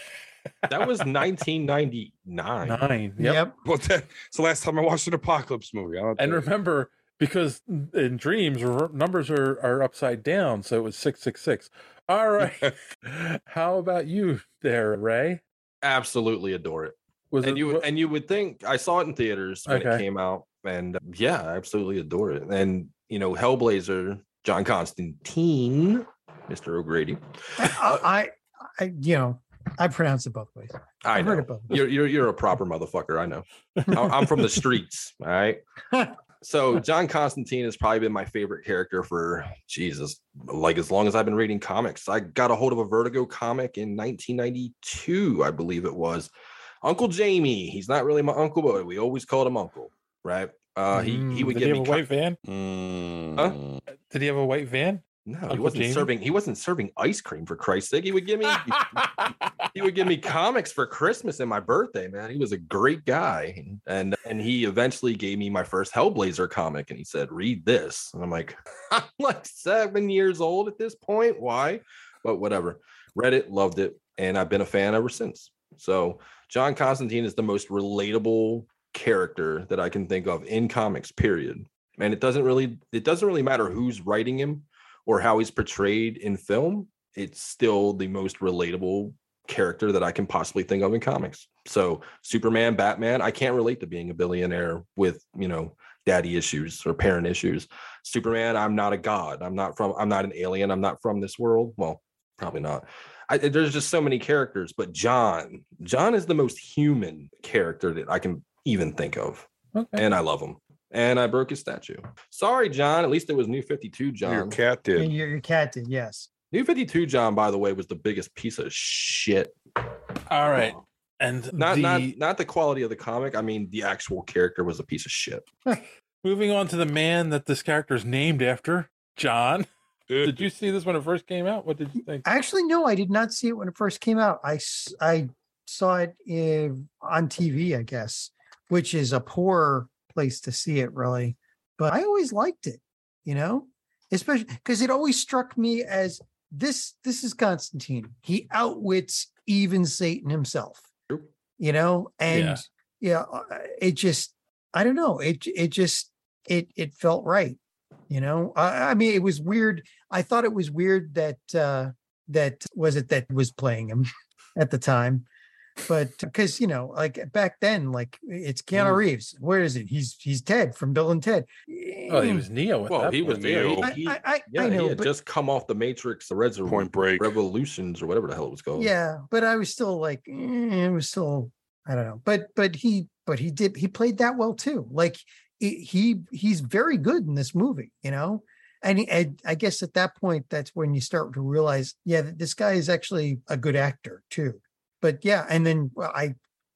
[SPEAKER 10] That was 1999.
[SPEAKER 9] Nine. Yep.
[SPEAKER 6] Yep.
[SPEAKER 8] Well, that, it's the last time I watched an apocalypse movie. I don't
[SPEAKER 9] And
[SPEAKER 8] think-
[SPEAKER 9] remember, because in dreams, re- numbers are, are upside down. So it was 666. (laughs) All right. How about you there, Ray?
[SPEAKER 10] Absolutely adore it.
[SPEAKER 9] Was
[SPEAKER 10] and
[SPEAKER 9] it-
[SPEAKER 10] you
[SPEAKER 9] what-
[SPEAKER 10] and you would think I saw it in theaters when it
[SPEAKER 9] Okay.
[SPEAKER 10] came out, and uh, yeah, I absolutely adore it. And you know, Hellblazer, John Constantine, Mr. O'Grady.
[SPEAKER 6] I, I, I, you know, I pronounce it both ways.
[SPEAKER 10] I
[SPEAKER 6] I've heard
[SPEAKER 10] know.
[SPEAKER 6] it both ways.
[SPEAKER 10] You're, you're you're a proper motherfucker. I know. I- I'm from the streets. All right. So John Constantine has probably been my favorite character for Jesus, like as long as I've been reading comics. I got a hold of a Vertigo comic in 1992, I believe it was. Uncle Jamie. He's not really my uncle, but we always called him Uncle, right? Uh, he he
[SPEAKER 9] Mm,
[SPEAKER 10] would
[SPEAKER 9] did
[SPEAKER 10] give
[SPEAKER 9] he have a
[SPEAKER 10] me Hmm. co-
[SPEAKER 9] white van?
[SPEAKER 10] Huh?
[SPEAKER 9] Did he have a white van?
[SPEAKER 10] No, he
[SPEAKER 9] Uncle
[SPEAKER 10] wasn't
[SPEAKER 9] Jamie?
[SPEAKER 10] serving. He wasn't serving ice cream for Christ's sake. He would give me.
[SPEAKER 9] (laughs)
[SPEAKER 10] he would give me comics for Christmas and my birthday. Man, he was a great guy, and and he eventually gave me my first Hellblazer comic, and he said, "Read this," and I'm like, (laughs) I'm like seven years old at this point. Why? But whatever. Read it, loved it, and I've been a fan ever since. So John Constantine is the most relatable character that I can think of in comics. Period. And it doesn't really it doesn't really matter who's writing him or how he's portrayed in film, it's still the most relatable character that I can possibly think of in comics. So Superman, Batman, I can't relate to being a billionaire with, you know, daddy issues or parent issues. Superman, I'm not a god. I'm not from I'm not an alien. I'm not from this world. Well, probably not. I, there's just so many characters, but John, John is the most human character that I can even think of.
[SPEAKER 9] Okay.
[SPEAKER 10] And I love him. And I broke his statue. Sorry, John. At least it was New 52, John.
[SPEAKER 8] your cat did.
[SPEAKER 6] And Your, your cat did, yes.
[SPEAKER 10] New 52 John, by the way, was the biggest piece of shit.
[SPEAKER 9] All right. And
[SPEAKER 10] Not
[SPEAKER 9] the,
[SPEAKER 10] not not the quality of the comic. I mean the actual character was a piece of shit.
[SPEAKER 9] moving on to the man that this character is named after, John. did you see this when it first came out? What did you think?
[SPEAKER 6] Actually, no, I did not see it when it first came out. I, s- I saw it in, on TV, I guess, which is a poor place to see it, really. But I always liked it, you know, especially because it always struck me as this this is Constantine. He outwits even Satan himself,
[SPEAKER 10] True.
[SPEAKER 6] you know, and
[SPEAKER 9] Yeah.
[SPEAKER 6] yeah, uh, it just I don't know. It it just it it felt right, you know. I, I mean, it was weird. I thought it was weird that uh that was it that was playing him (laughs) at the time, but because you know, like back then, like it's Keanu
[SPEAKER 10] Mm.
[SPEAKER 6] Reeves. Where is it? He's he's Ted from Bill and Ted. Eh,
[SPEAKER 9] Oh, he was Neo at
[SPEAKER 10] Well,
[SPEAKER 9] that
[SPEAKER 10] he
[SPEAKER 9] point.
[SPEAKER 10] was Neo.
[SPEAKER 6] I-
[SPEAKER 10] He-
[SPEAKER 6] I- I-
[SPEAKER 10] yeah,
[SPEAKER 6] I know,
[SPEAKER 10] he had
[SPEAKER 6] but-
[SPEAKER 10] just come off the Matrix, the Red Zone,
[SPEAKER 8] Point Break,
[SPEAKER 10] Revolutions, or whatever the hell it was called.
[SPEAKER 6] yeah but i was still like eh, it was still i don't know but but he but he did he played that well too like he- he he's very good in this movie you know and he, I, I guess at that point that's when you start to realize yeah that this guy is actually a good actor too but yeah and then well, i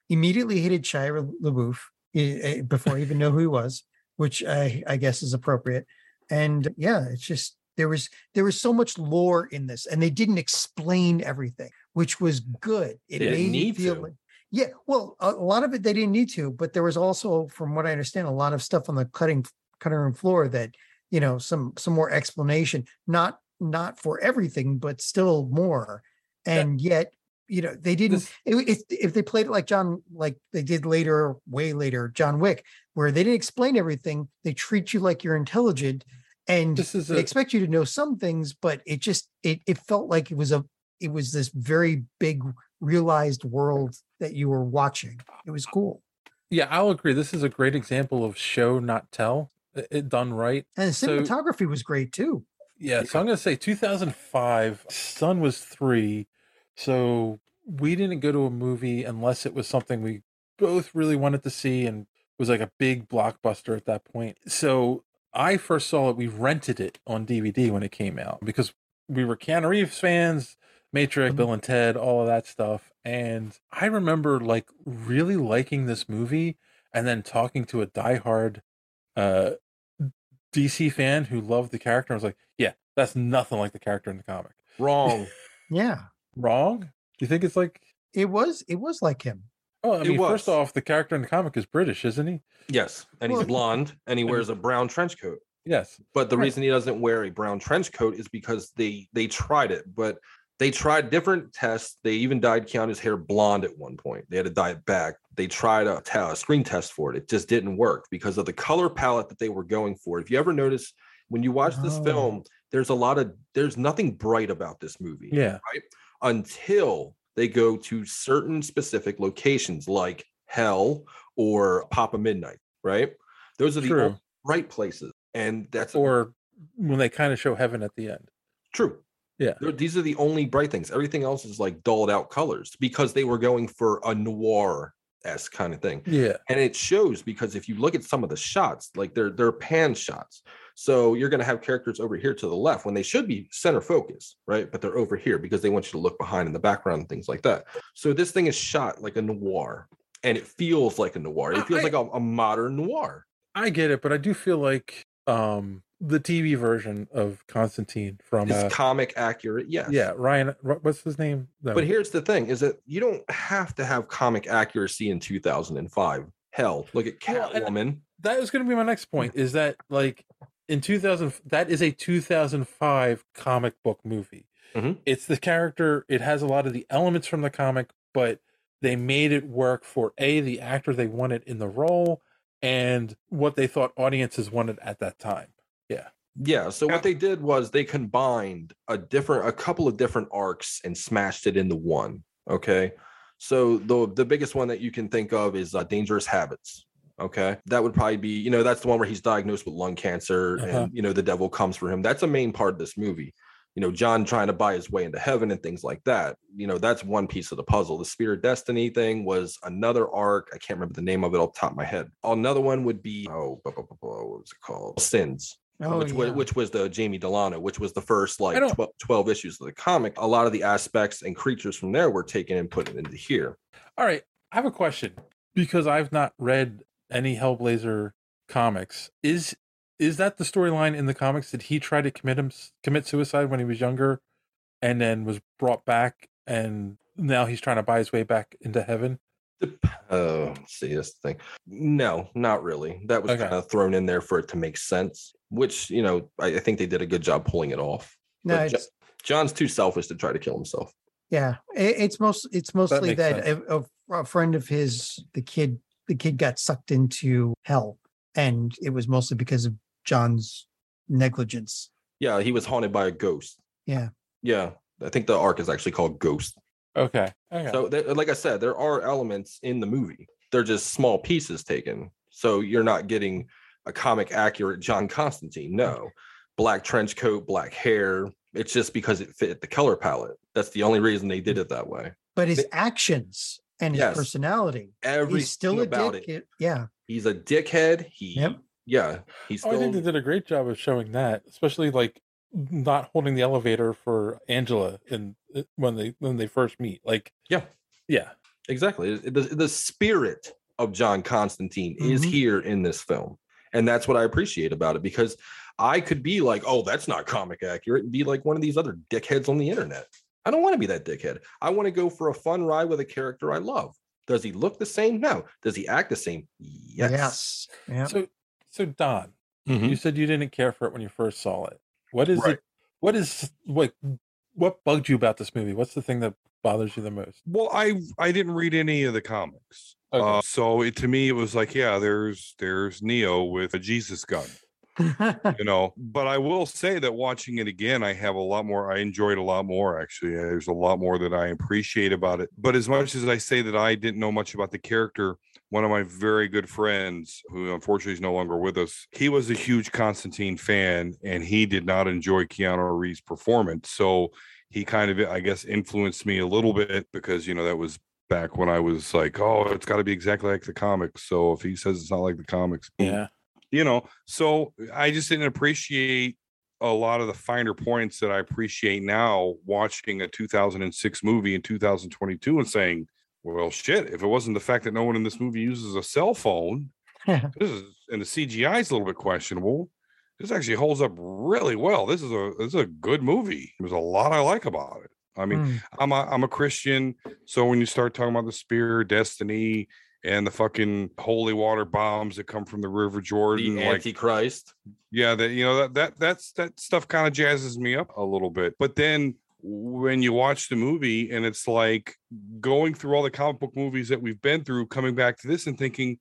[SPEAKER 6] immediately hated shia labeouf eh, eh, before i even know who he was which i i guess is appropriate and yeah it's just there was there was so much lore in this and they didn't explain everything which was good
[SPEAKER 10] They
[SPEAKER 6] it
[SPEAKER 10] didn't
[SPEAKER 6] made me
[SPEAKER 10] need
[SPEAKER 6] feel
[SPEAKER 10] to.
[SPEAKER 6] like yeah well a, a lot of it they didn't need to but there was also from what i understand a lot of stuff on the cutting cutting room floor that you know some some more explanation not not for everything but still more and yet you know they didn't it, if, if they played it like john like they did later way later john wick where they didn't explain everything they treat you like you're intelligent and
[SPEAKER 9] This is
[SPEAKER 6] they
[SPEAKER 9] a-
[SPEAKER 6] expect you to know some things but it just it it felt like it was a it was this very big realized world that you were watching it was cool
[SPEAKER 9] Yeah, I'll agree. This is a great example of show not tell i- it done right.
[SPEAKER 6] and the
[SPEAKER 9] So-
[SPEAKER 6] cinematography was great too
[SPEAKER 9] Yeah, so I'm going to say 2005, son was three. So we didn't go to a movie unless it was something we both really wanted to see and was like a big blockbuster at that point. So I first saw it, we rented it on DVD when it came out because we were Keanu Reeves fans, Matrix, Bill and Ted, all of that stuff. And I remember like really liking this movie and then talking to a diehard uh, DC fan who loved the character. I was like, yeah, that's nothing like the character in the comic.
[SPEAKER 10] Wrong.
[SPEAKER 6] yeah
[SPEAKER 9] Wrong? Do you think it's like?
[SPEAKER 6] it was it was like him
[SPEAKER 9] Oh, I
[SPEAKER 10] It
[SPEAKER 9] mean,
[SPEAKER 10] was.
[SPEAKER 9] first off, the character in the comic is British, isn't he?
[SPEAKER 10] Yes, and he's
[SPEAKER 6] Well-
[SPEAKER 10] blonde, and he wears a brown trench coat.
[SPEAKER 9] Yes.
[SPEAKER 10] But the
[SPEAKER 6] Right.
[SPEAKER 10] reason he doesn't wear a brown trench coat is because they they tried it, but they tried different tests. They even dyed Keanu's hair blonde at one point. They had to dye it back. They tried a, ta- a screen test for it. It just didn't work because of the color palette that they were going for. If you ever notice when you watch this
[SPEAKER 6] Oh.
[SPEAKER 10] film, there's a lot of there's nothing bright about this movie
[SPEAKER 9] Yeah.
[SPEAKER 10] until they go to certain specific locations like hell or Papa Midnight, right? Those are the
[SPEAKER 9] True.
[SPEAKER 10] only right places. And that's
[SPEAKER 9] Or when they kind of show heaven at the end.
[SPEAKER 10] true.
[SPEAKER 9] Yeah.
[SPEAKER 10] They're- These are the only bright things. Everything else is like dulled out colors because they were going for a noir esque kind of thing.
[SPEAKER 9] Yeah.
[SPEAKER 10] And it shows because if you look at some of the shots, like they're they're pan shots. So you're gonna have characters over here to the left when they should be center focus, right? But they're over here because they want you to look behind in the background and things like that. So this thing is shot like a noir and it feels like a noir. It feels
[SPEAKER 9] I-
[SPEAKER 10] like a, a modern noir.
[SPEAKER 9] I get it, but I do feel like um the TV version of Constantine from uh,
[SPEAKER 10] It's comic accurate, yes.
[SPEAKER 9] yeah Ryan. Ru- What's his name? No.
[SPEAKER 10] But here's the thing: is that you don't have to have comic accuracy in 2005. Hell, look at
[SPEAKER 9] Well, and-
[SPEAKER 10] Catwoman.
[SPEAKER 9] that was going to be my next point. Is that like in 2000? That is a 2005 comic book movie.
[SPEAKER 10] Mhm.
[SPEAKER 9] It's the character. It has a lot of the elements from the comic, but they made it work for a the actor they wanted in the role and what they thought audiences wanted at that time.
[SPEAKER 10] Yeah. So what they did was they combined a different, a couple of different arcs and smashed it into one. Okay. So the the biggest one that you can think of is uh, Dangerous Habits. Okay, that would probably be you know that's the one where he's diagnosed with lung cancer
[SPEAKER 9] Uh-huh.
[SPEAKER 10] and you know the devil comes for him. That's a main part of this movie. You know, John trying to buy his way into heaven and things like that. You know, that's one piece of the puzzle. The Spear of Destiny thing was another arc. I can't remember the name of it off the top of my head. Another one would be oh, bu- bu- bu- bu- what was it called? Sins which, was,
[SPEAKER 6] Oh, yeah.
[SPEAKER 10] which was the Jamie Delano, which was the first like
[SPEAKER 9] Oh, don't-
[SPEAKER 10] 12, 12 issues of the comic. A lot of the aspects and creatures from there were taken and put into here.
[SPEAKER 9] All right, I have a question because I've not read any Hellblazer comics. Is is that the storyline in the comics? Did he try to commit him, commit suicide when he was younger, and then was brought back, and now he's trying to buy his way back into heaven?
[SPEAKER 10] Oh, see, that's the thing. No, not really. That was
[SPEAKER 9] Okay.
[SPEAKER 10] kind of thrown in there for it to make sense, which, you know, I, I think they did a good job pulling it off.
[SPEAKER 6] no
[SPEAKER 10] But Jo-
[SPEAKER 6] it's-
[SPEAKER 10] John's too selfish to try to kill himself.
[SPEAKER 6] Yeah, it, it's most it's mostly
[SPEAKER 9] makes
[SPEAKER 6] that,
[SPEAKER 9] sense.
[SPEAKER 6] a, a- a friend of his, the kid, the kid got sucked into hell, and it was mostly because of John's negligence.
[SPEAKER 10] Yeah, he was haunted by a ghost.
[SPEAKER 6] Yeah.
[SPEAKER 10] Yeah. I think the arc is actually called Ghost.
[SPEAKER 9] Okay, okay,
[SPEAKER 10] So, there- like I said, there are elements in the movie. They're just small pieces taken. So you're not getting a comic accurate John Constantine. No, black trench coat, black hair. It's just because it fit the color palette. That's the only reason they did it that way.
[SPEAKER 6] but his actions and his
[SPEAKER 10] Yes.
[SPEAKER 6] personality.
[SPEAKER 10] Everything
[SPEAKER 6] he's still a
[SPEAKER 10] about
[SPEAKER 6] dick.
[SPEAKER 10] it.
[SPEAKER 6] it- Yeah.
[SPEAKER 10] He's a dickhead. He, yeah, he's
[SPEAKER 9] Oh, I think they
[SPEAKER 10] still.
[SPEAKER 9] did a great job of showing that, especially like not holding the elevator for Angela and when they when they first meet. Like,
[SPEAKER 10] yeah,
[SPEAKER 9] yeah,
[SPEAKER 10] exactly. It- The, the spirit of John Constantine is
[SPEAKER 9] Mhm.
[SPEAKER 8] Mm-hmm.
[SPEAKER 10] here in this film. And that's what I appreciate about it because I could be like, oh, that's not comic accurate, and be like one of these other dickheads on the internet. I don't want to be that dickhead. I want to go for a fun ride with a character I love. Does he look the same? No. Does he act the same? Yes.
[SPEAKER 6] Yes. Yeah.
[SPEAKER 9] So, so Don, you said you didn't care for it when you first saw it. What is
[SPEAKER 10] Right.
[SPEAKER 9] it? What is what? What bugged you about this movie? What's the thing that bothers you the most?
[SPEAKER 8] Well, I I didn't read any of the comics,
[SPEAKER 10] Oh,
[SPEAKER 8] uh, so it to me it was like, yeah, there's there's Neo with a Jesus gun, (laughs) you know. But I will say that watching it again, I have a lot more. I enjoyed a lot more actually. uh, There's a lot more that I appreciate about it. But as much as I say that I didn't know much about the character, one of my very good friends, who unfortunately is no longer with us, he was a huge Constantine fan, and he did not enjoy Keanu Reeves' performance. So he kind of i guess influenced me a little bit because you know that was back when i was like oh it's got to be exactly like the comics so if he says it's not like the comics
[SPEAKER 9] yeah
[SPEAKER 8] you know so i just didn't appreciate a lot of the finer points that i appreciate now watching a 2006 movie in 2022 and saying well shit if it wasn't the fact that no one in this movie uses a cell phone this is and the cgi is a little bit questionable this actually holds up really well. This is a this is a good movie. There's a lot I like about it. I
[SPEAKER 6] (laughs)
[SPEAKER 8] mean,
[SPEAKER 6] Hmm.
[SPEAKER 1] Mm.
[SPEAKER 8] I'm a I'm a Christian, so when you start talking about the spear, destiny, and the fucking holy water bombs that come from the River Jordan,
[SPEAKER 10] The
[SPEAKER 8] like
[SPEAKER 10] Antichrist.
[SPEAKER 8] yeah, that you know that that that's that stuff kind of jazzes me up a little bit. But then when you watch the movie and it's like going through all the comic book movies that we've been through, coming back to this and thinking,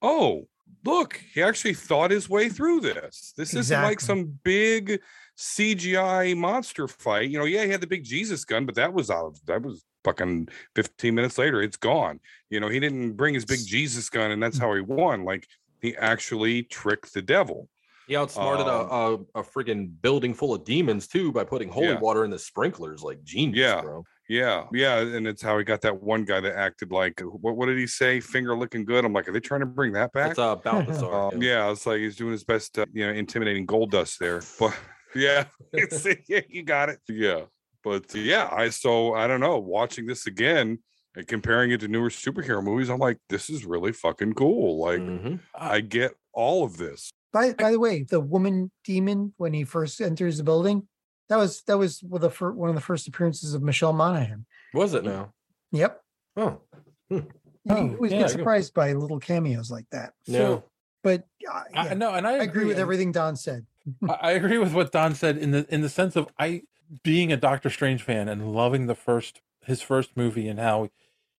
[SPEAKER 8] oh, look, he actually thought his way through this. This isn't like
[SPEAKER 1] Exactly.
[SPEAKER 8] some big CGI monster fight. You know, yeah, he had the big Jesus gun, but that was out of that was fucking 15 minutes later, it's gone. You know, he didn't bring his big Jesus gun and that's how he won. Like he actually tricked the devil.
[SPEAKER 10] He outsmarted a, a, a friggin' building full of demons too by putting holy
[SPEAKER 8] Yeah.
[SPEAKER 10] water in the sprinklers. Like genius,
[SPEAKER 8] Yeah.
[SPEAKER 10] bro.
[SPEAKER 8] Yeah, yeah, and it's how he got that one guy that acted like uh, what? What did he say? Finger looking good. I'm like, are they trying to bring that back?
[SPEAKER 10] That's uh,
[SPEAKER 8] (laughs)
[SPEAKER 10] Balthazar.
[SPEAKER 8] Um, yeah, it's like he's doing his best, uh, you know, intimidating gold dust there. But (laughs) yeah, it's, yeah, you got it. Yeah, but yeah, I so I don't know. Watching this again and comparing it to newer superhero movies, I'm like, this is really fucking cool. Like,
[SPEAKER 10] Mm-hmm.
[SPEAKER 8] I get all of this.
[SPEAKER 6] By by the way, the woman demon when he first enters the building, that was that was one of the fir- one of the first appearances of Michelle Monaghan.
[SPEAKER 10] Was it now?
[SPEAKER 6] Yep.
[SPEAKER 10] Oh.
[SPEAKER 6] You always
[SPEAKER 9] yeah, I
[SPEAKER 6] get
[SPEAKER 9] go-
[SPEAKER 6] surprised by little cameos like that.
[SPEAKER 9] So-
[SPEAKER 6] But uh,
[SPEAKER 9] I-
[SPEAKER 6] yeah,
[SPEAKER 9] no, and I
[SPEAKER 6] agree,
[SPEAKER 9] agree,
[SPEAKER 6] with
[SPEAKER 9] and-
[SPEAKER 6] everything Don said.
[SPEAKER 9] I, I agree with what Don said in the in the sense of I being a Doctor Strange fan and loving the first his first movie and how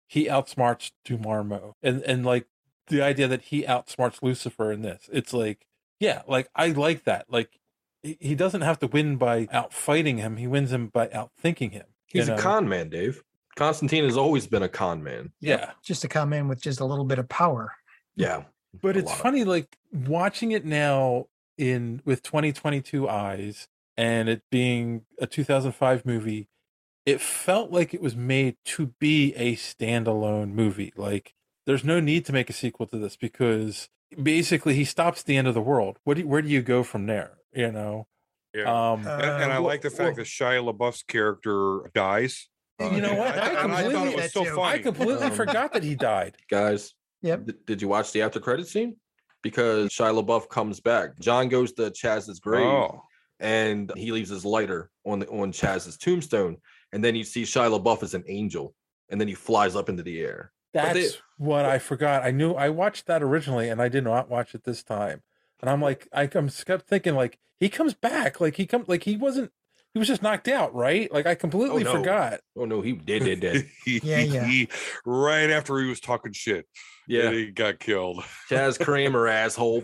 [SPEAKER 9] he outsmarts Dumarmo and and like the idea that he outsmarts Lucifer in this. It's like yeah, like I like that. Like he he doesn't have to win by outfighting him. He wins him by outthinking him. you
[SPEAKER 10] He's a
[SPEAKER 9] know?
[SPEAKER 10] con man, Dave. Constantine has always been a con man.
[SPEAKER 9] Yeah.
[SPEAKER 6] Just to come in with just a little bit of power.
[SPEAKER 10] Yeah.
[SPEAKER 9] but it's funny like watching it now in with 2022 eyes and it being a 2005 movie it felt like it was made to be a standalone movie like there's no need to make a sequel to this because basically he stops the end of the world what do you, where do you go from there you know
[SPEAKER 8] Yeah,
[SPEAKER 9] Um,
[SPEAKER 8] and, and I
[SPEAKER 9] Uh,
[SPEAKER 8] like the fact that Shia LaBeouf's character dies.
[SPEAKER 9] you know what
[SPEAKER 8] I,
[SPEAKER 9] i
[SPEAKER 8] and I thought
[SPEAKER 9] completely,
[SPEAKER 8] it was so
[SPEAKER 9] I
[SPEAKER 8] funny.
[SPEAKER 9] completely
[SPEAKER 10] Um,
[SPEAKER 9] forgot that he died
[SPEAKER 10] Guys,
[SPEAKER 6] Yep.
[SPEAKER 10] d- did you watch the after credit scene? Because Shia LaBeouf comes back. John goes to Chaz's grave
[SPEAKER 8] Oh.
[SPEAKER 10] and he leaves his lighter on the on Chaz's tombstone. And then you see Shia LaBeouf as an angel, and then he flies up into the air. But
[SPEAKER 9] That's
[SPEAKER 10] they-
[SPEAKER 9] what I forgot. I knew I watched that originally, and I did not watch it this time. And I'm like, I come kept thinking like he comes back, like he come, like he wasn't, he was just knocked out, right? Like I completely
[SPEAKER 10] Oh, no.
[SPEAKER 9] forgot.
[SPEAKER 10] Oh no, he did, did,
[SPEAKER 8] (laughs)
[SPEAKER 10] did.
[SPEAKER 9] Yeah, yeah.
[SPEAKER 8] right after he was talking shit.
[SPEAKER 10] Yeah.
[SPEAKER 8] and he got killed. (laughs)
[SPEAKER 10] Chaz Kramer, asshole.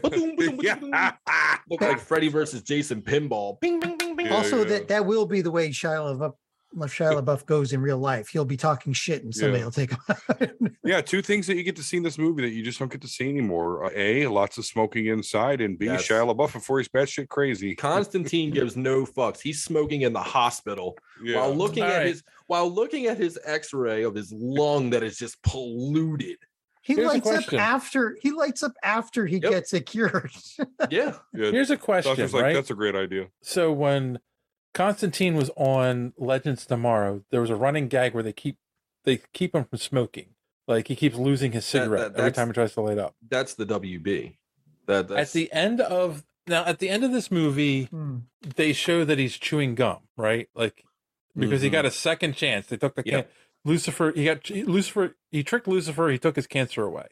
[SPEAKER 8] yeah.
[SPEAKER 10] Looked like Freddy versus Jason Pinball. Bing, bing, bing, bing.
[SPEAKER 6] also, that that will be the way Shia LaBeouf, Shia LaBeouf goes in real life, he'll be talking shit and somebody
[SPEAKER 8] Yeah.
[SPEAKER 6] will take him.
[SPEAKER 8] yeah, two things that you get to see in this movie that you just don't get to see anymore. Uh, A, lots of smoking inside, and B,
[SPEAKER 10] Yes.
[SPEAKER 8] Shia LaBeouf before he's batshit
[SPEAKER 9] (laughs)
[SPEAKER 8] crazy.
[SPEAKER 10] Constantine gives no fucks. He's smoking in the hospital
[SPEAKER 8] Yeah.
[SPEAKER 10] while looking
[SPEAKER 8] All
[SPEAKER 10] at
[SPEAKER 8] right.
[SPEAKER 10] his while looking at his X-ray of his lung that is just polluted.
[SPEAKER 6] (laughs) He lights up after he lights up after he gets it cured. (laughs)
[SPEAKER 10] Yeah.
[SPEAKER 9] Here's a question,
[SPEAKER 8] Doctor's like,
[SPEAKER 9] right?
[SPEAKER 8] That's a great idea.
[SPEAKER 9] So when Constantine was on Legends Tomorrow, there was a running gag where they keep they keep him from smoking. Like he keeps losing his cigarette every
[SPEAKER 10] that's-
[SPEAKER 9] time he tries to light up.
[SPEAKER 10] That's the WB. That that's
[SPEAKER 9] At the end of now, at the end of this movie,
[SPEAKER 6] Hmm,
[SPEAKER 9] they show that he's chewing gum, right? Like because he
[SPEAKER 10] Mhm.
[SPEAKER 9] got a second chance. They took the
[SPEAKER 10] Yep.
[SPEAKER 9] can- Lucifer. He got Lucifer. He tricked Lucifer. He took his cancer away.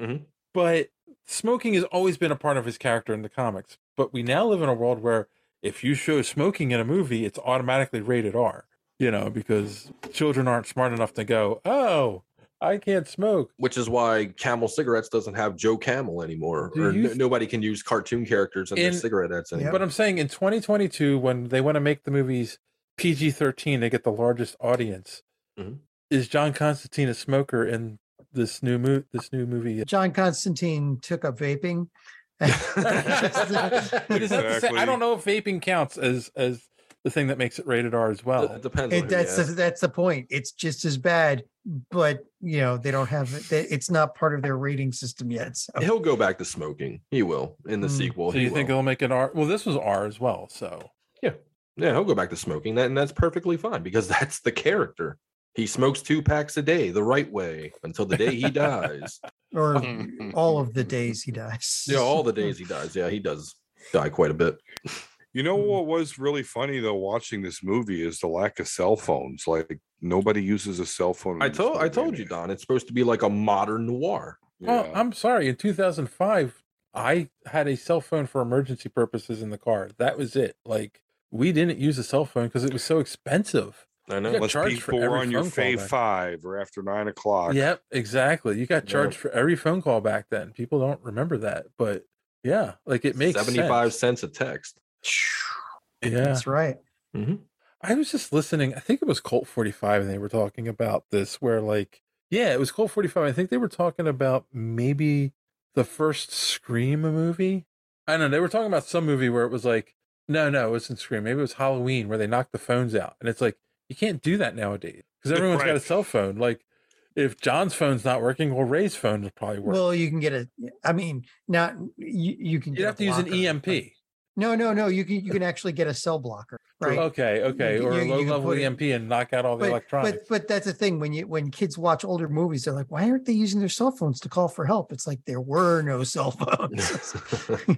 [SPEAKER 10] Mhm.
[SPEAKER 9] But smoking has always been a part of his character in the comics. But we now live in a world where if you show smoking in a movie, it's automatically rated R. You know, because children aren't smart enough to go, "Oh, I can't smoke."
[SPEAKER 10] Which is why Camel cigarettes doesn't have Joe Camel anymore,
[SPEAKER 9] Do
[SPEAKER 10] or
[SPEAKER 9] you
[SPEAKER 10] no-
[SPEAKER 9] th-
[SPEAKER 10] nobody can use cartoon characters in,
[SPEAKER 9] In-
[SPEAKER 10] their cigarette ads anymore.
[SPEAKER 9] But I'm saying in 2022, when they want to make the movies PG-13 to get the largest audience,
[SPEAKER 10] Mhm.
[SPEAKER 9] is John Constantine a smoker in this new movie? This new movie?
[SPEAKER 6] John Constantine took up vaping. (laughs)
[SPEAKER 10] (laughs)
[SPEAKER 9] But is that the same- I don't know if vaping counts as as the thing that makes it rated R as well. It
[SPEAKER 10] depends.
[SPEAKER 6] It, that's the, that's the point. It's just as bad, but you know they don't have it. they- It's not part of their rating system yet. So
[SPEAKER 10] He'll go back to smoking. He will in the
[SPEAKER 6] Mm.
[SPEAKER 10] sequel.
[SPEAKER 9] So
[SPEAKER 10] he
[SPEAKER 9] you think
[SPEAKER 10] will.
[SPEAKER 9] it'll make an R? Well, this was R as well. So
[SPEAKER 10] Yeah, he'll go back to smoking that, and that's perfectly fine because (laughs) that's the character. He smokes two packs a day the right way until the
[SPEAKER 9] (laughs)
[SPEAKER 10] day he dies.
[SPEAKER 6] or all of the days he dies.
[SPEAKER 9] (laughs)
[SPEAKER 10] yeah, all the days he dies. Yeah, he does die quite a bit.
[SPEAKER 8] You
[SPEAKER 9] Mm-hmm.
[SPEAKER 8] know what was really funny though, watching this movie is the lack of cell phones. Like nobody uses a cell phone.
[SPEAKER 10] I told I told you, Don. It's supposed to be like a modern noir.
[SPEAKER 9] well, Oh, I'm sorry. In 2005, I had a cell phone for emergency purposes in the car. That was it. Like we didn't use a cell phone because it was so expensive.
[SPEAKER 10] I
[SPEAKER 9] You got
[SPEAKER 8] Unless
[SPEAKER 9] charged for
[SPEAKER 8] people were
[SPEAKER 9] every
[SPEAKER 8] on your
[SPEAKER 9] phone call
[SPEAKER 8] Fave
[SPEAKER 9] back.
[SPEAKER 8] Five or after nine o'clock.
[SPEAKER 9] Yep, exactly. You got
[SPEAKER 8] Yeah.
[SPEAKER 9] charged for every phone call back then. People don't remember that, but yeah, like it makes
[SPEAKER 10] seventy five cents a text.
[SPEAKER 9] Sense.
[SPEAKER 6] (laughs)
[SPEAKER 9] Yeah,
[SPEAKER 6] That's right.
[SPEAKER 9] I was just listening. I think it was Colt 45, and they were talking about this, where like, yeah, it was Colt 45. I think they were talking about maybe the first Scream movie. I don't know. They were talking about some movie where it was like, no, no, it wasn't Scream. Maybe it was Halloween where they knocked the phones out. And it's like, you can't do that nowadays because everyone's got a
[SPEAKER 8] Right.
[SPEAKER 9] cell phone. Like, if John's phone's not working, well, Ray's phone will probably work.
[SPEAKER 6] Well, you can get a. I mean, not you. You can.
[SPEAKER 9] You'd have to use an E EMP.
[SPEAKER 6] No, no, no. You can. You can actually get a cell blocker. Right.
[SPEAKER 9] Okay, okay.
[SPEAKER 6] You-
[SPEAKER 9] or
[SPEAKER 6] you-
[SPEAKER 9] a
[SPEAKER 6] you
[SPEAKER 9] low
[SPEAKER 6] can
[SPEAKER 9] level
[SPEAKER 6] put it-
[SPEAKER 9] EMP and knock out all the
[SPEAKER 6] But,
[SPEAKER 9] electronics.
[SPEAKER 6] but but that's the thing when you when kids watch older movies they're like why aren't they using their cell phones to call for help it's like there were no
[SPEAKER 9] (laughs)
[SPEAKER 6] cell phones (laughs)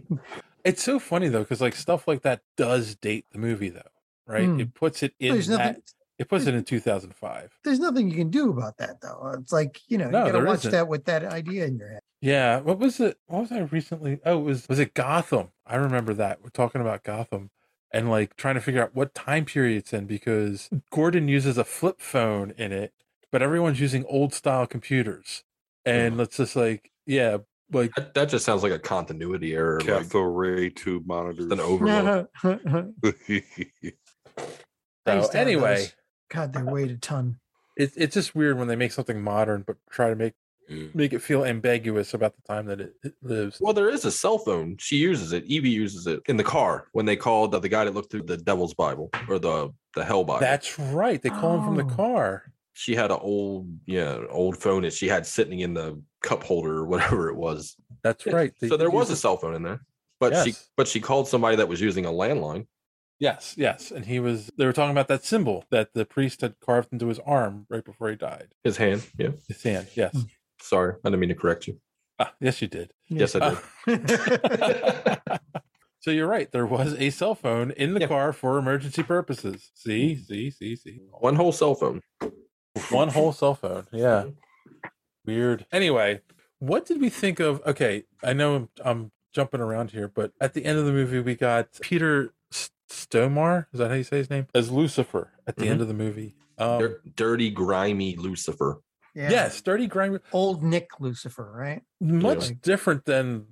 [SPEAKER 9] It's so funny though, because like stuff like that does date the movie though, right?
[SPEAKER 6] Hmm.
[SPEAKER 9] It puts it in
[SPEAKER 6] There's nothing- Hmm.
[SPEAKER 9] that. It puts it in 2005.
[SPEAKER 6] there's nothing you can do about that though Uh, it's like you know
[SPEAKER 9] No,
[SPEAKER 6] you gotta
[SPEAKER 9] there
[SPEAKER 6] watch
[SPEAKER 9] isn't.
[SPEAKER 6] that with that idea in your head
[SPEAKER 9] Yeah. What was it? What was I recently? Oh, it was was it Gotham? I remember that. We're talking about Gotham and like trying to figure out what time period it's in because Gordon uses a flip phone in it, but everyone's using old style computers. And let's just like, yeah, like
[SPEAKER 10] That, that just sounds like a continuity error. Like
[SPEAKER 8] Cathode ray tube monitors.
[SPEAKER 10] an
[SPEAKER 8] (laughs)
[SPEAKER 6] (laughs)
[SPEAKER 9] (laughs)
[SPEAKER 10] overload.
[SPEAKER 6] I
[SPEAKER 9] so
[SPEAKER 6] used to have those.
[SPEAKER 9] anyway,
[SPEAKER 6] god they weighed a ton
[SPEAKER 9] it's it's just weird when they make something modern but try to make make it feel ambiguous about the time that it, it lives.
[SPEAKER 10] Well, there is a cell phone. She uses it. Evie uses it in the car when they called the, the guy that looked through the Devil's Bible or the the Hell Bible.
[SPEAKER 9] That's right. They call him from the
[SPEAKER 6] Oh.
[SPEAKER 9] car.
[SPEAKER 10] she had an old yeah an old phone that she had sitting in the cup holder or (laughs) whatever it was.
[SPEAKER 9] That's right. They
[SPEAKER 10] so there
[SPEAKER 9] use
[SPEAKER 10] was a
[SPEAKER 9] it-
[SPEAKER 10] cell phone in there, but she
[SPEAKER 9] Yes.
[SPEAKER 10] but she called somebody that was using a landline.
[SPEAKER 9] Yes, yes. And he was they were talking about that symbol that the priest had carved into his arm right before he died.
[SPEAKER 10] His hand. Yeah.
[SPEAKER 9] His hand, yes.
[SPEAKER 10] Sorry, I didn't mean to correct you.
[SPEAKER 9] Ah, yes, you did. Ah.
[SPEAKER 10] Yes, I did.
[SPEAKER 9] (laughs) So you're right. There was a cell phone in the car for emergency purposes. See, see, see, see.
[SPEAKER 10] One whole cell phone.
[SPEAKER 9] (laughs) One whole cell phone. Yeah. Weird. Anyway, what did we think of? Okay, I know I'm, I'm jumping around here, but at the end of the movie, we got Peter S- Stomar. Is that how you say his name? As Lucifer at the end
[SPEAKER 10] Mhm.
[SPEAKER 9] of the movie. Um,
[SPEAKER 10] Dir- dirty, grimy Lucifer.
[SPEAKER 6] yeah
[SPEAKER 9] Yes, Dirty Grimer.
[SPEAKER 6] old nick lucifer right
[SPEAKER 9] Much
[SPEAKER 6] Yeah.
[SPEAKER 9] different than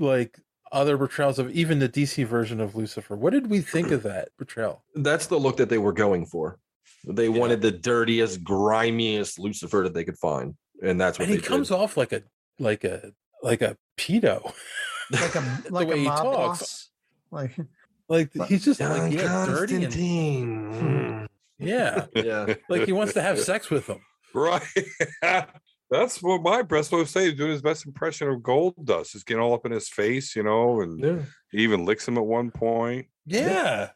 [SPEAKER 9] like other portrayals of even the DC version of Lucifer. What did we think of that portrayal?
[SPEAKER 10] That's the look that they were going for. They wanted the dirtiest, grimiest Lucifer that they could find, and that's what
[SPEAKER 9] and he
[SPEAKER 10] they
[SPEAKER 9] comes
[SPEAKER 10] did.
[SPEAKER 9] off like a like a like a pedo.
[SPEAKER 6] (laughs)
[SPEAKER 9] (laughs)
[SPEAKER 6] like a
[SPEAKER 9] The
[SPEAKER 6] like a
[SPEAKER 9] way he
[SPEAKER 6] mob
[SPEAKER 9] talks.
[SPEAKER 6] boss. Like
[SPEAKER 9] Like
[SPEAKER 6] But-
[SPEAKER 9] he's just like yeah, dirty and, Hmm. yeah,
[SPEAKER 10] Yeah,
[SPEAKER 9] like he wants to
[SPEAKER 10] (laughs)
[SPEAKER 9] have sex with them.
[SPEAKER 8] Right. (laughs) That's what my breast would say. He's doing his best impression of gold dust. Is getting all up in his face, you know, and
[SPEAKER 10] yeah.
[SPEAKER 8] he even licks him at one point.
[SPEAKER 9] Yeah,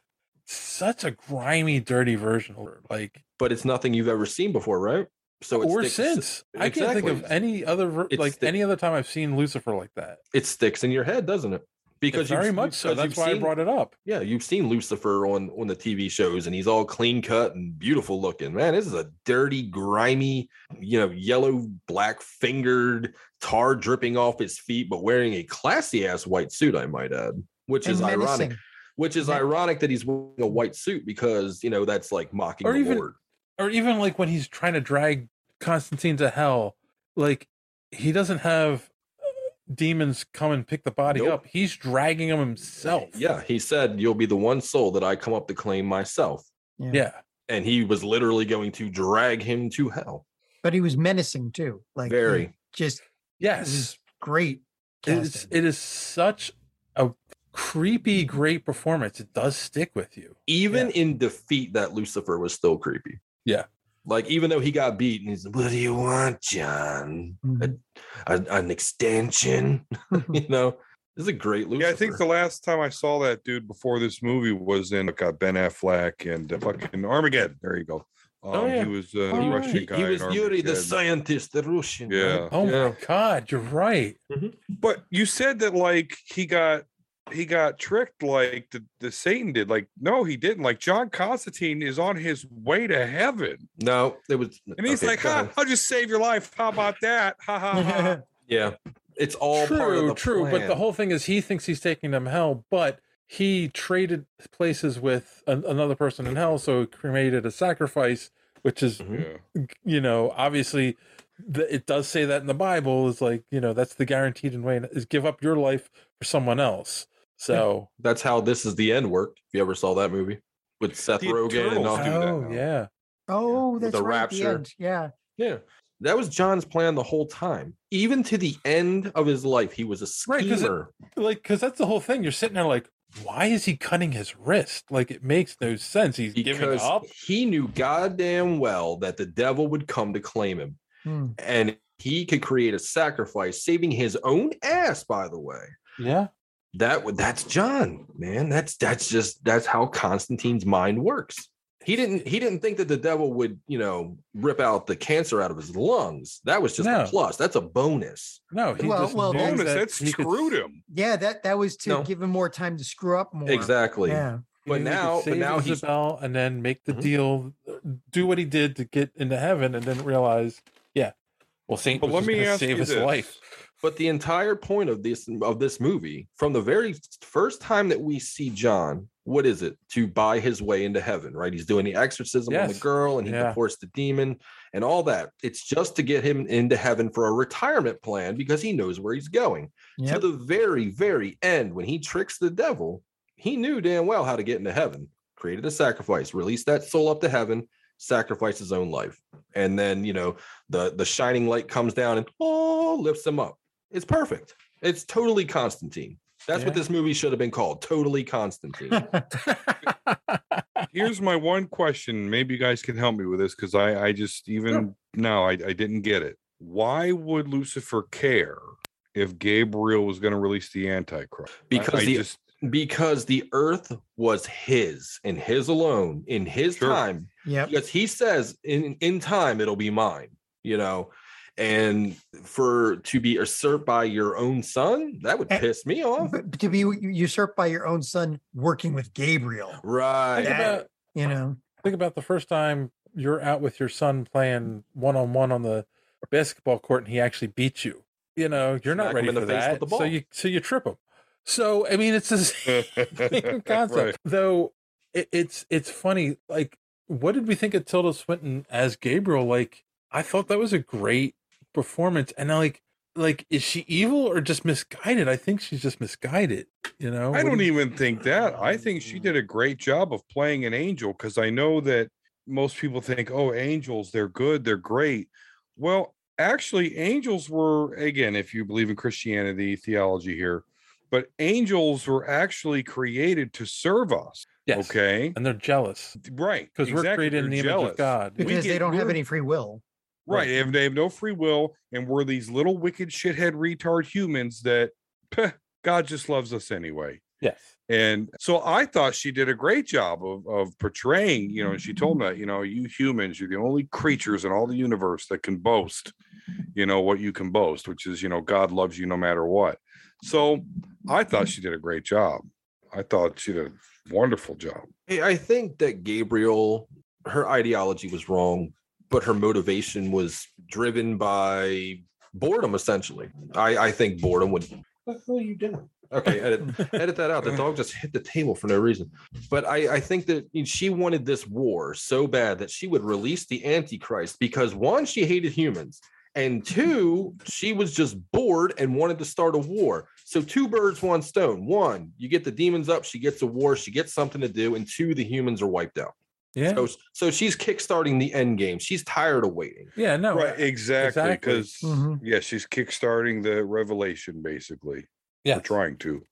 [SPEAKER 9] such a grimy, dirty version. of her, Like
[SPEAKER 10] But it's nothing you've ever seen before, right? So
[SPEAKER 9] or
[SPEAKER 10] sticks-
[SPEAKER 9] since I can't think of
[SPEAKER 10] Exactly.
[SPEAKER 9] any other ver-
[SPEAKER 10] It's
[SPEAKER 9] like
[SPEAKER 10] the-
[SPEAKER 9] any other time I've seen Lucifer like that.
[SPEAKER 10] It sticks in your head, doesn't it? Because you've-
[SPEAKER 9] very much so.
[SPEAKER 10] because
[SPEAKER 9] That's
[SPEAKER 10] you've
[SPEAKER 9] why I
[SPEAKER 10] seen-
[SPEAKER 9] brought it up.
[SPEAKER 10] Yeah, you've seen Lucifer on on the TV shows, and he's all clean cut and beautiful looking. Man, this is a dirty, grimy, you know, yellow, black fingered, tar dripping off his feet, but wearing a classy ass white suit. I might add, which
[SPEAKER 6] and
[SPEAKER 10] is ironic.
[SPEAKER 6] menacing.
[SPEAKER 10] Which is ironic that he's wearing a white suit because you know that's like mocking
[SPEAKER 9] Or
[SPEAKER 10] the
[SPEAKER 9] even-
[SPEAKER 10] Lord.
[SPEAKER 9] or even like when he's trying to drag Constantine to hell, like he doesn't have uh, demons come and pick the body
[SPEAKER 10] Nope.
[SPEAKER 9] up. He's dragging him himself.
[SPEAKER 10] Yeah, he said, "You'll be the one soul that I come up to claim myself,"
[SPEAKER 9] Yeah.
[SPEAKER 10] and he was literally going to drag him to hell.
[SPEAKER 6] But he was menacing too. Like he
[SPEAKER 10] Very.
[SPEAKER 6] just
[SPEAKER 9] Yes.
[SPEAKER 6] great.
[SPEAKER 9] It's,
[SPEAKER 6] casting.
[SPEAKER 9] it is such a creepy, great performance. It does stick with you.
[SPEAKER 10] Even in defeat, that Lucifer was still creepy.
[SPEAKER 9] Yeah.
[SPEAKER 10] Like even though he got beat, and he's, "What do you want, John?
[SPEAKER 6] Mhm.
[SPEAKER 10] An, an extension?" (laughs)
[SPEAKER 9] Mm-hmm.
[SPEAKER 10] you know, this is a great Lucifer.
[SPEAKER 8] Yeah, I think the last time I saw that dude before this movie was in got Ben Affleck and uh, fucking Armageddon. There you go. Um,
[SPEAKER 10] Oh, yeah.
[SPEAKER 8] He was uh,
[SPEAKER 10] he,
[SPEAKER 8] the
[SPEAKER 10] was,
[SPEAKER 8] Russian
[SPEAKER 10] he,
[SPEAKER 8] guy.
[SPEAKER 10] he
[SPEAKER 8] in
[SPEAKER 10] was Yuri the
[SPEAKER 8] Armageddon.
[SPEAKER 10] scientist, the Russian. right?
[SPEAKER 8] Yeah.
[SPEAKER 9] Oh
[SPEAKER 10] Yeah.
[SPEAKER 9] my God, you're right.
[SPEAKER 8] But you said that like he got he got tricked like the, the Satan did. Like no, he didn't. Like John Constantine is on his way to heaven,
[SPEAKER 10] No, it was.
[SPEAKER 8] (laughs) and he's
[SPEAKER 10] okay,
[SPEAKER 8] like,
[SPEAKER 10] go
[SPEAKER 8] "Ha!
[SPEAKER 10] ahead.
[SPEAKER 8] I'll just save your life. How about that? Ha ha
[SPEAKER 10] (laughs)
[SPEAKER 8] ha!"
[SPEAKER 10] Yeah, it's all
[SPEAKER 9] true,
[SPEAKER 10] part of the
[SPEAKER 9] true. But the
[SPEAKER 10] plan.
[SPEAKER 9] whole thing is he thinks he's taking them hell, but he traded places with an, another person in hell, so he created a sacrifice, which is
[SPEAKER 8] yeah.
[SPEAKER 9] you know, obviously, the, it does say that in the Bible is like, you know, that's the guaranteed way is give up your life for someone else. So,
[SPEAKER 10] That's how this is the end worked. If you ever saw that movie with Seth
[SPEAKER 8] The
[SPEAKER 10] Rogen and
[SPEAKER 8] Eternals.
[SPEAKER 10] all.
[SPEAKER 8] do that
[SPEAKER 9] oh
[SPEAKER 8] now.
[SPEAKER 9] yeah,
[SPEAKER 6] Oh,
[SPEAKER 10] With
[SPEAKER 6] that's
[SPEAKER 10] the
[SPEAKER 6] right. at The
[SPEAKER 10] rapture.
[SPEAKER 6] end. Yeah.
[SPEAKER 10] Yeah. That was John's plan the whole time. Even to the end of his life, he was a
[SPEAKER 9] Right, 'cause it-
[SPEAKER 10] schemer.
[SPEAKER 9] like because that's the whole thing. You're sitting there like, why is he cutting his wrist? Like it makes no sense. He's giving
[SPEAKER 10] because
[SPEAKER 9] up.
[SPEAKER 10] he knew goddamn well that the devil would come to claim him.
[SPEAKER 6] Hmm.
[SPEAKER 10] And he could create a sacrifice, saving his own ass, by the way.
[SPEAKER 9] Yeah,
[SPEAKER 10] That would that's John, man. That's that's just that's how Constantine's mind works. He didn't he didn't think that the devil would, you know, rip out the cancer out of his lungs. That was just
[SPEAKER 9] No.
[SPEAKER 10] a plus. That's a bonus.
[SPEAKER 9] no, he
[SPEAKER 6] Well-
[SPEAKER 9] just
[SPEAKER 6] well,
[SPEAKER 9] knew
[SPEAKER 8] Bonus,
[SPEAKER 9] that
[SPEAKER 8] that,
[SPEAKER 9] he could-
[SPEAKER 8] screwed him.
[SPEAKER 6] Yeah, that that was to
[SPEAKER 10] No.
[SPEAKER 6] give him more time to screw up more.
[SPEAKER 10] Exactly.
[SPEAKER 6] Yeah.
[SPEAKER 9] he
[SPEAKER 10] But
[SPEAKER 9] knew he could
[SPEAKER 10] now- but
[SPEAKER 9] save
[SPEAKER 10] now he's-
[SPEAKER 9] Isabel and then make the
[SPEAKER 10] Mhm.
[SPEAKER 9] deal, do what he did to get into heaven, and then realize, yeah, well, Saint
[SPEAKER 8] But
[SPEAKER 9] was
[SPEAKER 8] let
[SPEAKER 9] just
[SPEAKER 8] me
[SPEAKER 9] gonna
[SPEAKER 8] ask
[SPEAKER 9] save
[SPEAKER 8] you
[SPEAKER 9] his
[SPEAKER 8] this.
[SPEAKER 9] life.
[SPEAKER 10] But the entire point of this of this movie, from the very first time that we see John, what is it? To buy his way into heaven, right? He's doing the exorcism on the
[SPEAKER 9] Yes.
[SPEAKER 10] girl and he
[SPEAKER 9] Yeah.
[SPEAKER 10] deports the demon and all that. It's just to get him into heaven for a retirement plan because he knows where he's going.
[SPEAKER 6] Yep.
[SPEAKER 10] To the very, very end, when he tricks the devil, he knew damn well how to get into heaven, created a sacrifice, released that soul up to heaven, sacrificed his own life. And then, you know, the the shining light comes down and oh lifts him up. It's perfect. It's totally Constantine. That's what
[SPEAKER 9] Yeah.
[SPEAKER 10] this movie should have been called. Totally Constantine.
[SPEAKER 8] Here's my one question. Maybe you guys can help me with this because I, I just even now I, I didn't get it. Why would Lucifer care if Gabriel was going to release the Antichrist? I-
[SPEAKER 10] Because
[SPEAKER 8] I
[SPEAKER 10] the (laughs)
[SPEAKER 8] just-
[SPEAKER 10] because the earth was his and his alone in his
[SPEAKER 8] Sure.
[SPEAKER 10] time.
[SPEAKER 6] Yep.
[SPEAKER 10] Because he says in in time it'll be mine, you know. And for to be usurped by your own son, that would
[SPEAKER 6] And-
[SPEAKER 10] piss
[SPEAKER 6] (laughs)
[SPEAKER 10] me off.
[SPEAKER 6] But to be usurped by your own son working with Gabriel,
[SPEAKER 10] Right.
[SPEAKER 9] Think
[SPEAKER 6] Yeah.
[SPEAKER 9] about
[SPEAKER 6] you know.
[SPEAKER 9] think about the first time you're out with your son playing one on one on the basketball court and he actually beats you. You know, you're not
[SPEAKER 10] Smack him
[SPEAKER 9] ready
[SPEAKER 10] in the
[SPEAKER 9] for
[SPEAKER 10] face
[SPEAKER 9] that.
[SPEAKER 10] with the
[SPEAKER 9] So
[SPEAKER 10] ball.
[SPEAKER 9] you so you trip him. So I mean, it's the (laughs) (laughs)
[SPEAKER 8] (laughs)
[SPEAKER 9] same concept,
[SPEAKER 8] Right.
[SPEAKER 9] though. It, it's it's funny. Like, what did we think of Tilda Swinton as Gabriel? Like, I thought that was a great performance, and I like like is she evil or just misguided? I think she's just misguided. You know,
[SPEAKER 8] I
[SPEAKER 9] Oh, What do
[SPEAKER 8] don't
[SPEAKER 9] you-
[SPEAKER 8] even think that. I think she did a great job of playing an angel because I know that most people think, oh, angels, they're good, they're great. Well, actually, angels were, again, if you believe in Christianity theology here, but angels were actually created to serve us.
[SPEAKER 9] Yes.
[SPEAKER 8] Okay.
[SPEAKER 9] And they're jealous.
[SPEAKER 8] Right.
[SPEAKER 9] Because we're
[SPEAKER 8] exactly,
[SPEAKER 9] created in the
[SPEAKER 8] they're
[SPEAKER 9] image
[SPEAKER 8] jealous.
[SPEAKER 9] of God.
[SPEAKER 8] (laughs) We
[SPEAKER 6] because they
[SPEAKER 8] get-
[SPEAKER 6] don't have
[SPEAKER 8] we're-
[SPEAKER 6] any free will.
[SPEAKER 8] Right. They have, they have no free will. And we're these little wicked shithead retard humans that (laughs) peh, God just loves us anyway.
[SPEAKER 9] Yes.
[SPEAKER 8] And so I thought she did a great job of, of portraying, you know, and she told me that, you know, you humans, you're the only creatures in all the universe that can boast, you know, what you can boast, which is, you know, God loves you no matter what. So I thought she did a great job. I thought she did a wonderful job.
[SPEAKER 10] I I think that Gabriel, her ideology was wrong, but her motivation was driven by boredom, essentially. I, I think boredom would. What the hell are you doing? Okay, edit, (laughs) edit that out. The dog just hit the table for no reason. But I, I think that you know, she wanted this war so bad that she would release the Antichrist because one, she hated humans. And two, she was just bored and wanted to start a war. So two birds, one stone. One, you get the demons up, she gets a war, she gets something to do, and two, the humans are wiped out.
[SPEAKER 9] Yeah.
[SPEAKER 10] So, so she's kickstarting the end game. She's tired of waiting.
[SPEAKER 9] yeah.
[SPEAKER 6] Oh,
[SPEAKER 9] No.
[SPEAKER 8] right. Exactly.
[SPEAKER 9] exactly.
[SPEAKER 8] Because,
[SPEAKER 6] Mhm.
[SPEAKER 8] yeah, she's kickstarting the revelation, basically.
[SPEAKER 9] Yeah.
[SPEAKER 8] We're trying to.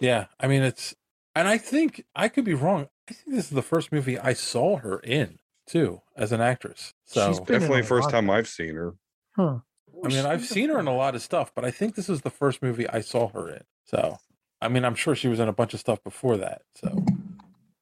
[SPEAKER 9] Yeah, I mean it's, and I think I could be wrong. I think this is the first movie I saw her in too as an actress.
[SPEAKER 8] Oh.
[SPEAKER 9] So
[SPEAKER 6] She's been in
[SPEAKER 8] Definitely
[SPEAKER 6] a
[SPEAKER 8] first
[SPEAKER 6] lot.
[SPEAKER 8] time I've seen her.
[SPEAKER 6] Huh.
[SPEAKER 9] I mean I've seen her in a lot of stuff, but I think this is the first movie I saw her in. So I mean I'm sure she was in a bunch of stuff before that. So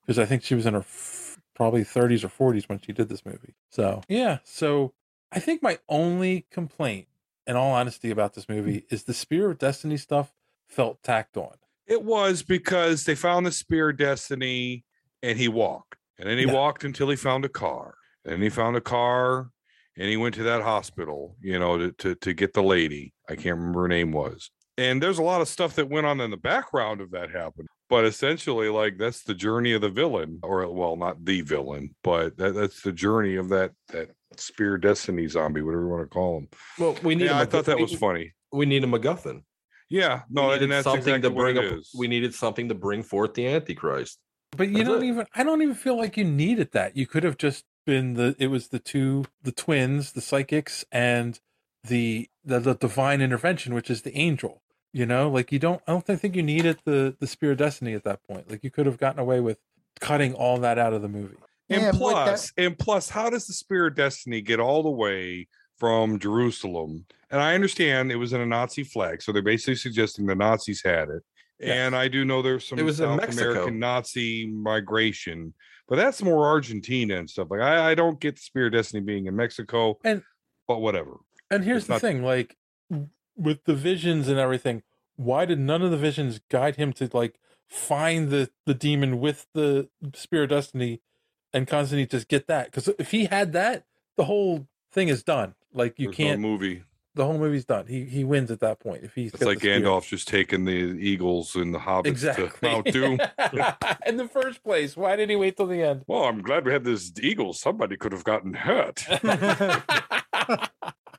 [SPEAKER 9] because I think she was in her f- probably 30s or 40s when she did this movie. So yeah, so I think my only complaint, in all honesty, about this movie is the Spear of Destiny stuff felt tacked on.
[SPEAKER 8] It was because they found the spear of destiny and he walked. And then he
[SPEAKER 9] Yeah.
[SPEAKER 8] walked until he found a car. And then he found a car and he went to that hospital, you know, to, to, to get the lady. I can't remember her name was. And there's a lot of stuff that went on in the background of that happening. But essentially, like that's the journey of the villain, or well, not the villain, but that, that's the journey of that that spear of destiny zombie, whatever you want to call him.
[SPEAKER 10] Well, we need.
[SPEAKER 8] Yeah,
[SPEAKER 10] I
[SPEAKER 8] I thought that was funny.
[SPEAKER 10] We need a MacGuffin.
[SPEAKER 8] Yeah,
[SPEAKER 10] we
[SPEAKER 8] no,
[SPEAKER 10] needed
[SPEAKER 8] and that's
[SPEAKER 10] something
[SPEAKER 8] exactly
[SPEAKER 10] to
[SPEAKER 8] what
[SPEAKER 10] bring
[SPEAKER 8] it
[SPEAKER 10] up.
[SPEAKER 8] is.
[SPEAKER 10] We needed something to bring forth the Antichrist.
[SPEAKER 9] But you
[SPEAKER 10] That's
[SPEAKER 9] don't
[SPEAKER 10] it.
[SPEAKER 9] even I don't even feel like you needed that. You could have just been the it was the two the twins, the psychics and the the, the divine intervention, which is the angel. You know, like you don't I don't think- think you needed the the spear of destiny at that point. Like you could have gotten away with cutting all that out of the movie.
[SPEAKER 8] And
[SPEAKER 6] Yeah, but that-
[SPEAKER 8] plus, and plus, how does the spear of destiny get all the way from Jerusalem? And I understand it was in a Nazi flag, so they're basically suggesting the Nazis had it. And I do know there's some
[SPEAKER 10] It was in
[SPEAKER 8] South
[SPEAKER 10] Mexico.
[SPEAKER 8] American Nazi migration, but that's more Argentina and stuff. Like I, I don't get the spear of destiny being in Mexico,
[SPEAKER 9] And-
[SPEAKER 8] but whatever.
[SPEAKER 9] And here's
[SPEAKER 8] It's
[SPEAKER 9] the
[SPEAKER 8] not-
[SPEAKER 9] thing, like w- with the visions and everything, why did none of the visions guide him to like find the the demon with the spear of destiny and Constantine just get that? Because if he had that, the whole thing is done. Like you
[SPEAKER 8] There's no
[SPEAKER 9] can't
[SPEAKER 8] movie.
[SPEAKER 9] the whole movie's done. He he wins at that point. If he's
[SPEAKER 8] It's
[SPEAKER 9] got
[SPEAKER 8] like
[SPEAKER 9] the spear.
[SPEAKER 8] Gandalf just taking the eagles and the hobbits
[SPEAKER 9] exactly
[SPEAKER 8] to Mount Doom.
[SPEAKER 9] (laughs) in the first place. Why did he wait till the end?
[SPEAKER 8] Well, I'm glad we had this eagle. Somebody could have gotten hurt.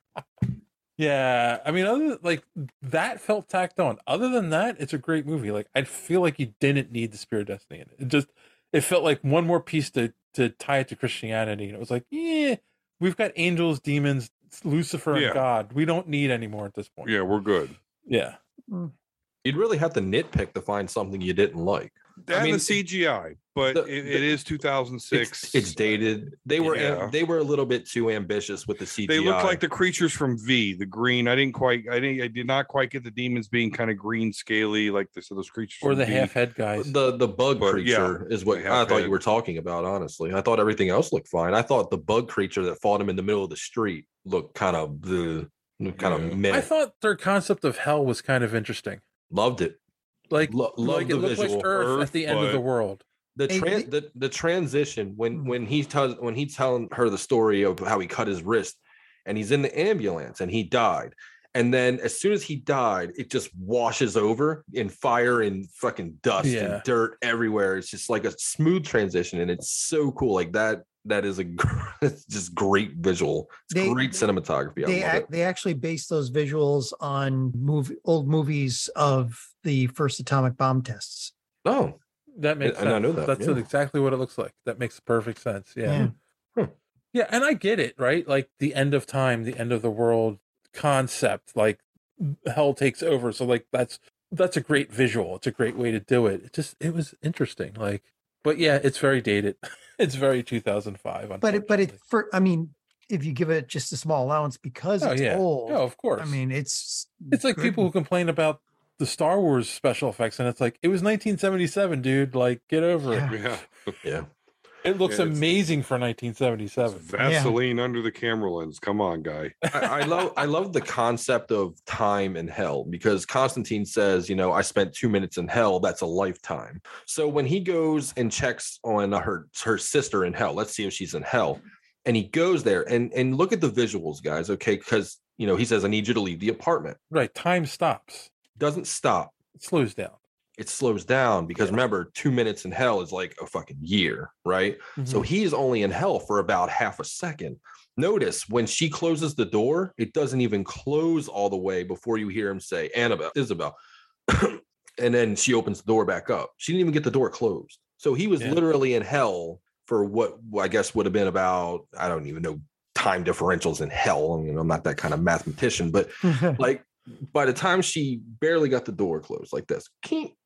[SPEAKER 9] (laughs) yeah, I mean, other like that felt tacked on. Other than that, it's a great movie. Like I feel like you didn't need the Spear of Destiny in it. It just it felt like one more piece to to tie it to Christianity, and it was like, yeah, we've got angels, demons, Lucifer,
[SPEAKER 8] Yeah.
[SPEAKER 9] and God. We don't need any more at this point.
[SPEAKER 8] yeah, we're good.
[SPEAKER 9] yeah.
[SPEAKER 10] You'd really have to nitpick to find something you didn't like.
[SPEAKER 8] That and
[SPEAKER 10] mean,
[SPEAKER 8] the CGI, but
[SPEAKER 10] the-
[SPEAKER 8] it,
[SPEAKER 10] the-
[SPEAKER 8] it is
[SPEAKER 10] It's,
[SPEAKER 8] 2006.
[SPEAKER 10] it's dated. They were
[SPEAKER 8] Yeah.
[SPEAKER 10] they were a little bit too ambitious with the CGI.
[SPEAKER 8] They look like the creatures from V, the green. I didn't quite, I didn't, I did not quite get the demons being kind of green, scaly, like this. So those creatures
[SPEAKER 9] Or
[SPEAKER 8] from
[SPEAKER 9] the
[SPEAKER 8] V.
[SPEAKER 9] half head guys.
[SPEAKER 10] the the bug
[SPEAKER 8] But, yeah,
[SPEAKER 10] creature is what
[SPEAKER 8] they
[SPEAKER 10] I
[SPEAKER 8] have
[SPEAKER 10] thought
[SPEAKER 8] it.
[SPEAKER 10] you were talking about. Honestly, I thought everything else looked fine. I thought the bug creature that fought him in the middle of the street looked kind of the kind
[SPEAKER 8] Yeah.
[SPEAKER 10] of meh.
[SPEAKER 9] I thought their concept of hell was kind of interesting.
[SPEAKER 10] loved it.
[SPEAKER 9] Like,
[SPEAKER 10] Lo- love
[SPEAKER 9] like it
[SPEAKER 10] the
[SPEAKER 9] looked
[SPEAKER 10] visual.
[SPEAKER 9] like Earth,
[SPEAKER 8] Earth,
[SPEAKER 9] at the end of
[SPEAKER 8] but-
[SPEAKER 9] the world.
[SPEAKER 10] The,
[SPEAKER 6] Hey,
[SPEAKER 10] tran the the transition
[SPEAKER 6] Mm-hmm.
[SPEAKER 10] when when he tells when he telling her the story of how he cut his wrist, and he's in the ambulance and he died, and then as soon as he died, it just washes over in fire and fucking dust
[SPEAKER 9] Yeah.
[SPEAKER 10] and dirt everywhere. It's just like a smooth transition, and it's so cool. Like that that is a gr- (laughs) it's just great visual. It's
[SPEAKER 6] They-
[SPEAKER 10] great cinematography.
[SPEAKER 6] they
[SPEAKER 10] I love
[SPEAKER 6] ac-
[SPEAKER 10] it.
[SPEAKER 6] they actually based those visuals on movie old movies of the first atomic bomb tests.
[SPEAKER 10] Oh,
[SPEAKER 9] That makes
[SPEAKER 10] and I
[SPEAKER 9] sense.
[SPEAKER 10] know that,
[SPEAKER 9] That's
[SPEAKER 10] yeah.
[SPEAKER 9] exactly what it looks like. That makes perfect sense. Yeah.
[SPEAKER 6] Yeah.
[SPEAKER 10] Hmm.
[SPEAKER 9] Yeah, and I get it, right? Like the end of time, the end of the world concept, like hell takes over. So like that's that's a great visual. It's a great way to do it. It just it was interesting. Like but yeah, it's very dated. (laughs) It's very 2005.
[SPEAKER 6] But it, but it for I mean, if you give it just a small allowance because
[SPEAKER 9] Oh,
[SPEAKER 6] it's
[SPEAKER 9] yeah.
[SPEAKER 6] old.
[SPEAKER 9] Oh, of course.
[SPEAKER 6] I mean, it's
[SPEAKER 9] It's like
[SPEAKER 6] good.
[SPEAKER 9] people who complain about the Star Wars special effects, and it's like it was 1977, dude. Like, get over it.
[SPEAKER 8] Yeah.
[SPEAKER 10] Yeah.
[SPEAKER 9] It looks
[SPEAKER 8] Yeah, it's-
[SPEAKER 9] amazing for 1977.
[SPEAKER 8] Vaseline under the camera lens. Come on, guy.
[SPEAKER 10] I, I love I love the concept of time in hell because Constantine says, you know, I spent two minutes in hell. That's a lifetime. So when he goes and checks on her her sister in hell, let's see if she's in hell. And he goes there and and look at the visuals, guys. Okay, because you know he says, I need you to leave the apartment.
[SPEAKER 9] Right. Time stops.
[SPEAKER 10] Doesn't stop.
[SPEAKER 9] It slows down.
[SPEAKER 10] It slows down because remember, two minutes in hell is like a fucking year, right? So
[SPEAKER 9] Mhm.
[SPEAKER 10] he's only in hell for about half a second. Notice when she closes the door, it doesn't even close all the way before you hear him say, Annabelle, Isabel. (coughs) and then she opens the door back up. She didn't even get the door closed. So he was
[SPEAKER 9] Yeah.
[SPEAKER 10] literally in hell for what I guess would have been about, I don't even know time differentials in hell. I mean, I'm not that kind of mathematician, but like by the time she barely got the door closed like this,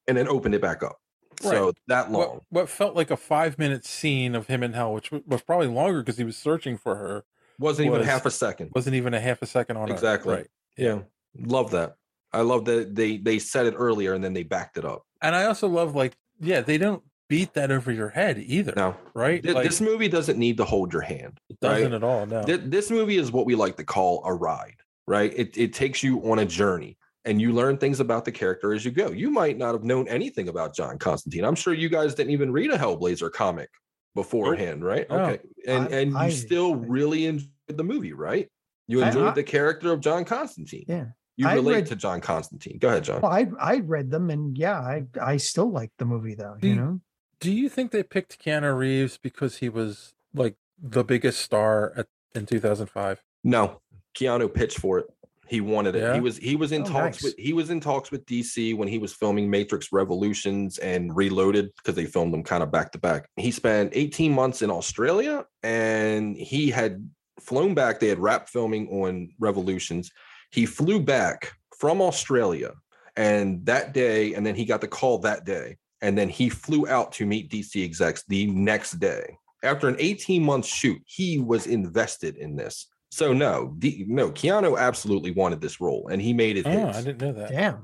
[SPEAKER 10] and then opened it back up. So
[SPEAKER 9] Right.
[SPEAKER 10] that long.
[SPEAKER 9] What, what felt like a five minute scene of him in hell, which w- was probably longer because he was searching for her,
[SPEAKER 10] wasn't
[SPEAKER 9] was-
[SPEAKER 10] even half a second.
[SPEAKER 9] wasn't even a half a second on Earth,
[SPEAKER 10] Exactly.
[SPEAKER 9] Right.
[SPEAKER 10] Yeah. Love that. I love that they they said it earlier and then they backed it up.
[SPEAKER 9] And I also love like, yeah, they don't beat that over your head either.
[SPEAKER 10] No.
[SPEAKER 9] Right.
[SPEAKER 10] Th-
[SPEAKER 9] Like,
[SPEAKER 10] this movie doesn't need to hold your hand.
[SPEAKER 9] it doesn't
[SPEAKER 10] right?
[SPEAKER 9] at all. No.
[SPEAKER 10] Th- this movie is what we like to call a ride, right? It it takes you on a journey and you learn things about the character as you go. You might not have known anything about John Constantine. I'm sure you guys didn't even read a Hellblazer comic beforehand, right?
[SPEAKER 9] No.
[SPEAKER 10] Okay. And
[SPEAKER 6] I-
[SPEAKER 10] and you
[SPEAKER 6] I-
[SPEAKER 10] still really enjoyed the movie, right? You
[SPEAKER 6] I-
[SPEAKER 10] enjoyed
[SPEAKER 6] I-
[SPEAKER 10] the character of John Constantine.
[SPEAKER 6] Yeah.
[SPEAKER 10] You
[SPEAKER 6] I
[SPEAKER 10] relate
[SPEAKER 6] read-
[SPEAKER 10] to John Constantine. Go ahead, John.
[SPEAKER 6] (laughs) Well, I I read them and yeah, I I still like the movie though, you
[SPEAKER 9] The-
[SPEAKER 6] know.
[SPEAKER 9] Do you think they picked Keanu Reeves because he was like the biggest star at, in 2005?
[SPEAKER 10] No, Keanu pitched for it. He wanted it.
[SPEAKER 9] Yeah?
[SPEAKER 10] He was he was in
[SPEAKER 6] Oh,
[SPEAKER 10] talks
[SPEAKER 6] nice.
[SPEAKER 10] with he was in talks with DC when he was filming Matrix Revolutions and Reloaded because they filmed them kind of back to back. He spent 18 months in Australia and he had flown back. They had wrapped filming on Revolutions. He flew back from Australia and that day, and then he got the call that day. And then he flew out to meet DC execs the next day after an 18 month shoot, he was invested in this. So no, D, no, Keanu absolutely wanted this role, and he made it
[SPEAKER 9] Oh, I
[SPEAKER 10] his.
[SPEAKER 9] didn't know that.
[SPEAKER 6] Damn.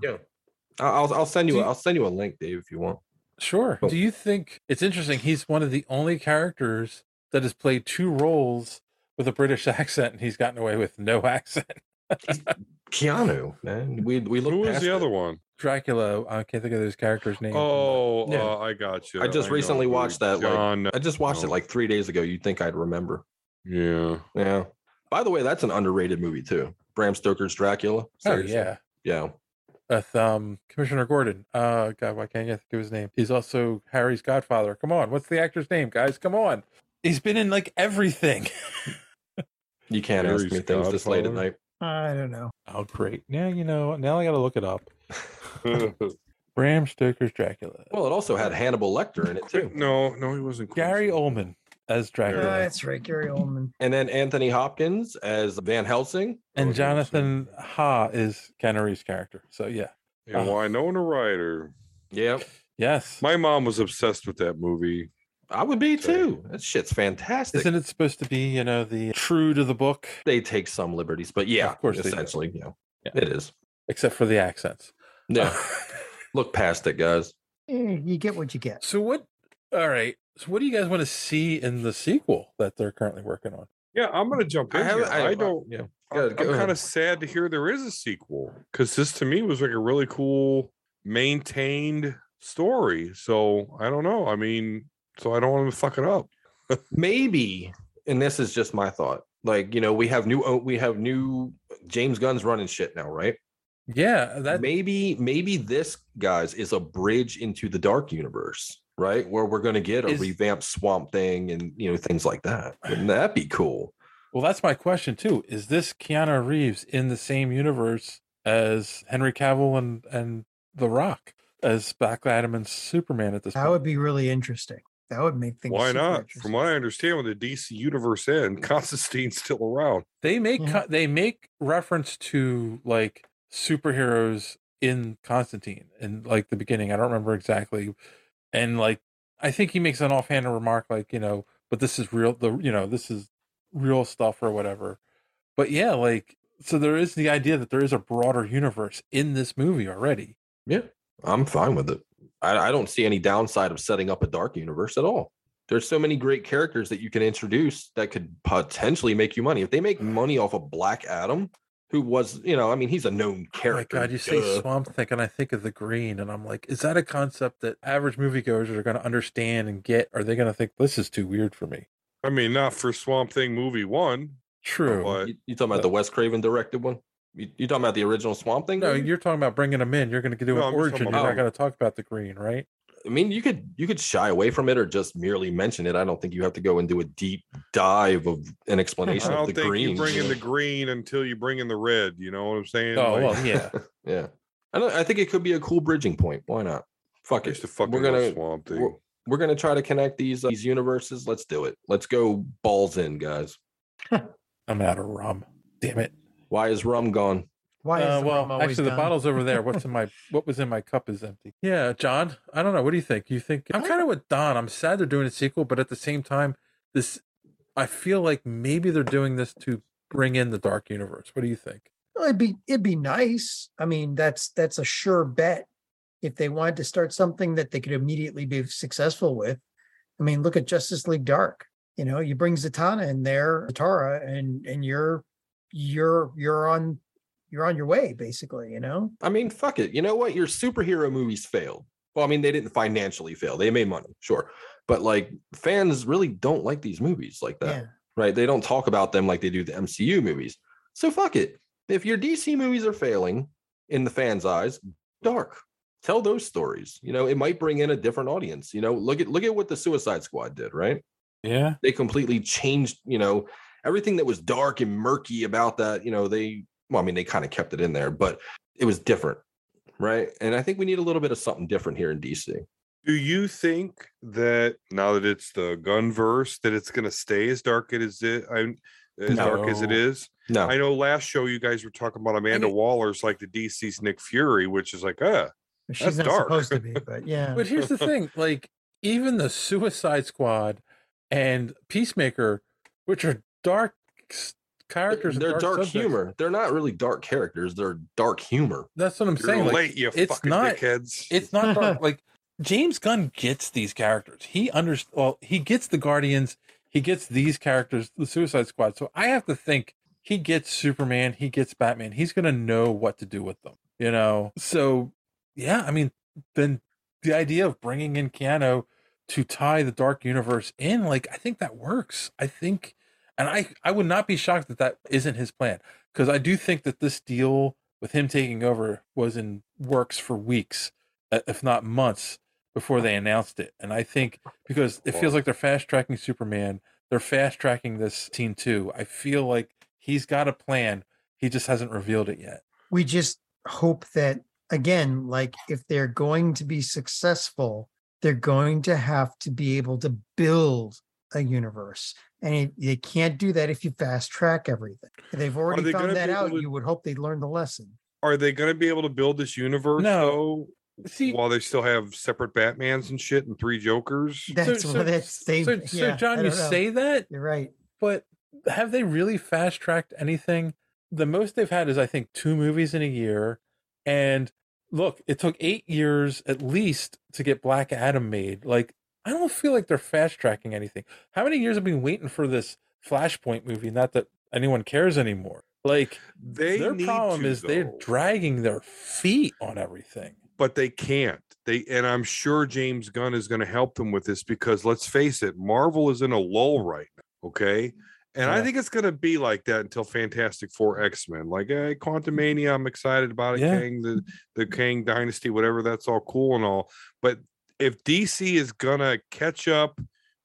[SPEAKER 10] I- I'll I'll send you,
[SPEAKER 9] Do you-
[SPEAKER 10] I'll send you a link, Dave, if you
[SPEAKER 9] (laughs)
[SPEAKER 10] want.
[SPEAKER 9] Sure.
[SPEAKER 10] Oh.
[SPEAKER 9] Do you think it's interesting? He's one of the only characters that has played two roles with a British (laughs) accent, and he's gotten away with no (laughs) accent.
[SPEAKER 10] Keanu, man, we we look.
[SPEAKER 8] Who was
[SPEAKER 10] past
[SPEAKER 8] the
[SPEAKER 10] it.
[SPEAKER 8] other one?
[SPEAKER 9] Dracula. I can't think of those characters' names.
[SPEAKER 8] Oh,
[SPEAKER 9] Yeah.
[SPEAKER 8] uh, I got you.
[SPEAKER 10] I just
[SPEAKER 8] know
[SPEAKER 10] recently
[SPEAKER 8] who
[SPEAKER 10] watched that, like-
[SPEAKER 8] John. uh,
[SPEAKER 10] I just watched
[SPEAKER 8] No.
[SPEAKER 10] it like three days ago. You'd think I'd remember.
[SPEAKER 8] (laughs) yeah.
[SPEAKER 10] Yeah. By the way, that's an underrated movie too. Bram Stoker's Dracula.
[SPEAKER 9] oh
[SPEAKER 10] Seriously.
[SPEAKER 9] yeah.
[SPEAKER 10] yeah.
[SPEAKER 9] With um, Commissioner Gordon. Uh, God, why can't you think of his name? He's also Harry's godfather. Come on, what's the actor's name, guys? Come on. He's been in like everything. (laughs)
[SPEAKER 10] You can't ask
[SPEAKER 8] Harry's
[SPEAKER 10] me things this late at
[SPEAKER 8] Godfather. (laughs)
[SPEAKER 10] night.
[SPEAKER 6] I don't know.
[SPEAKER 9] Oh, great. Now you know. Now I got to look it up. Bram Stoker's Dracula.
[SPEAKER 10] Well, it also had Hannibal Lecter in it too,
[SPEAKER 8] no, no, he wasn't.
[SPEAKER 9] Gary
[SPEAKER 8] Coulson.
[SPEAKER 9] Oldman as
[SPEAKER 6] Ah,
[SPEAKER 9] Dracula.
[SPEAKER 6] that's right, Gary Oldman.
[SPEAKER 10] and then Anthony Hopkins as Van Helsing.
[SPEAKER 9] And
[SPEAKER 8] Okay, so-
[SPEAKER 9] Jonathan Ha is Canary's character. So yeah.
[SPEAKER 8] And Winona Ryder.
[SPEAKER 10] Yeah.
[SPEAKER 9] Yes.
[SPEAKER 8] My mom was obsessed with that movie.
[SPEAKER 10] I would be
[SPEAKER 8] Sorry.
[SPEAKER 10] too. That shit's fantastic.
[SPEAKER 9] Isn't it supposed to be, you know, the true to the book,
[SPEAKER 10] They take some liberties, but yeah,
[SPEAKER 9] Of course they do.
[SPEAKER 10] essentially, yeah,
[SPEAKER 9] Yeah.
[SPEAKER 10] it is.
[SPEAKER 9] except for the accents?
[SPEAKER 8] (laughs)
[SPEAKER 10] Yeah, look past it, guys.
[SPEAKER 6] Eh, you get what you get.
[SPEAKER 9] (laughs) So what? All right. So what do you guys want to see in the sequel that they're currently working on?
[SPEAKER 8] Yeah, I'm gonna jump in.
[SPEAKER 10] I
[SPEAKER 8] here. I,
[SPEAKER 10] haven't. I,
[SPEAKER 8] don't.
[SPEAKER 10] Yeah,
[SPEAKER 8] I'm-
[SPEAKER 10] go- go
[SPEAKER 8] I'm
[SPEAKER 10] ahead.
[SPEAKER 8] kind of sad to hear (laughs) there is a sequel because this to me was like a really cool maintained story. So I don't know. I mean, so I don't want them to fuck it up.
[SPEAKER 10] maybe. And this is just my thought. Like you know, we have new. We have new James Gunn's running shit now, right?
[SPEAKER 9] Yeah, that
[SPEAKER 10] maybe maybe this guys is a bridge into the dark universe, right? Where we're going to get a
[SPEAKER 9] Is-
[SPEAKER 10] revamped Swamp Thing and you know things like that. Wouldn't that be cool?
[SPEAKER 9] well, that's my question too. Is this Keanu Reeves in the same universe as Henry Cavill and and The Rock as Black Adam and Superman at this
[SPEAKER 6] That
[SPEAKER 9] point?
[SPEAKER 6] would be really interesting. That would make things.
[SPEAKER 8] Why
[SPEAKER 6] super
[SPEAKER 8] not?
[SPEAKER 6] interesting.
[SPEAKER 8] From what I understand, when the DC universe end, (laughs) Constantine's still around.
[SPEAKER 9] They make co- they make reference to like superheroes in Constantine in like the beginning. I don't remember exactly, and like I think he makes an offhand remark like you know, but this is real. The you know this is real stuff or whatever. But yeah, like so there is the idea that there is a broader universe in this movie already.
[SPEAKER 10] Yeah, I'm fine with it. I, I don't see any downside of setting up a dark universe at all. There's so many great characters that you can introduce that could potentially make you money. If they make
[SPEAKER 9] Mm.
[SPEAKER 10] money off of Black Adam, who was, you know, I mean, he's a known character.
[SPEAKER 9] Oh My God, you say
[SPEAKER 10] duh.
[SPEAKER 9] Swamp Thing, and I think of the green, and I'm like, is that a concept that average moviegoers are going to understand and get? Are they going to think this is too weird for
[SPEAKER 10] Oh,
[SPEAKER 9] me?
[SPEAKER 8] I mean, not for Swamp Thing movie one.
[SPEAKER 9] True.
[SPEAKER 8] But
[SPEAKER 10] You, you talking about the Wes Craven directed one? You, you talking about the original Swamp Thing?
[SPEAKER 9] No,
[SPEAKER 10] movie?
[SPEAKER 9] you're talking about bringing them in. You're going to do
[SPEAKER 10] No,
[SPEAKER 9] an
[SPEAKER 10] I'm just
[SPEAKER 9] origin.
[SPEAKER 10] talking
[SPEAKER 9] You're
[SPEAKER 10] about-
[SPEAKER 9] not going to talk about the green, right?
[SPEAKER 10] I mean, you could you could shy away from it or just merely mention it. I don't think you have to go and do a deep dive of an
[SPEAKER 8] (laughs) I
[SPEAKER 10] explanation of
[SPEAKER 8] don't
[SPEAKER 10] the
[SPEAKER 8] think
[SPEAKER 10] green.
[SPEAKER 8] you bring in the green until you bring in the red. You know what I'm saying?
[SPEAKER 9] Oh,
[SPEAKER 8] Like,
[SPEAKER 10] (laughs)
[SPEAKER 9] well, yeah.
[SPEAKER 10] yeah. I don't, I think it could be a cool bridging point. Why not? Fuck
[SPEAKER 8] I
[SPEAKER 10] it.
[SPEAKER 8] used to fucking
[SPEAKER 10] We're
[SPEAKER 8] love
[SPEAKER 10] gonna
[SPEAKER 8] Swamp Thing.
[SPEAKER 10] we're, we're gonna try to connect these uh, these universes. Let's do it. Let's go balls in, guys.
[SPEAKER 9] I'm out of rum. Damn it.
[SPEAKER 10] Why is rum gone?
[SPEAKER 6] Why is
[SPEAKER 9] Uh,
[SPEAKER 6] the rum
[SPEAKER 9] well,
[SPEAKER 6] always
[SPEAKER 9] actually, the
[SPEAKER 6] done?
[SPEAKER 9] bottle's over
[SPEAKER 6] (laughs)
[SPEAKER 9] there. What's in my what was in my cup is empty. Yeah, John. I don't know. What do you think? You think I'm kind of with Don. I'm sad they're doing a sequel, but at the same time, this I feel like maybe they're doing this to bring in the dark universe. What do you think?
[SPEAKER 6] Well, it'd be it'd be nice. I mean, that's that's a sure bet if they wanted to start something that they could immediately be successful with. I mean, look at Justice League Dark. You know, you bring Zatanna in there, Zatara, and and you're you're you're on you're on your way basically. You know,
[SPEAKER 10] I mean, fuck it. You know what? Your superhero movies failed. Well, I mean, they didn't financially fail. They made money, sure, but like fans really don't like these movies like that,
[SPEAKER 6] Yeah.
[SPEAKER 10] right? They don't talk about them like they do the MCU movies. So fuck it. If your DC movies are failing in the fans' eyes, dark. Tell those stories. You know, it might bring in a different audience. You know, look at look at what the Suicide Squad did, right?
[SPEAKER 9] Yeah.
[SPEAKER 10] they completely changed you know everything that was dark and murky about that you know they well i mean they kind of kept it in there but it was different right and i think we need a little bit of something different here in dc
[SPEAKER 8] Do you think that now that it's the Gunverse, that it's going to stay as dark as it I, as dark as it
[SPEAKER 10] No.
[SPEAKER 8] is?
[SPEAKER 10] No.
[SPEAKER 8] I know last show you guys were talking about Amanda Waller's like the DC's Nick Fury, which is like, uh,
[SPEAKER 6] she's
[SPEAKER 8] that's
[SPEAKER 6] not
[SPEAKER 8] dark.
[SPEAKER 6] supposed to be,
[SPEAKER 8] (laughs)
[SPEAKER 6] but yeah.
[SPEAKER 9] But here's the thing: like even the Suicide Squad and Peacemaker, which are dark s- characters, and
[SPEAKER 10] they're dark,
[SPEAKER 9] subjects,
[SPEAKER 10] humor they're not really dark characters they're dark humor
[SPEAKER 9] That's what I'm
[SPEAKER 10] You're
[SPEAKER 9] saying. like,
[SPEAKER 10] late, you
[SPEAKER 9] it's
[SPEAKER 10] fucking
[SPEAKER 9] not,
[SPEAKER 8] dickheads.
[SPEAKER 9] It's not dark. like James Gunn gets these characters. He under well, he gets the Guardians. He gets these characters, the Suicide Squad. So I have to think he gets Superman. He gets Batman. He's gonna know what to do with them. You know. So yeah, I mean, then the idea of bringing in Keanu to tie the Dark Universe in, like, I think that works. I think, and I I would not be shocked that that isn't his plan because I do think that this deal with him taking over was in works for weeks, uh, if not months, before they announced it. And I think because it feels like they're fast tracking Superman, they're fast tracking this team too. I feel like he's got a plan. He just hasn't revealed it yet.
[SPEAKER 6] we just hope that again like if they're going to be successful they're going to have to be able to build a universe and it, they can't do that if you fast track everything If they've already
[SPEAKER 8] they
[SPEAKER 6] found
[SPEAKER 8] gonna
[SPEAKER 6] that
[SPEAKER 8] be
[SPEAKER 6] out
[SPEAKER 8] able to-
[SPEAKER 6] you would hope they learned the lesson
[SPEAKER 8] are they going to be able to build this universe?
[SPEAKER 9] No.
[SPEAKER 8] though,
[SPEAKER 9] See-
[SPEAKER 8] while they still have separate Batmans and shit and three Jokers.
[SPEAKER 6] that's
[SPEAKER 9] so-
[SPEAKER 6] what that's they
[SPEAKER 9] so, so
[SPEAKER 6] yeah, I
[SPEAKER 9] John, you
[SPEAKER 6] don't know.
[SPEAKER 9] say that,
[SPEAKER 6] you're right
[SPEAKER 9] but have they really fast tracked anything? The most they've had is, I think, two movies in a year. And look, it took eight years at least to get Black Adam made. Like, I don't feel like they're fast tracking anything. How many years have we been waiting for this Flashpoint movie? Not that anyone cares anymore. Like,
[SPEAKER 8] They
[SPEAKER 9] their
[SPEAKER 8] need
[SPEAKER 9] problem
[SPEAKER 8] to,
[SPEAKER 9] is they're
[SPEAKER 8] though.
[SPEAKER 9] dragging their feet on everything.
[SPEAKER 8] but they can't. They and I'm sure James Gunn is going to help them with this because let's face it, Marvel is in a lull right now. Okay. And I
[SPEAKER 9] Yeah.
[SPEAKER 8] think it's going to be like that until Fantastic Four X Men. Like, hey, Quantumania, I'm excited about it.
[SPEAKER 9] Mm. Yeah.
[SPEAKER 8] Kang, the, the Kang Dynasty, whatever, that's all cool and all. But if DC is going to catch up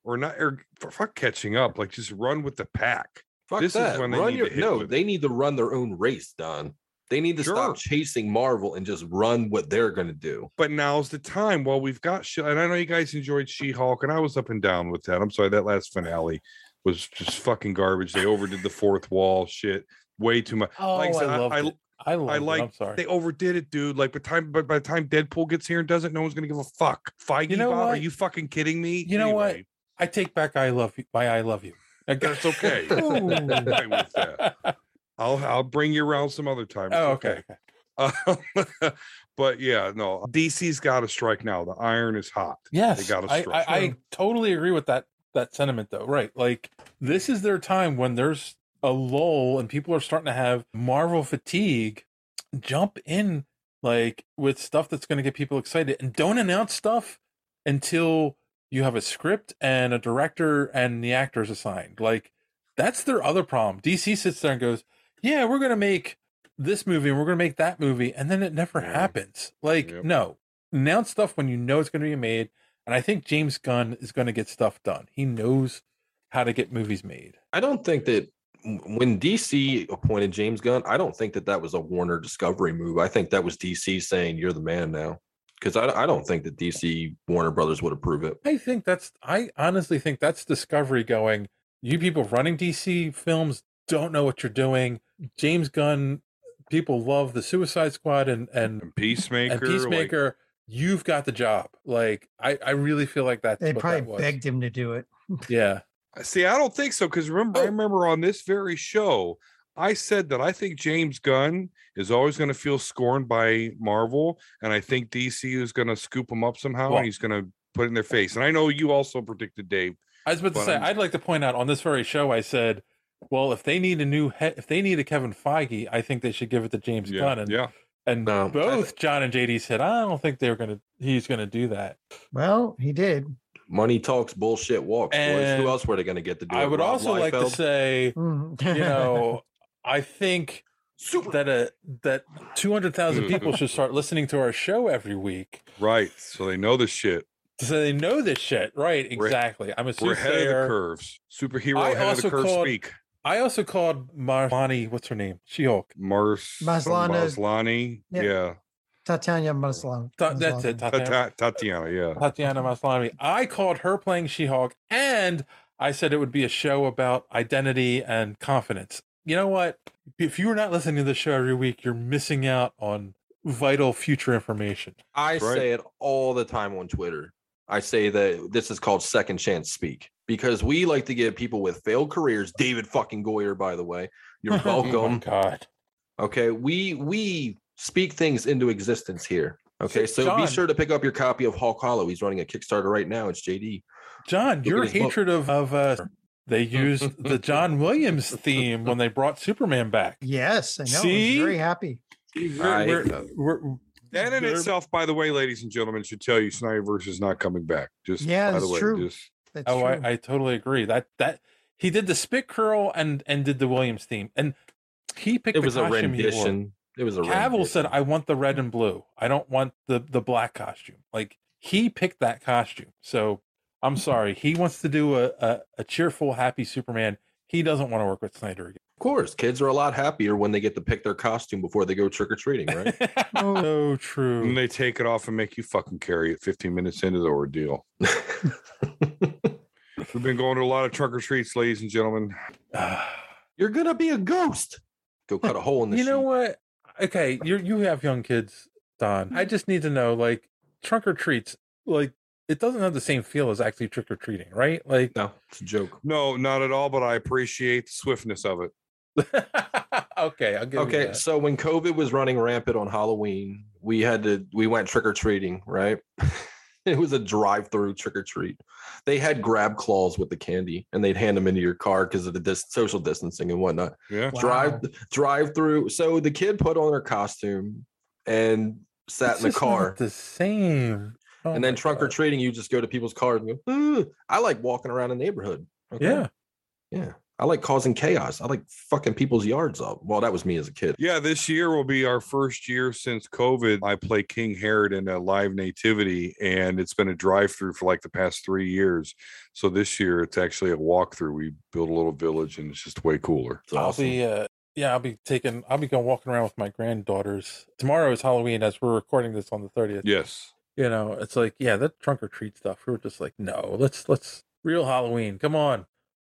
[SPEAKER 8] or not, or f- fuck catching up, like just run with the pack.
[SPEAKER 10] fuck
[SPEAKER 8] This is
[SPEAKER 10] that
[SPEAKER 8] when they
[SPEAKER 10] run
[SPEAKER 8] need
[SPEAKER 10] your
[SPEAKER 8] to hit
[SPEAKER 10] no
[SPEAKER 8] with
[SPEAKER 10] they need to run their own race don They need to stop chasing Marvel and just run what they're going to do.
[SPEAKER 8] But now's the time. Well, we've got, She- and I know you guys enjoyed She Hulk, and I was up and down with that. I'm sorry, that last finale was just fucking garbage. They overdid the fourth wall shit way too much.
[SPEAKER 9] Oh,
[SPEAKER 8] Like
[SPEAKER 9] I
[SPEAKER 8] said,
[SPEAKER 9] loved it. I loved it. I'm
[SPEAKER 8] like.
[SPEAKER 9] sorry.
[SPEAKER 8] They overdid it, dude. Like, by the time, but by the time Deadpool gets here and does it, no one's gonna give a fuck. Feige,
[SPEAKER 9] You know
[SPEAKER 8] Bob, are
[SPEAKER 9] what?
[SPEAKER 8] you fucking kidding me?
[SPEAKER 9] You know what? I take back I love you. My I love you.
[SPEAKER 8] That's
[SPEAKER 9] (laughs)
[SPEAKER 8] okay. (laughs)
[SPEAKER 9] Ooh.
[SPEAKER 8] I'm okay with
[SPEAKER 9] (laughs)
[SPEAKER 8] that. I'll I'll bring you around some other time.
[SPEAKER 9] Oh,
[SPEAKER 8] It's
[SPEAKER 9] okay.
[SPEAKER 8] Um, (laughs) but yeah, no, DC's got to strike now. The iron is hot.
[SPEAKER 9] Yes,
[SPEAKER 8] they got to
[SPEAKER 9] I, I,
[SPEAKER 8] strike.
[SPEAKER 9] I totally agree with that that sentiment though. Right, like this is their time when there's a lull and people are starting to have Marvel fatigue. Jump in like with stuff that's going to get people excited, and don't announce stuff until you have a script and a director and the actors assigned. Like that's their other problem. DC sits there and goes, "Yeah, we're going to make this movie and we're going to make that movie," and then it never happens. Like no, announce stuff when you know it's going to be made. And I think James Gunn is going to get stuff done. He knows how to get movies made.
[SPEAKER 10] I don't think that when DC appointed James Gunn, I don't think that that was a Warner Discovery move. I think that was DC saying, "You're the man now," because I, I don't think that DC Warner Brothers would approve it.
[SPEAKER 9] I think that's, I honestly think that's Discovery going, you people running DC films don't know what you're doing. James Gunn, people love the Suicide Squad and, and,
[SPEAKER 8] Peacemaker,
[SPEAKER 9] and
[SPEAKER 8] like-
[SPEAKER 9] Peacemaker. you've got the job. Like, I, I really feel like that's
[SPEAKER 6] They
[SPEAKER 9] what that
[SPEAKER 6] probably
[SPEAKER 9] was.
[SPEAKER 6] begged him to do it.
[SPEAKER 9] (laughs) Yeah.
[SPEAKER 8] See, I don't think so because
[SPEAKER 6] Oh.
[SPEAKER 8] remember, I remember on this very show, I said that I think James Gunn is always going to feel scorned by Marvel, and I think DC is going to scoop him up somehow,
[SPEAKER 9] Well-
[SPEAKER 8] and he's going to put it in their face. And I know you also predicted Dave.
[SPEAKER 9] I was about to
[SPEAKER 8] But
[SPEAKER 9] say,
[SPEAKER 8] I'm-
[SPEAKER 9] i would like to point out on this very show, I said, well, if they need a new, he- if they need a Kevin Feige, I think they should give it to James
[SPEAKER 8] Yeah,
[SPEAKER 9] Gunn. And,
[SPEAKER 8] yeah.
[SPEAKER 9] and both John and JD said, I don't think they're going to, he's going to do that.
[SPEAKER 6] Well, he did.
[SPEAKER 10] Money talks, bullshit walks. boys.
[SPEAKER 9] And
[SPEAKER 10] Who else were they going to get to do it?
[SPEAKER 9] I would
[SPEAKER 10] Rob
[SPEAKER 9] also like to
[SPEAKER 10] Liefeld?
[SPEAKER 9] say, you
[SPEAKER 6] (laughs)
[SPEAKER 8] (laughs)
[SPEAKER 6] Mm.
[SPEAKER 9] know, I think that a that two hundred thousand
[SPEAKER 8] Mm.
[SPEAKER 9] people should start listening to our show every week,
[SPEAKER 8] Right. So they know this shit.
[SPEAKER 9] so they know this shit. Right? Exactly. I'm a
[SPEAKER 8] We're ahead of
[SPEAKER 9] soothsayer.
[SPEAKER 8] the curves. Superhero
[SPEAKER 9] I
[SPEAKER 8] ahead of
[SPEAKER 9] also
[SPEAKER 8] the curve
[SPEAKER 9] called-
[SPEAKER 8] speak.
[SPEAKER 9] I also called Marvani. What's her name? She Hulk.
[SPEAKER 8] Mars
[SPEAKER 6] Maslana-
[SPEAKER 8] Maslani.
[SPEAKER 6] Yeah.
[SPEAKER 8] yeah.
[SPEAKER 6] Tatiana Maslany.
[SPEAKER 9] uh, Ta- that's it.
[SPEAKER 8] Ta-
[SPEAKER 9] Tatiana,
[SPEAKER 8] ta- Tatiana, yeah.
[SPEAKER 9] Tatiana Maslany. I called her playing She Hulk, and I said it would be a show about identity and confidence. You know what? If you are not listening to the show every week, you're missing out on vital future information.
[SPEAKER 10] I
[SPEAKER 9] Right.
[SPEAKER 10] say it all the time on Twitter. I say that this is called second chance speak because we like to give people with failed careers, David fucking Goyer, by the way. (laughs) You're
[SPEAKER 9] (laughs) Oh my
[SPEAKER 10] welcome.
[SPEAKER 9] God.
[SPEAKER 10] Okay. We we speak things into existence here. Okay.
[SPEAKER 9] So,
[SPEAKER 10] So,
[SPEAKER 9] John-
[SPEAKER 10] be sure to pick up your copy of Hulk Hollow. He's running a Kickstarter right now. It's JD.
[SPEAKER 9] John,
[SPEAKER 10] at
[SPEAKER 9] your
[SPEAKER 10] his book.
[SPEAKER 9] hatred of of uh,
[SPEAKER 10] (laughs)
[SPEAKER 9] they used the John Williams theme when they brought
[SPEAKER 6] (laughs)
[SPEAKER 9] Superman back.
[SPEAKER 6] Yes, I know. I was
[SPEAKER 9] See?
[SPEAKER 6] very happy.
[SPEAKER 9] We're- we're- we're-
[SPEAKER 8] That in
[SPEAKER 9] They're-
[SPEAKER 8] itself, by the way, ladies and gentlemen, should tell you Snyderverse is not coming back. Just
[SPEAKER 6] Yeah,
[SPEAKER 8] by the
[SPEAKER 6] that's
[SPEAKER 8] way,
[SPEAKER 6] true.
[SPEAKER 8] just
[SPEAKER 6] That's
[SPEAKER 9] oh,
[SPEAKER 6] true.
[SPEAKER 9] I, I totally agree. That that he did the spit curl and and did the Williams theme, and he picked
[SPEAKER 10] It
[SPEAKER 9] the
[SPEAKER 10] was a
[SPEAKER 9] costume he wore.
[SPEAKER 10] rendition. It was a
[SPEAKER 9] Cavill
[SPEAKER 10] rendition.
[SPEAKER 9] said, "I want the red and blue. I don't want the the black costume." Like he picked that costume. So
[SPEAKER 10] (laughs)
[SPEAKER 9] I'm sorry. He wants to do a a, a cheerful, happy Superman. He doesn't want to work with Snyder again.
[SPEAKER 10] Of course, kids are a lot happier when they get to pick their costume before they go trick or treating, right? Oh.
[SPEAKER 9] (laughs) So true. (sighs)
[SPEAKER 8] And they take it off and make you fucking carry it 15 minutes into the ordeal. We've been going to a lot of trucker streets, ladies and gentlemen.
[SPEAKER 10] (laughs)
[SPEAKER 9] Ah.
[SPEAKER 10] You're gonna be a ghost. Go cut a hole (laughs) in the
[SPEAKER 9] you know what okay you you have young kids don
[SPEAKER 10] Mm-hmm.
[SPEAKER 9] i just need to know like trunk or treats like it doesn't have the same feel as actually trick or treating right like
[SPEAKER 10] no it's a joke
[SPEAKER 8] No, not at all, but I appreciate the swiftness of it.
[SPEAKER 9] (laughs) okay, I'll give you
[SPEAKER 10] Okay,
[SPEAKER 9] that.
[SPEAKER 10] so when COVID was running rampant on Halloween, we had to we went trick or treating, right? (laughs) it was a drive-through trick or treat. They had grab claws with the candy, and they'd hand them into your car because of the dis- social distancing and whatnot.
[SPEAKER 8] Yeah,
[SPEAKER 10] Drive drive through. So the kid put on her costume and sat
[SPEAKER 9] It's
[SPEAKER 10] in the
[SPEAKER 9] just not
[SPEAKER 10] car.
[SPEAKER 9] the same Oh
[SPEAKER 10] and then
[SPEAKER 9] my
[SPEAKER 10] trunk or treating, you just go to people's cars and go, "Ooh, I like walking around a neighborhood. Okay?
[SPEAKER 9] Yeah.
[SPEAKER 10] Yeah. I like causing chaos. I like fucking people's yards up. Well, that was me as a kid.
[SPEAKER 8] Yeah, this year will be our first year since COVID. I play King Herod in a live nativity, and it's been a drive through for like the past three years. So this year it's actually a walkthrough. We build a little village, and it's just way cooler.
[SPEAKER 9] I'll be uh, yeah, I'll be taking. I'll be going walking around with my granddaughters. Tomorrow is Halloween as we're recording this on the thirtieth.
[SPEAKER 8] Yes.
[SPEAKER 9] You know, it's like yeah, that trunk or treat stuff. We were just like, no, let's let's real Halloween. Come on,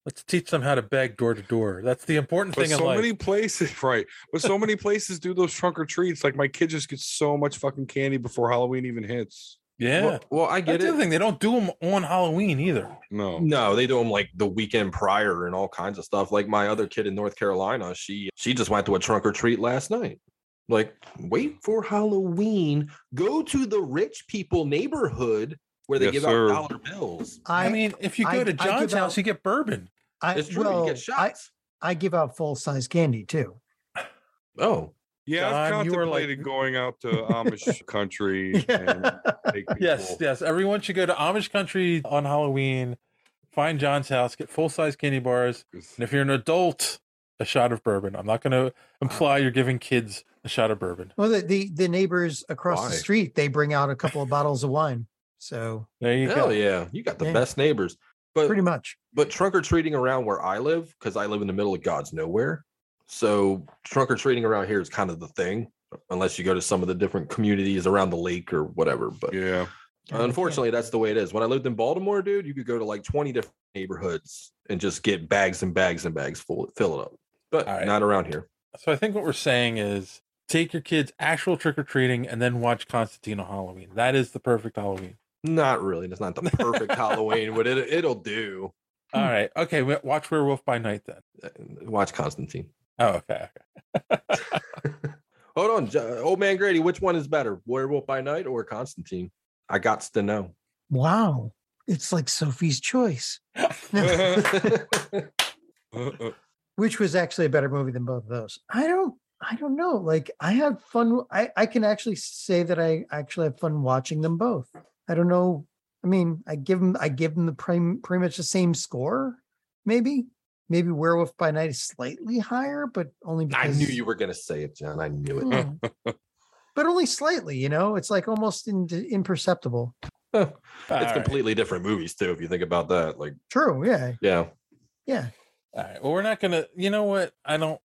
[SPEAKER 9] let's teach them how to beg door to door. That's the important
[SPEAKER 8] But
[SPEAKER 9] thing in
[SPEAKER 8] so
[SPEAKER 9] life.
[SPEAKER 8] many places, (laughs) right? But so many places do those trunk or treats. Like my kid just gets so much fucking candy before Halloween even hits.
[SPEAKER 9] yeah.
[SPEAKER 10] Well, well, I get
[SPEAKER 9] That's the
[SPEAKER 10] it.
[SPEAKER 9] other thing. They don't do them on Halloween either.
[SPEAKER 8] No.
[SPEAKER 10] No, they do them like the weekend prior and all kinds of stuff. Like my other kid in North Carolina, she she just went to a trunk or treat last night. Like, wait for Halloween. Go to the rich people neighborhood where they
[SPEAKER 8] Yes,
[SPEAKER 10] give
[SPEAKER 8] sir.
[SPEAKER 10] out dollar bills.
[SPEAKER 9] I, mean, if you go
[SPEAKER 6] I-
[SPEAKER 9] to
[SPEAKER 6] I give
[SPEAKER 9] John's house,
[SPEAKER 6] out-
[SPEAKER 9] you get bourbon.
[SPEAKER 6] I,
[SPEAKER 10] It's true, you
[SPEAKER 6] well,
[SPEAKER 10] get shots.
[SPEAKER 6] I, I give out full size candy too. (laughs)
[SPEAKER 10] Oh,
[SPEAKER 8] Yeah, I've
[SPEAKER 9] Don, you were like-
[SPEAKER 8] contemplated going
[SPEAKER 9] (laughs)
[SPEAKER 8] out to Amish country. And take
[SPEAKER 9] Yes,
[SPEAKER 8] people.
[SPEAKER 9] yes. Everyone should go to Amish country on Halloween. Find John's house, get full size candy bars, and if you're an adult, a shot of bourbon. I'm not going to imply you're giving kids a shot of bourbon.
[SPEAKER 6] Well, the the, the neighbors across
[SPEAKER 10] Why?
[SPEAKER 6] the street they bring out a couple of bottles of wine. So
[SPEAKER 9] There you
[SPEAKER 10] Hell
[SPEAKER 9] go.
[SPEAKER 10] yeah. You got the
[SPEAKER 6] Yeah.
[SPEAKER 10] best neighbors. But
[SPEAKER 6] pretty much,
[SPEAKER 10] but trunk or treating around where I live, because I live in the middle of God's nowhere. So trunk or treating around here is kind of the thing, unless you go to some of the different communities around the lake or whatever. But
[SPEAKER 8] Yeah.
[SPEAKER 10] unfortunately, that's the way it is. When I lived in Baltimore, dude, you could go to like 20 different neighborhoods and just get bags and bags and bags full, fill it up. But
[SPEAKER 9] All right.
[SPEAKER 10] not around here.
[SPEAKER 9] So I think what we're saying is take your kids actual trick or treating and then watch Constantine on Halloween. That is the perfect Halloween.
[SPEAKER 10] Not really. That's not
[SPEAKER 9] (laughs)
[SPEAKER 10] the perfect Halloween, but it, it'll do.
[SPEAKER 6] Hmm.
[SPEAKER 10] Uh,
[SPEAKER 9] All right. Okay. we- Watch Werewolf by Night then.
[SPEAKER 10] Watch Constantine. (laughs)
[SPEAKER 9] Oh, okay.
[SPEAKER 10] Hold on, Jo- old man Grady. Which one is better, Werewolf by Night or Constantine? I got to know.
[SPEAKER 6] wow, it's like Sophie's
[SPEAKER 10] (laughs)
[SPEAKER 6] Choice, (laughs)
[SPEAKER 9] (laughs)
[SPEAKER 6] which was actually a better movie than both of those. I don't, I don't know. Like I had fun. I I can actually say that I actually had fun watching them both. I don't know. I mean, I give them, I give them the prim, pretty much the same score. Maybe, maybe Werewolf by Night is slightly higher, but only
[SPEAKER 10] I
[SPEAKER 6] because
[SPEAKER 10] knew you were gonna say it, John. I knew it.
[SPEAKER 6] Hmm. (laughs) but only slightly, you know, it's like almost in, imperceptible.
[SPEAKER 10] it's
[SPEAKER 9] (laughs) All right.
[SPEAKER 10] completely different movies too, if you think about that. Like,
[SPEAKER 6] True. Yeah.
[SPEAKER 10] yeah,
[SPEAKER 6] Yeah.
[SPEAKER 9] All right. Well, we're not gonna. You know what? I don't.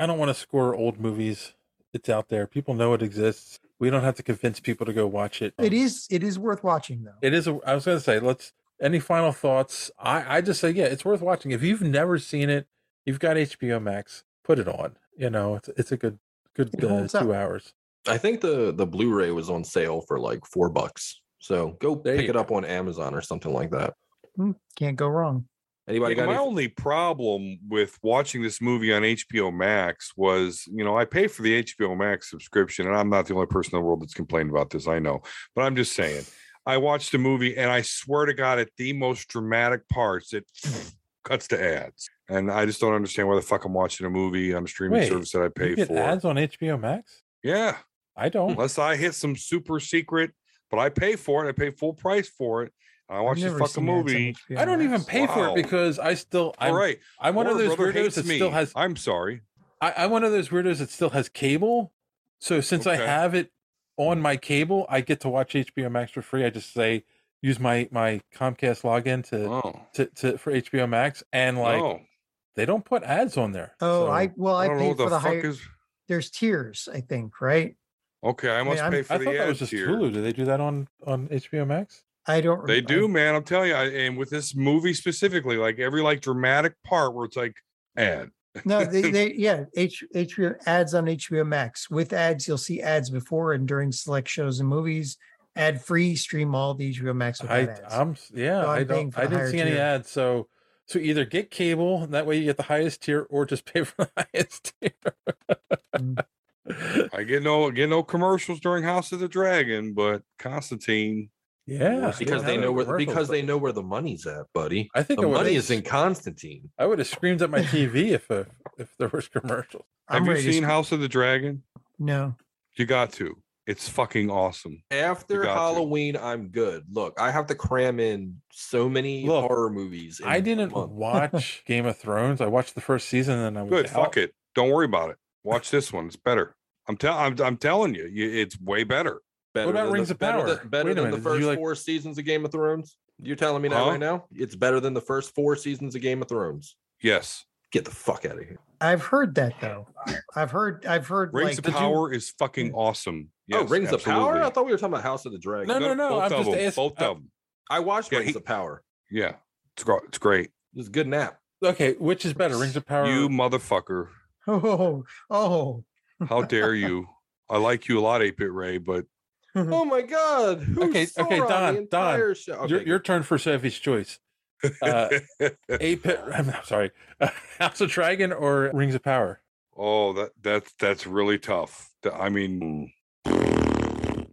[SPEAKER 9] I don't want to score old movies. It's out there. People know it exists. We don't have to convince people to go watch it.
[SPEAKER 8] Oh.
[SPEAKER 6] It is, it is worth watching though.
[SPEAKER 9] It is. A, I was gonna say. Let's. Any final thoughts? I. I just say yeah. It's worth watching. If you've never seen it, you've got HBO Max. Put it on. You know, it's it's a good good
[SPEAKER 6] It
[SPEAKER 9] uh,
[SPEAKER 6] holds up.
[SPEAKER 9] two hours.
[SPEAKER 10] I think the the Blu-ray was on sale for like four bucks. So go
[SPEAKER 9] There
[SPEAKER 10] pick
[SPEAKER 9] you
[SPEAKER 10] it up on Amazon or something like that.
[SPEAKER 6] Hmm, Can't go wrong.
[SPEAKER 10] Anybody
[SPEAKER 8] Yeah,
[SPEAKER 10] got?
[SPEAKER 8] my
[SPEAKER 10] Any-
[SPEAKER 8] only problem with watching this movie on HBO Max was, you know, I pay for the HBO Max subscription, and I'm not the only person in the world that's complained about this. I know, but I'm just saying. I watched a movie, and I swear to God, at the most dramatic parts, it (sniffs) cuts to ads, and I just don't understand why the fuck I'm watching a movie on a streaming
[SPEAKER 9] Wait,
[SPEAKER 8] service that I
[SPEAKER 9] You
[SPEAKER 8] pay
[SPEAKER 9] get
[SPEAKER 8] for.
[SPEAKER 9] ads on HBO Max.
[SPEAKER 8] Yeah,
[SPEAKER 9] I don't.
[SPEAKER 8] unless I hit some super secret, but I pay for it. I pay full price for it. And I watch the
[SPEAKER 6] never
[SPEAKER 8] fucking
[SPEAKER 6] seen ads on
[SPEAKER 8] movie.
[SPEAKER 6] HBO
[SPEAKER 9] I don't even
[SPEAKER 6] Max.
[SPEAKER 9] pay for
[SPEAKER 8] Wow.
[SPEAKER 9] it because I still. I'm,
[SPEAKER 8] All right,
[SPEAKER 9] I'm one
[SPEAKER 8] Warner
[SPEAKER 9] of those
[SPEAKER 8] Brother
[SPEAKER 9] weirdos
[SPEAKER 8] hates
[SPEAKER 9] that
[SPEAKER 8] me.
[SPEAKER 9] still has
[SPEAKER 8] I'm sorry.
[SPEAKER 9] I, I'm one of those weirdos that still has cable. So since I
[SPEAKER 8] Okay.
[SPEAKER 9] have it on my cable, I get to watch HBO Max for free. I just say use my my Comcast login to
[SPEAKER 8] Oh.
[SPEAKER 9] to, to for HBO Max, and like
[SPEAKER 8] no.
[SPEAKER 9] they don't put ads on there.
[SPEAKER 6] Oh,
[SPEAKER 9] So
[SPEAKER 6] I, well, I,
[SPEAKER 8] don't know
[SPEAKER 6] paid
[SPEAKER 8] what
[SPEAKER 6] for the,
[SPEAKER 8] the fuck
[SPEAKER 6] higher,
[SPEAKER 8] is.
[SPEAKER 6] there's tiers, I think, right?
[SPEAKER 8] Okay, I must
[SPEAKER 6] I'm-
[SPEAKER 8] pay for
[SPEAKER 9] I
[SPEAKER 8] the
[SPEAKER 9] thought that was
[SPEAKER 8] ads
[SPEAKER 9] just
[SPEAKER 8] here.
[SPEAKER 9] Hulu. Do they do that on on HBO Max?
[SPEAKER 6] I don't,
[SPEAKER 8] They
[SPEAKER 6] rem- I-
[SPEAKER 8] do, man. I'm telling you. I, and with this movie specifically, like every like dramatic part where it's like ad.
[SPEAKER 6] no,
[SPEAKER 8] (laughs)
[SPEAKER 6] they, they, yeah. H, HBO ads on HBO Max with ads. You'll see ads before and during select shows and movies, ad free stream all the HBO Max. With
[SPEAKER 9] I
[SPEAKER 6] ads.
[SPEAKER 9] I'm s- yeah.
[SPEAKER 6] So
[SPEAKER 9] I
[SPEAKER 6] I'm paying
[SPEAKER 9] don't.
[SPEAKER 6] for
[SPEAKER 9] I
[SPEAKER 6] the
[SPEAKER 9] didn't
[SPEAKER 6] higher
[SPEAKER 9] see any
[SPEAKER 6] tier.
[SPEAKER 9] ads. So so either get cable and that way you get the highest tier, or just (laughs) pay for the highest
[SPEAKER 6] Mm.
[SPEAKER 9] tier.
[SPEAKER 8] I get no get no commercials during House of the Dragon, but Constantine.
[SPEAKER 9] (laughs) yeah,
[SPEAKER 10] because
[SPEAKER 9] yeah,
[SPEAKER 10] they
[SPEAKER 9] no
[SPEAKER 10] know where
[SPEAKER 9] commercials,
[SPEAKER 10] because
[SPEAKER 9] but-
[SPEAKER 10] they know where the money's at, buddy.
[SPEAKER 9] I think
[SPEAKER 10] the
[SPEAKER 9] it was-
[SPEAKER 10] money is in Constantine.
[SPEAKER 9] I would have screamed at my TV if uh, if there was commercials.
[SPEAKER 6] I'm
[SPEAKER 8] Have you
[SPEAKER 6] ready to
[SPEAKER 8] seen
[SPEAKER 6] sc-
[SPEAKER 8] House of the Dragon?
[SPEAKER 6] No,
[SPEAKER 8] You got to. It's fucking awesome.
[SPEAKER 10] After
[SPEAKER 8] got to.
[SPEAKER 10] Halloween, I'm good. Look, I have to cram in so many
[SPEAKER 9] Look,
[SPEAKER 10] horror movies. in
[SPEAKER 9] I
[SPEAKER 10] one
[SPEAKER 9] didn't
[SPEAKER 6] (laughs)
[SPEAKER 10] month.
[SPEAKER 9] watch Game of Thrones. I watched the first season and I was
[SPEAKER 8] Good.
[SPEAKER 9] out.
[SPEAKER 8] Fuck it. Don't worry about it. Watch this one. It's better. I'm telling. I'm, I'm telling you, you, it's way better.
[SPEAKER 10] Better
[SPEAKER 9] about
[SPEAKER 10] than
[SPEAKER 9] Rings
[SPEAKER 10] the,
[SPEAKER 9] of
[SPEAKER 10] better
[SPEAKER 9] Power?
[SPEAKER 10] Than,
[SPEAKER 9] Wait
[SPEAKER 10] better
[SPEAKER 9] a
[SPEAKER 10] than the
[SPEAKER 9] minute, did you
[SPEAKER 10] first
[SPEAKER 9] like-
[SPEAKER 10] four seasons of Game of Thrones. You're telling me that
[SPEAKER 8] Huh?
[SPEAKER 10] right now? It's better than the first four seasons of Game of Thrones.
[SPEAKER 8] Yes.
[SPEAKER 10] Get the fuck out of here.
[SPEAKER 6] I've heard that though. I've heard. I've heard.
[SPEAKER 8] Rings
[SPEAKER 6] like,
[SPEAKER 8] of Power is fucking awesome.
[SPEAKER 10] oh,
[SPEAKER 8] Yes,
[SPEAKER 10] Rings
[SPEAKER 8] absolutely.
[SPEAKER 10] of Power? I thought we were talking about House of the Dragon.
[SPEAKER 8] No, no, no, both I'm of just them, asking- both of
[SPEAKER 10] them. I watched
[SPEAKER 8] Yeah,
[SPEAKER 10] Rings
[SPEAKER 8] he-
[SPEAKER 10] of Power.
[SPEAKER 8] Yeah, it's, gr- it's great.
[SPEAKER 10] It was a good nap.
[SPEAKER 9] Okay, which is better, Rings of Power?
[SPEAKER 8] You motherfucker!
[SPEAKER 6] Oh, oh.
[SPEAKER 10] (laughs)
[SPEAKER 8] How dare you? I like you a lot, Ape It Ray, but
[SPEAKER 10] oh my god. Who's
[SPEAKER 9] Hmm. okay, okay,
[SPEAKER 10] Sauron the
[SPEAKER 9] Don,
[SPEAKER 10] entire
[SPEAKER 9] Don,
[SPEAKER 10] show? Okay,
[SPEAKER 9] your,
[SPEAKER 10] good.
[SPEAKER 9] your turn for Sophie's choice.
[SPEAKER 10] (laughs)
[SPEAKER 9] Uh, Ape, (laughs) I'm sorry, House of Dragon or Rings of Power?
[SPEAKER 8] (laughs) oh, that that's that's really tough. Th- I mean,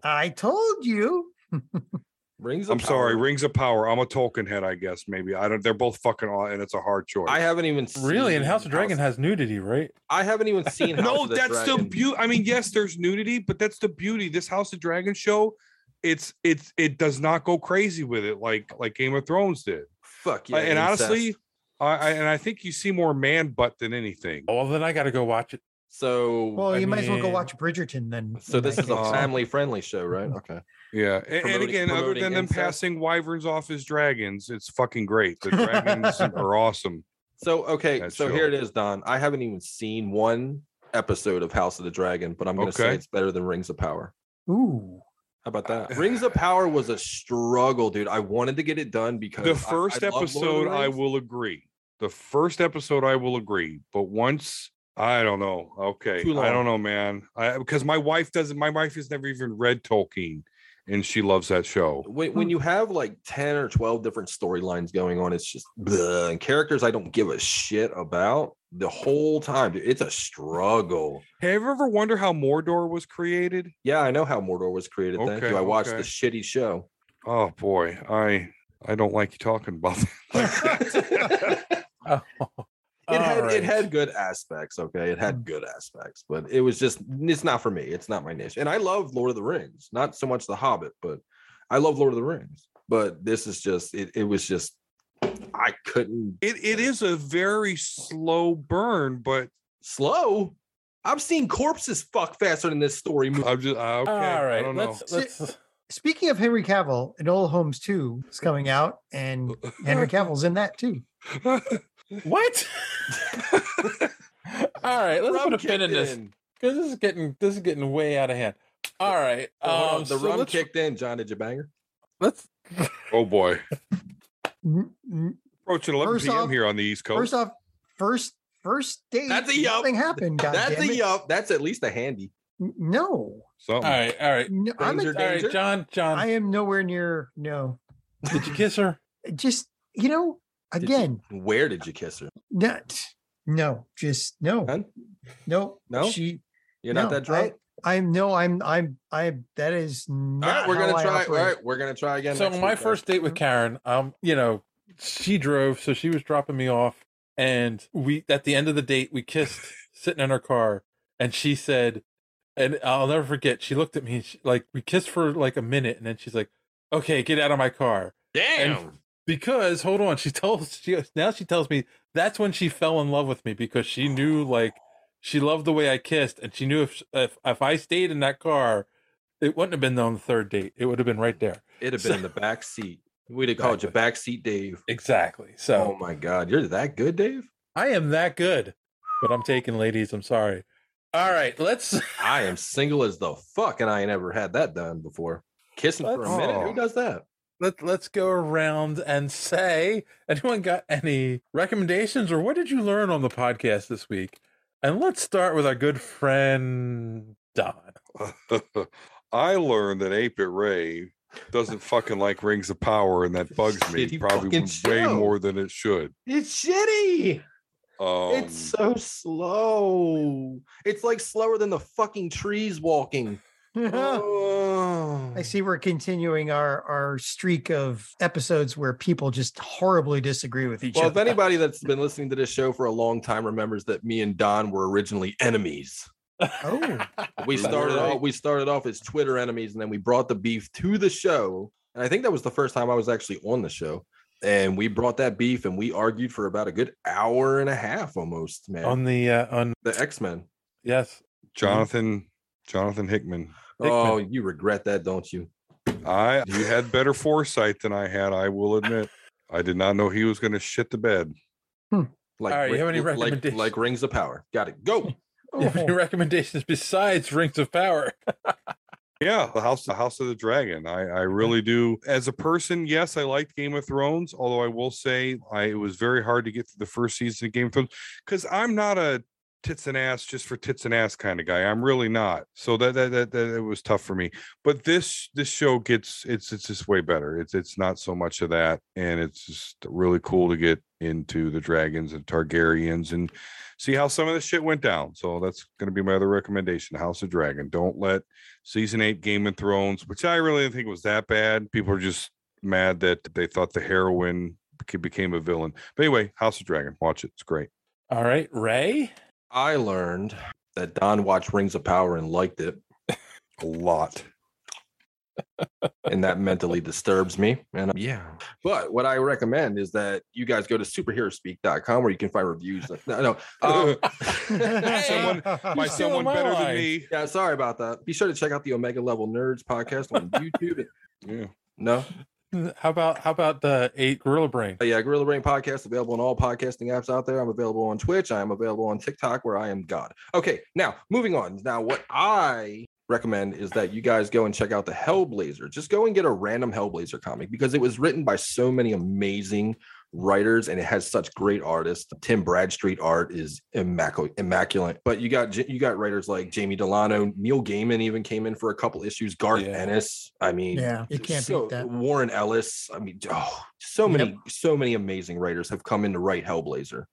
[SPEAKER 6] I told you.
[SPEAKER 10] Rings. Of
[SPEAKER 8] I'm sorry,
[SPEAKER 10] Power.
[SPEAKER 8] Rings of Power. I'm a Tolkien head, I guess. Maybe I don't. They're both fucking, aw- and it's a hard choice.
[SPEAKER 10] I haven't even
[SPEAKER 9] Really?
[SPEAKER 10] seen
[SPEAKER 9] And House of Dragon has nudity, right?
[SPEAKER 10] I haven't even
[SPEAKER 9] (laughs)
[SPEAKER 10] seen. House
[SPEAKER 8] no,
[SPEAKER 10] of the
[SPEAKER 8] that's the
[SPEAKER 10] Dragon.
[SPEAKER 8] beauty. I mean, yes, there's nudity, but that's the beauty. This House of Dragon show, it's it's it does not go crazy with it like like Game of Thrones did.
[SPEAKER 10] Fuck yeah.
[SPEAKER 8] and
[SPEAKER 10] incest.
[SPEAKER 8] honestly, I, I and I think you see more man butt than anything.
[SPEAKER 9] Oh, well, then I got to go watch it.
[SPEAKER 10] so
[SPEAKER 6] Well,
[SPEAKER 9] I
[SPEAKER 6] you might as well go
[SPEAKER 9] mean-
[SPEAKER 6] watch Bridgerton then.
[SPEAKER 10] so
[SPEAKER 6] in
[SPEAKER 10] this
[SPEAKER 6] that
[SPEAKER 10] is a
[SPEAKER 6] case.
[SPEAKER 8] so-
[SPEAKER 10] family friendly show, right? Okay.
[SPEAKER 8] Yeah, a- and,
[SPEAKER 10] Promoting-
[SPEAKER 8] again, other
[SPEAKER 10] promoting
[SPEAKER 8] than them
[SPEAKER 10] incest.
[SPEAKER 8] passing wyverns off as dragons, it's fucking great. The
[SPEAKER 10] (laughs)
[SPEAKER 8] dragons are awesome.
[SPEAKER 10] So okay,
[SPEAKER 8] That's
[SPEAKER 10] so
[SPEAKER 8] sure.
[SPEAKER 10] here it is, Don. I haven't even seen one episode of House of the Dragon, but I'm gonna say
[SPEAKER 8] Okay. Uh,
[SPEAKER 10] it's better than Rings of Power.
[SPEAKER 6] Ooh.
[SPEAKER 10] How about that?
[SPEAKER 8] (sighs)
[SPEAKER 10] Rings of Power was a struggle, dude. I wanted to get it done because
[SPEAKER 8] The
[SPEAKER 10] I-
[SPEAKER 8] first
[SPEAKER 10] I love Lord of the
[SPEAKER 8] episode, I
[SPEAKER 10] Rings.
[SPEAKER 8] will agree. The first episode, I will agree. But once I don't know. Okay,
[SPEAKER 10] Too
[SPEAKER 8] I
[SPEAKER 10] long.
[SPEAKER 8] don't know, man. I because my wife doesn't. My wife has never even read Tolkien, and she loves that show.
[SPEAKER 10] when, when you have like 10 or 12 different storylines going on, it's just bleh, and characters I don't give a shit about the whole time. Dude, it's a struggle.
[SPEAKER 8] Have you ever wonder how Mordor was created?
[SPEAKER 10] Yeah, I know how Mordor was created. Thank
[SPEAKER 8] Okay,
[SPEAKER 10] you. I watched the
[SPEAKER 8] okay.
[SPEAKER 10] shitty show.
[SPEAKER 8] Oh boy, I I don't like you talking about (laughs) that. like
[SPEAKER 10] (laughs)
[SPEAKER 8] that.
[SPEAKER 9] Oh,
[SPEAKER 10] It had
[SPEAKER 9] alright.
[SPEAKER 10] it had good aspects, okay. It had good aspects, but it was just it's not for me. It's not my niche. And I love Lord of the Rings, not so much The Hobbit, but I love Lord of the Rings. But this is just it. It was just I couldn't
[SPEAKER 8] it it is a very slow burn, but
[SPEAKER 10] slow. I've seen corpses fuck faster than this story movie.
[SPEAKER 8] I'm just uh, okay.
[SPEAKER 9] All
[SPEAKER 8] I
[SPEAKER 9] right,
[SPEAKER 8] don't know.
[SPEAKER 9] let's
[SPEAKER 6] know.
[SPEAKER 9] let's.
[SPEAKER 6] Speaking of Henry Cavill, Enola Holmes 2 is coming out, and Henry Cavill's in that too.
[SPEAKER 9] (laughs) What? All right, let's put a pin in this
[SPEAKER 10] in.
[SPEAKER 9] because this is getting this is getting way out of hand. All right,
[SPEAKER 10] Oh, hold on,
[SPEAKER 9] um,
[SPEAKER 10] the
[SPEAKER 9] so
[SPEAKER 10] rum
[SPEAKER 9] let's-
[SPEAKER 10] kicked in. John, did you bang her?
[SPEAKER 9] Let's
[SPEAKER 8] Oh
[SPEAKER 10] (laughs)
[SPEAKER 8] boy,
[SPEAKER 6] N- n-
[SPEAKER 8] approaching 11
[SPEAKER 6] First
[SPEAKER 8] p.m.
[SPEAKER 6] off-
[SPEAKER 8] here on the East Coast.
[SPEAKER 6] First off, first first date.
[SPEAKER 10] That's a yup.
[SPEAKER 6] Nothing happened. God
[SPEAKER 10] That's a
[SPEAKER 6] it.
[SPEAKER 10] yup. That's at least a handy.
[SPEAKER 6] N- No,
[SPEAKER 8] so
[SPEAKER 9] all right, all right,
[SPEAKER 6] no I'm
[SPEAKER 10] Danger,
[SPEAKER 6] a,
[SPEAKER 9] all right,
[SPEAKER 10] danger.
[SPEAKER 9] John,
[SPEAKER 6] I
[SPEAKER 9] John,
[SPEAKER 6] am nowhere near. No,
[SPEAKER 9] did you kiss her?
[SPEAKER 6] just you know,
[SPEAKER 10] Did you-
[SPEAKER 6] again,
[SPEAKER 10] where did you kiss her?
[SPEAKER 6] not. No, just no,
[SPEAKER 10] None?
[SPEAKER 6] no,
[SPEAKER 10] No?
[SPEAKER 6] She,
[SPEAKER 10] You're
[SPEAKER 6] no,
[SPEAKER 10] not that drunk.
[SPEAKER 6] I, I'm no, I'm I'm I. That is not.
[SPEAKER 10] All right, we're
[SPEAKER 6] how
[SPEAKER 10] gonna
[SPEAKER 6] I
[SPEAKER 10] try. All
[SPEAKER 6] operate.
[SPEAKER 10] right, we're gonna try again.
[SPEAKER 9] So
[SPEAKER 10] next
[SPEAKER 9] my
[SPEAKER 10] week, guys.
[SPEAKER 9] first date with Karen, um, you know, she drove, so she was dropping me off, and we at the end of the date we kissed sitting in her car, and she said, and I'll never forget. She looked at me, and she, like we kissed for like a minute, and then she's like, "Okay, get out of my car,"
[SPEAKER 10] damn.
[SPEAKER 9] because hold on, she (laughs) told she now she tells me that's when she fell in love with me because she knew like she loved the way I kissed, and she knew if if if I stayed in that car, it wouldn't have been on the third date. It would have been right there.
[SPEAKER 10] It'd have been in the back seat. We'd have called you back seat, Dave.
[SPEAKER 9] Exactly. So
[SPEAKER 10] Oh my God, you're that good, Dave.
[SPEAKER 9] I am that good, but I'm taking ladies. I'm sorry. All right, let's.
[SPEAKER 10] I am single as the fuck, and I ain't ever had that done before. Kissing for a minute.
[SPEAKER 8] Oh.
[SPEAKER 10] Who does that?
[SPEAKER 9] let let's go around and say anyone got any recommendations or what did you learn on the podcast this week? And let's start with our good friend Don.
[SPEAKER 8] (laughs) I learned that Ape It Ray doesn't fucking like Rings of Power, and
[SPEAKER 10] (laughs)
[SPEAKER 8] that bugs me
[SPEAKER 10] Shitty
[SPEAKER 8] probably
[SPEAKER 10] fucking
[SPEAKER 8] way
[SPEAKER 10] show.
[SPEAKER 8] more than it should.
[SPEAKER 10] It's shitty.
[SPEAKER 8] Um,
[SPEAKER 10] it's so slow. It's like slower than the fucking trees (laughs) walking. Oh.
[SPEAKER 6] (laughs) I see we're continuing our our streak of episodes where people just horribly disagree with each
[SPEAKER 10] Well, if
[SPEAKER 6] other.
[SPEAKER 10] anybody that's been listening to this show for a long time remembers that me and Don were originally enemies.
[SPEAKER 6] oh,
[SPEAKER 10] We started off we started off as Twitter enemies and then we brought the beef to the show. And I think that was the first time I was actually on the show. And we brought that beef and we argued for about a good hour and a half almost, man.
[SPEAKER 9] On the uh, on
[SPEAKER 10] the X-Men.
[SPEAKER 9] yes,
[SPEAKER 8] Jonathan Jonathan Hickman.
[SPEAKER 10] Oh, you regret that, don't you?
[SPEAKER 8] I you had better foresight than I had. I will admit, I did not know he was going to shit the bed.
[SPEAKER 10] Like,
[SPEAKER 9] All right, you have any
[SPEAKER 10] like-
[SPEAKER 9] recommendations?
[SPEAKER 10] Like, rings of power. Got it.
[SPEAKER 6] (laughs)
[SPEAKER 10] Go.
[SPEAKER 9] Do you have any recommendations besides Rings of Power?
[SPEAKER 8] Yeah, the house, the house of the dragon. I, I really do. As a person, yes, I liked Game of Thrones. Although I will say, I it was very hard to get through the first season of Game of Thrones because I'm not a tits and ass just for tits and ass kind of guy. I'm really not. So that that that, that it was tough for me. But this this show gets it's it's just way better. It's it's not so much of that, and it's just really cool to get into the dragons and Targaryens and see how some of this shit went down. So that's going to be my other recommendation: House of Dragon. Don't let season eight Game of Thrones, which I really didn't think was that bad. People are just mad that they thought the heroine beca- became a villain. But anyway, House of Dragon, watch it. It's
[SPEAKER 9] (laughs)
[SPEAKER 8] great.
[SPEAKER 9] All right, Ray.
[SPEAKER 10] I learned that Don watched Rings of Power and liked it
[SPEAKER 8] a lot.
[SPEAKER 10] and that mentally disturbs me. And yeah. But what I recommend is that you guys go to superheroespeak.com where you can find reviews. No, no. Um, (laughs)
[SPEAKER 8] someone, by someone better than me.
[SPEAKER 10] Yeah, sorry about that. Be sure to check out the Omega Level Nerds podcast on YouTube.
[SPEAKER 8] yeah.
[SPEAKER 10] No.
[SPEAKER 9] How about how about the eight Gorilla Brain?
[SPEAKER 10] yeah, Gorilla Brain podcast available on all podcasting apps out there. I'm available on Twitch. I am available on TikTok where I am God. Okay, now moving on. Now, what I recommend is that you guys go and check out the Hellblazer. Just go and get a random Hellblazer comic because it was written by so many amazing writers and it has such great artists. Tim Bradstreet art is immaculate, immaculate. But you got you got writers like Jamie Delano, Neil Gaiman even came in for a couple issues. Garth Ennis. I mean,
[SPEAKER 6] Yeah, you can't beat
[SPEAKER 10] so-
[SPEAKER 6] that.
[SPEAKER 10] Warren Ellis. I mean, oh, so many, so many amazing writers have come in to write Hellblazer.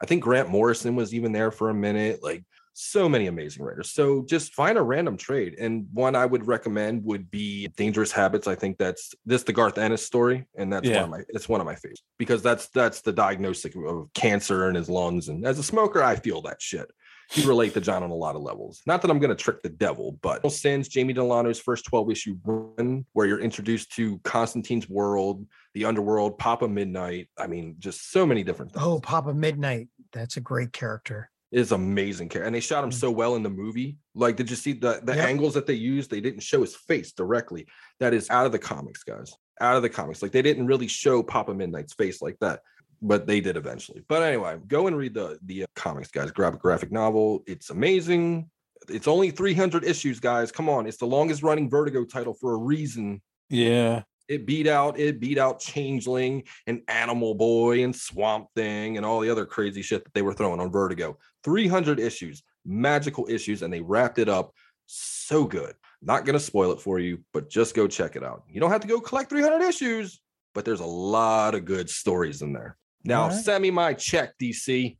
[SPEAKER 10] I think Grant Morrison was even there for a minute. Like so many amazing writers. So just find a random trade. And one I would recommend would be Dangerous Habits. I think that's this the Garth Ennis story, and that's
[SPEAKER 9] Yeah.
[SPEAKER 10] one of my it's one of my favorites because that's that's the diagnostic of cancer in his lungs. And as a smoker, I feel that shit. You relate to John on a lot of levels. Not that I'm going to trick the devil, but since Jamie Delano's first 12 issue run, where you're introduced to Constantine's world, the underworld, Papa Midnight. I mean, just so many different things
[SPEAKER 6] Oh, Papa Midnight. That's a great character. (laughs)
[SPEAKER 10] is amazing character. And they shot him so well in the movie. Like, did you see the the
[SPEAKER 6] Yep.
[SPEAKER 10] angles that they used? They didn't show his face directly. That is out of the comics, guys. Out of the comics. Like they didn't really show Papa Midnight's face like that, but they did eventually. But anyway, go and read the the uh, comics, guys. Grab a graphic novel. It's amazing. It's only 300 issues, guys. Come on, it's the longest running Vertigo title for a reason.
[SPEAKER 9] Yeah.
[SPEAKER 10] It beat out, it beat out Changeling and Animal Boy and Swamp Thing and all the other crazy shit that they were throwing on Vertigo. 300 issues, magical issues, and they wrapped it up so good. Not going to spoil it for you, but just go check it out. You don't have to go collect 300 issues, but there's a lot of good stories in there. Now,
[SPEAKER 6] All right.
[SPEAKER 10] send me my check, DC.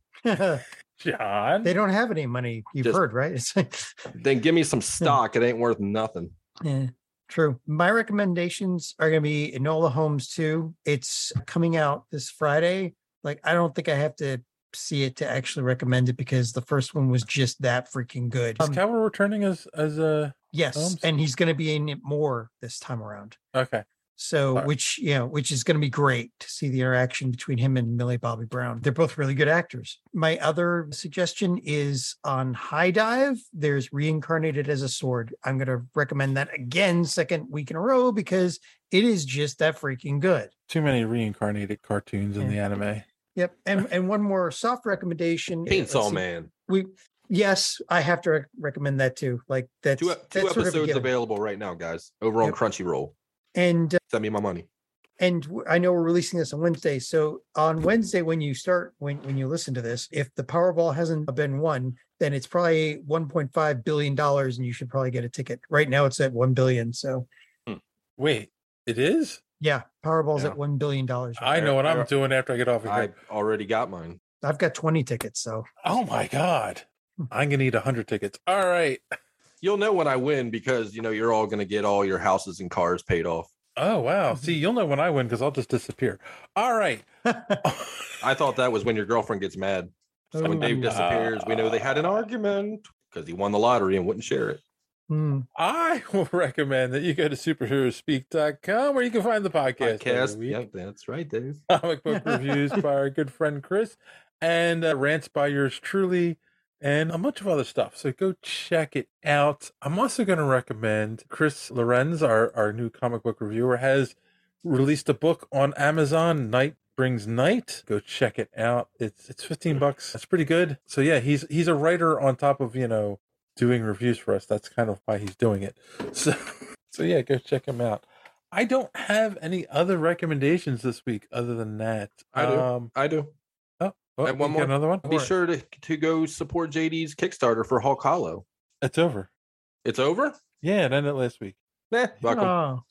[SPEAKER 9] John.
[SPEAKER 6] They don't have any money. You've
[SPEAKER 10] Just-
[SPEAKER 6] heard, right? It's like,
[SPEAKER 10] Then give me some
[SPEAKER 6] Hmm.
[SPEAKER 10] stock. It ain't worth nothing.
[SPEAKER 6] yeah, true. My recommendations are going to be Enola Holmes 2. It's coming out this Friday. Like, I don't think I have to see it to actually recommend it because the first one was just that freaking good.
[SPEAKER 9] Is
[SPEAKER 6] Um,
[SPEAKER 9] Calvin returning as as uh, a
[SPEAKER 6] yes.
[SPEAKER 9] Holmes?
[SPEAKER 6] And he's going to be in it more this time around.
[SPEAKER 9] Okay.
[SPEAKER 6] So,
[SPEAKER 9] Alright.
[SPEAKER 6] which, you know, which is going to be great to see the interaction between him and Millie Bobby Brown. They're both really good actors. My other suggestion is on High Dive, there's Reincarnated as a Sword. I'm going to recommend that again, second week in a row, because it is just that freaking good.
[SPEAKER 9] Too many reincarnated cartoons in the
[SPEAKER 10] Mm.
[SPEAKER 9] anime.
[SPEAKER 6] Yep.
[SPEAKER 10] (laughs)
[SPEAKER 6] And and one more soft recommendation. eh, let's
[SPEAKER 10] Chainsaw
[SPEAKER 6] see,
[SPEAKER 10] Man.
[SPEAKER 6] We, yes, I have to rec- recommend that too. Like that's
[SPEAKER 10] Two, two
[SPEAKER 6] that's sort of a
[SPEAKER 10] episodes
[SPEAKER 6] given.
[SPEAKER 10] available right now, guys, over on
[SPEAKER 6] Yep.
[SPEAKER 10] Crunchyroll.
[SPEAKER 6] And
[SPEAKER 10] Send me my money.
[SPEAKER 6] and w- I know we're releasing this on Wednesday. So on Wednesday, when you start, when when you listen to this, if the Powerball hasn't been won, then it's probably 1.5 billion dollars, and you should probably get a ticket. Right now, it's at one billion. So
[SPEAKER 9] Wait, it is?
[SPEAKER 6] yeah, Powerball's
[SPEAKER 10] Yeah.
[SPEAKER 6] at one billion dollars.
[SPEAKER 9] I know what
[SPEAKER 10] I-
[SPEAKER 9] I'm doing after I get off of
[SPEAKER 10] I
[SPEAKER 9] here.
[SPEAKER 10] already got mine.
[SPEAKER 6] I've got 20 tickets. So
[SPEAKER 9] oh my god.
[SPEAKER 10] Hmm.
[SPEAKER 9] I'm gonna need hundred tickets. All right.
[SPEAKER 10] You'll know when I win because you know you're all gonna get all your houses and cars paid off.
[SPEAKER 9] Oh wow. See,
[SPEAKER 10] Mm-hmm.
[SPEAKER 9] you'll know when I win because I'll just disappear. All
[SPEAKER 10] (laughs)
[SPEAKER 9] right. (laughs)
[SPEAKER 10] I thought that was when your girlfriend gets mad.
[SPEAKER 6] Oh
[SPEAKER 10] So when Dave
[SPEAKER 9] Ooh.
[SPEAKER 10] disappears, we know they had an argument because he won the lottery and wouldn't share it.
[SPEAKER 6] Hmm.
[SPEAKER 9] I will recommend that you go to superheroespeak.com where you can find the podcast. every
[SPEAKER 10] Podcast.
[SPEAKER 9] week.
[SPEAKER 10] Yep, that's right, Dave.
[SPEAKER 9] (laughs) Comic book reviews by our good friend Chris and uh, rants by yours truly and a bunch of other stuff. So go check it out. I'm also going to recommend Chris Lorenz, our, our new comic book reviewer, has released a book on Amazon, Night Brings Night. Go check it out. It's it's 15 bucks. That's pretty good. So yeah, he's he's a writer on top of, you know, doing reviews for us. That's kind of why he's doing it. (laughs) So so yeah, go check him out. I don't have any other recommendations this week other than that. Um,
[SPEAKER 10] I do. I do.
[SPEAKER 9] Oh, well,
[SPEAKER 10] And one
[SPEAKER 9] you
[SPEAKER 10] more.
[SPEAKER 9] got another one.
[SPEAKER 10] Be sure to, to go support JD's Kickstarter for Hulk Hollow.
[SPEAKER 9] It's over.
[SPEAKER 10] It's over?
[SPEAKER 9] Yeah, it ended last week.
[SPEAKER 10] Nah, fuck 'em.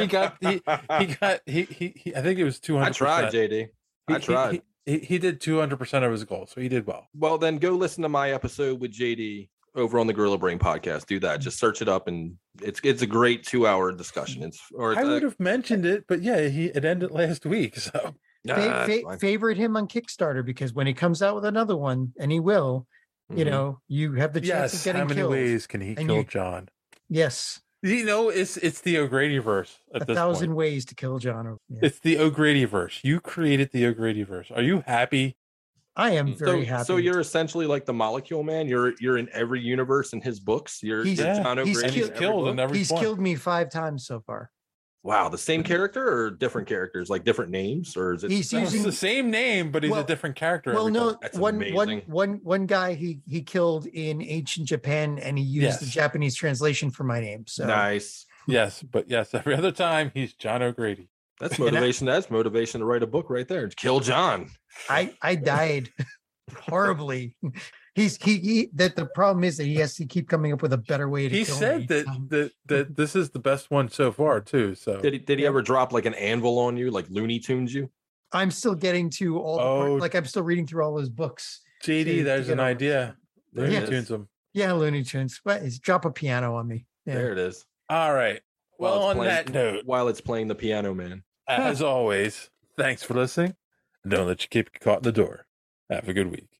[SPEAKER 9] He got he, he got he, he he I think it was 200.
[SPEAKER 10] Ah. I tried, JD. I
[SPEAKER 9] He- he-
[SPEAKER 10] tried.
[SPEAKER 9] He, he, he did 200% of his goal, so he did well.
[SPEAKER 10] Well, then go listen to my episode with JD over on the Gorilla Brain podcast. Do that. Just search it up, and it's it's a great two hour discussion. It's or
[SPEAKER 9] I
[SPEAKER 10] uh,
[SPEAKER 9] would have mentioned it, but yeah, he it ended last week, so
[SPEAKER 10] nah,
[SPEAKER 6] Fa-
[SPEAKER 10] it's
[SPEAKER 6] fa-
[SPEAKER 10] fine.
[SPEAKER 6] favorite him on Kickstarter because when he comes out with another one, and he will, you
[SPEAKER 10] Mhm.
[SPEAKER 6] know, you have the chance of
[SPEAKER 9] Mm-hmm. yes.
[SPEAKER 6] getting
[SPEAKER 9] How many
[SPEAKER 6] killed.
[SPEAKER 9] ways can he
[SPEAKER 6] And
[SPEAKER 9] kill
[SPEAKER 6] you-
[SPEAKER 9] John?
[SPEAKER 6] Yes,
[SPEAKER 9] You know, it's it's the O'Grady verse at
[SPEAKER 6] a
[SPEAKER 9] this
[SPEAKER 6] thousand
[SPEAKER 9] point.
[SPEAKER 6] ways to kill John. Yeah.
[SPEAKER 9] It's the O'Grady verse. You created the O'Grady verse. Are you happy?
[SPEAKER 6] I
[SPEAKER 9] Mm.
[SPEAKER 6] am
[SPEAKER 10] so,
[SPEAKER 6] very happy.
[SPEAKER 10] Mm, so you're essentially like the molecule man. You're you're in every universe in his books. You're
[SPEAKER 6] He's-
[SPEAKER 10] you're
[SPEAKER 9] yeah,
[SPEAKER 10] John
[SPEAKER 6] he's
[SPEAKER 10] O'Grady. in
[SPEAKER 9] he's
[SPEAKER 10] every
[SPEAKER 9] killed
[SPEAKER 10] book.
[SPEAKER 9] in every Mm-hmm.
[SPEAKER 6] He's
[SPEAKER 9] one.
[SPEAKER 6] killed me five times so far.
[SPEAKER 10] Wow, the same character or different characters, like different names, or is it
[SPEAKER 6] He's
[SPEAKER 9] No, it's
[SPEAKER 6] using
[SPEAKER 9] the same name, but he's
[SPEAKER 6] Well-
[SPEAKER 9] a different character.
[SPEAKER 6] Well,
[SPEAKER 9] every
[SPEAKER 6] no,
[SPEAKER 9] time.
[SPEAKER 10] That's
[SPEAKER 6] one, one,
[SPEAKER 10] amazing.
[SPEAKER 6] one, one guy he he killed in ancient Japan, and he used the
[SPEAKER 9] Yes.
[SPEAKER 6] Japanese translation for my name. So
[SPEAKER 10] (laughs) nice?
[SPEAKER 9] yes, but yes, every other time he's John O'Grady. (laughs)
[SPEAKER 10] That's
[SPEAKER 6] And I-
[SPEAKER 10] motivation. That's motivation to write a book right there. Kill John.
[SPEAKER 6] I I died (laughs) horribly. He's he, he that the problem is that he has to keep coming up with a better way to.
[SPEAKER 9] He
[SPEAKER 6] kill
[SPEAKER 9] said
[SPEAKER 6] me.
[SPEAKER 9] that,
[SPEAKER 6] Um,
[SPEAKER 9] that that this is the best one so far too. So
[SPEAKER 10] Did he did he ever drop like an anvil on you, like Looney Tunes you?
[SPEAKER 6] I'm still getting to all the
[SPEAKER 9] Oh.
[SPEAKER 6] part, like I'm still reading through all his books.
[SPEAKER 9] JD,
[SPEAKER 6] to
[SPEAKER 9] there's
[SPEAKER 6] get
[SPEAKER 9] an
[SPEAKER 6] over it.
[SPEAKER 9] idea.
[SPEAKER 10] There
[SPEAKER 9] Looney
[SPEAKER 10] it is.
[SPEAKER 9] Tunes him.
[SPEAKER 6] Yeah, Looney Tunes. What is drop a piano on me? Yeah.
[SPEAKER 10] There it is.
[SPEAKER 9] All right.
[SPEAKER 10] While
[SPEAKER 9] Well,
[SPEAKER 10] it's
[SPEAKER 9] on
[SPEAKER 10] playing-
[SPEAKER 9] that
[SPEAKER 10] (laughs)
[SPEAKER 9] note,
[SPEAKER 10] while it's playing the piano man.
[SPEAKER 9] as always, thanks for listening. Don't let you keep caught in the door. Have a good week.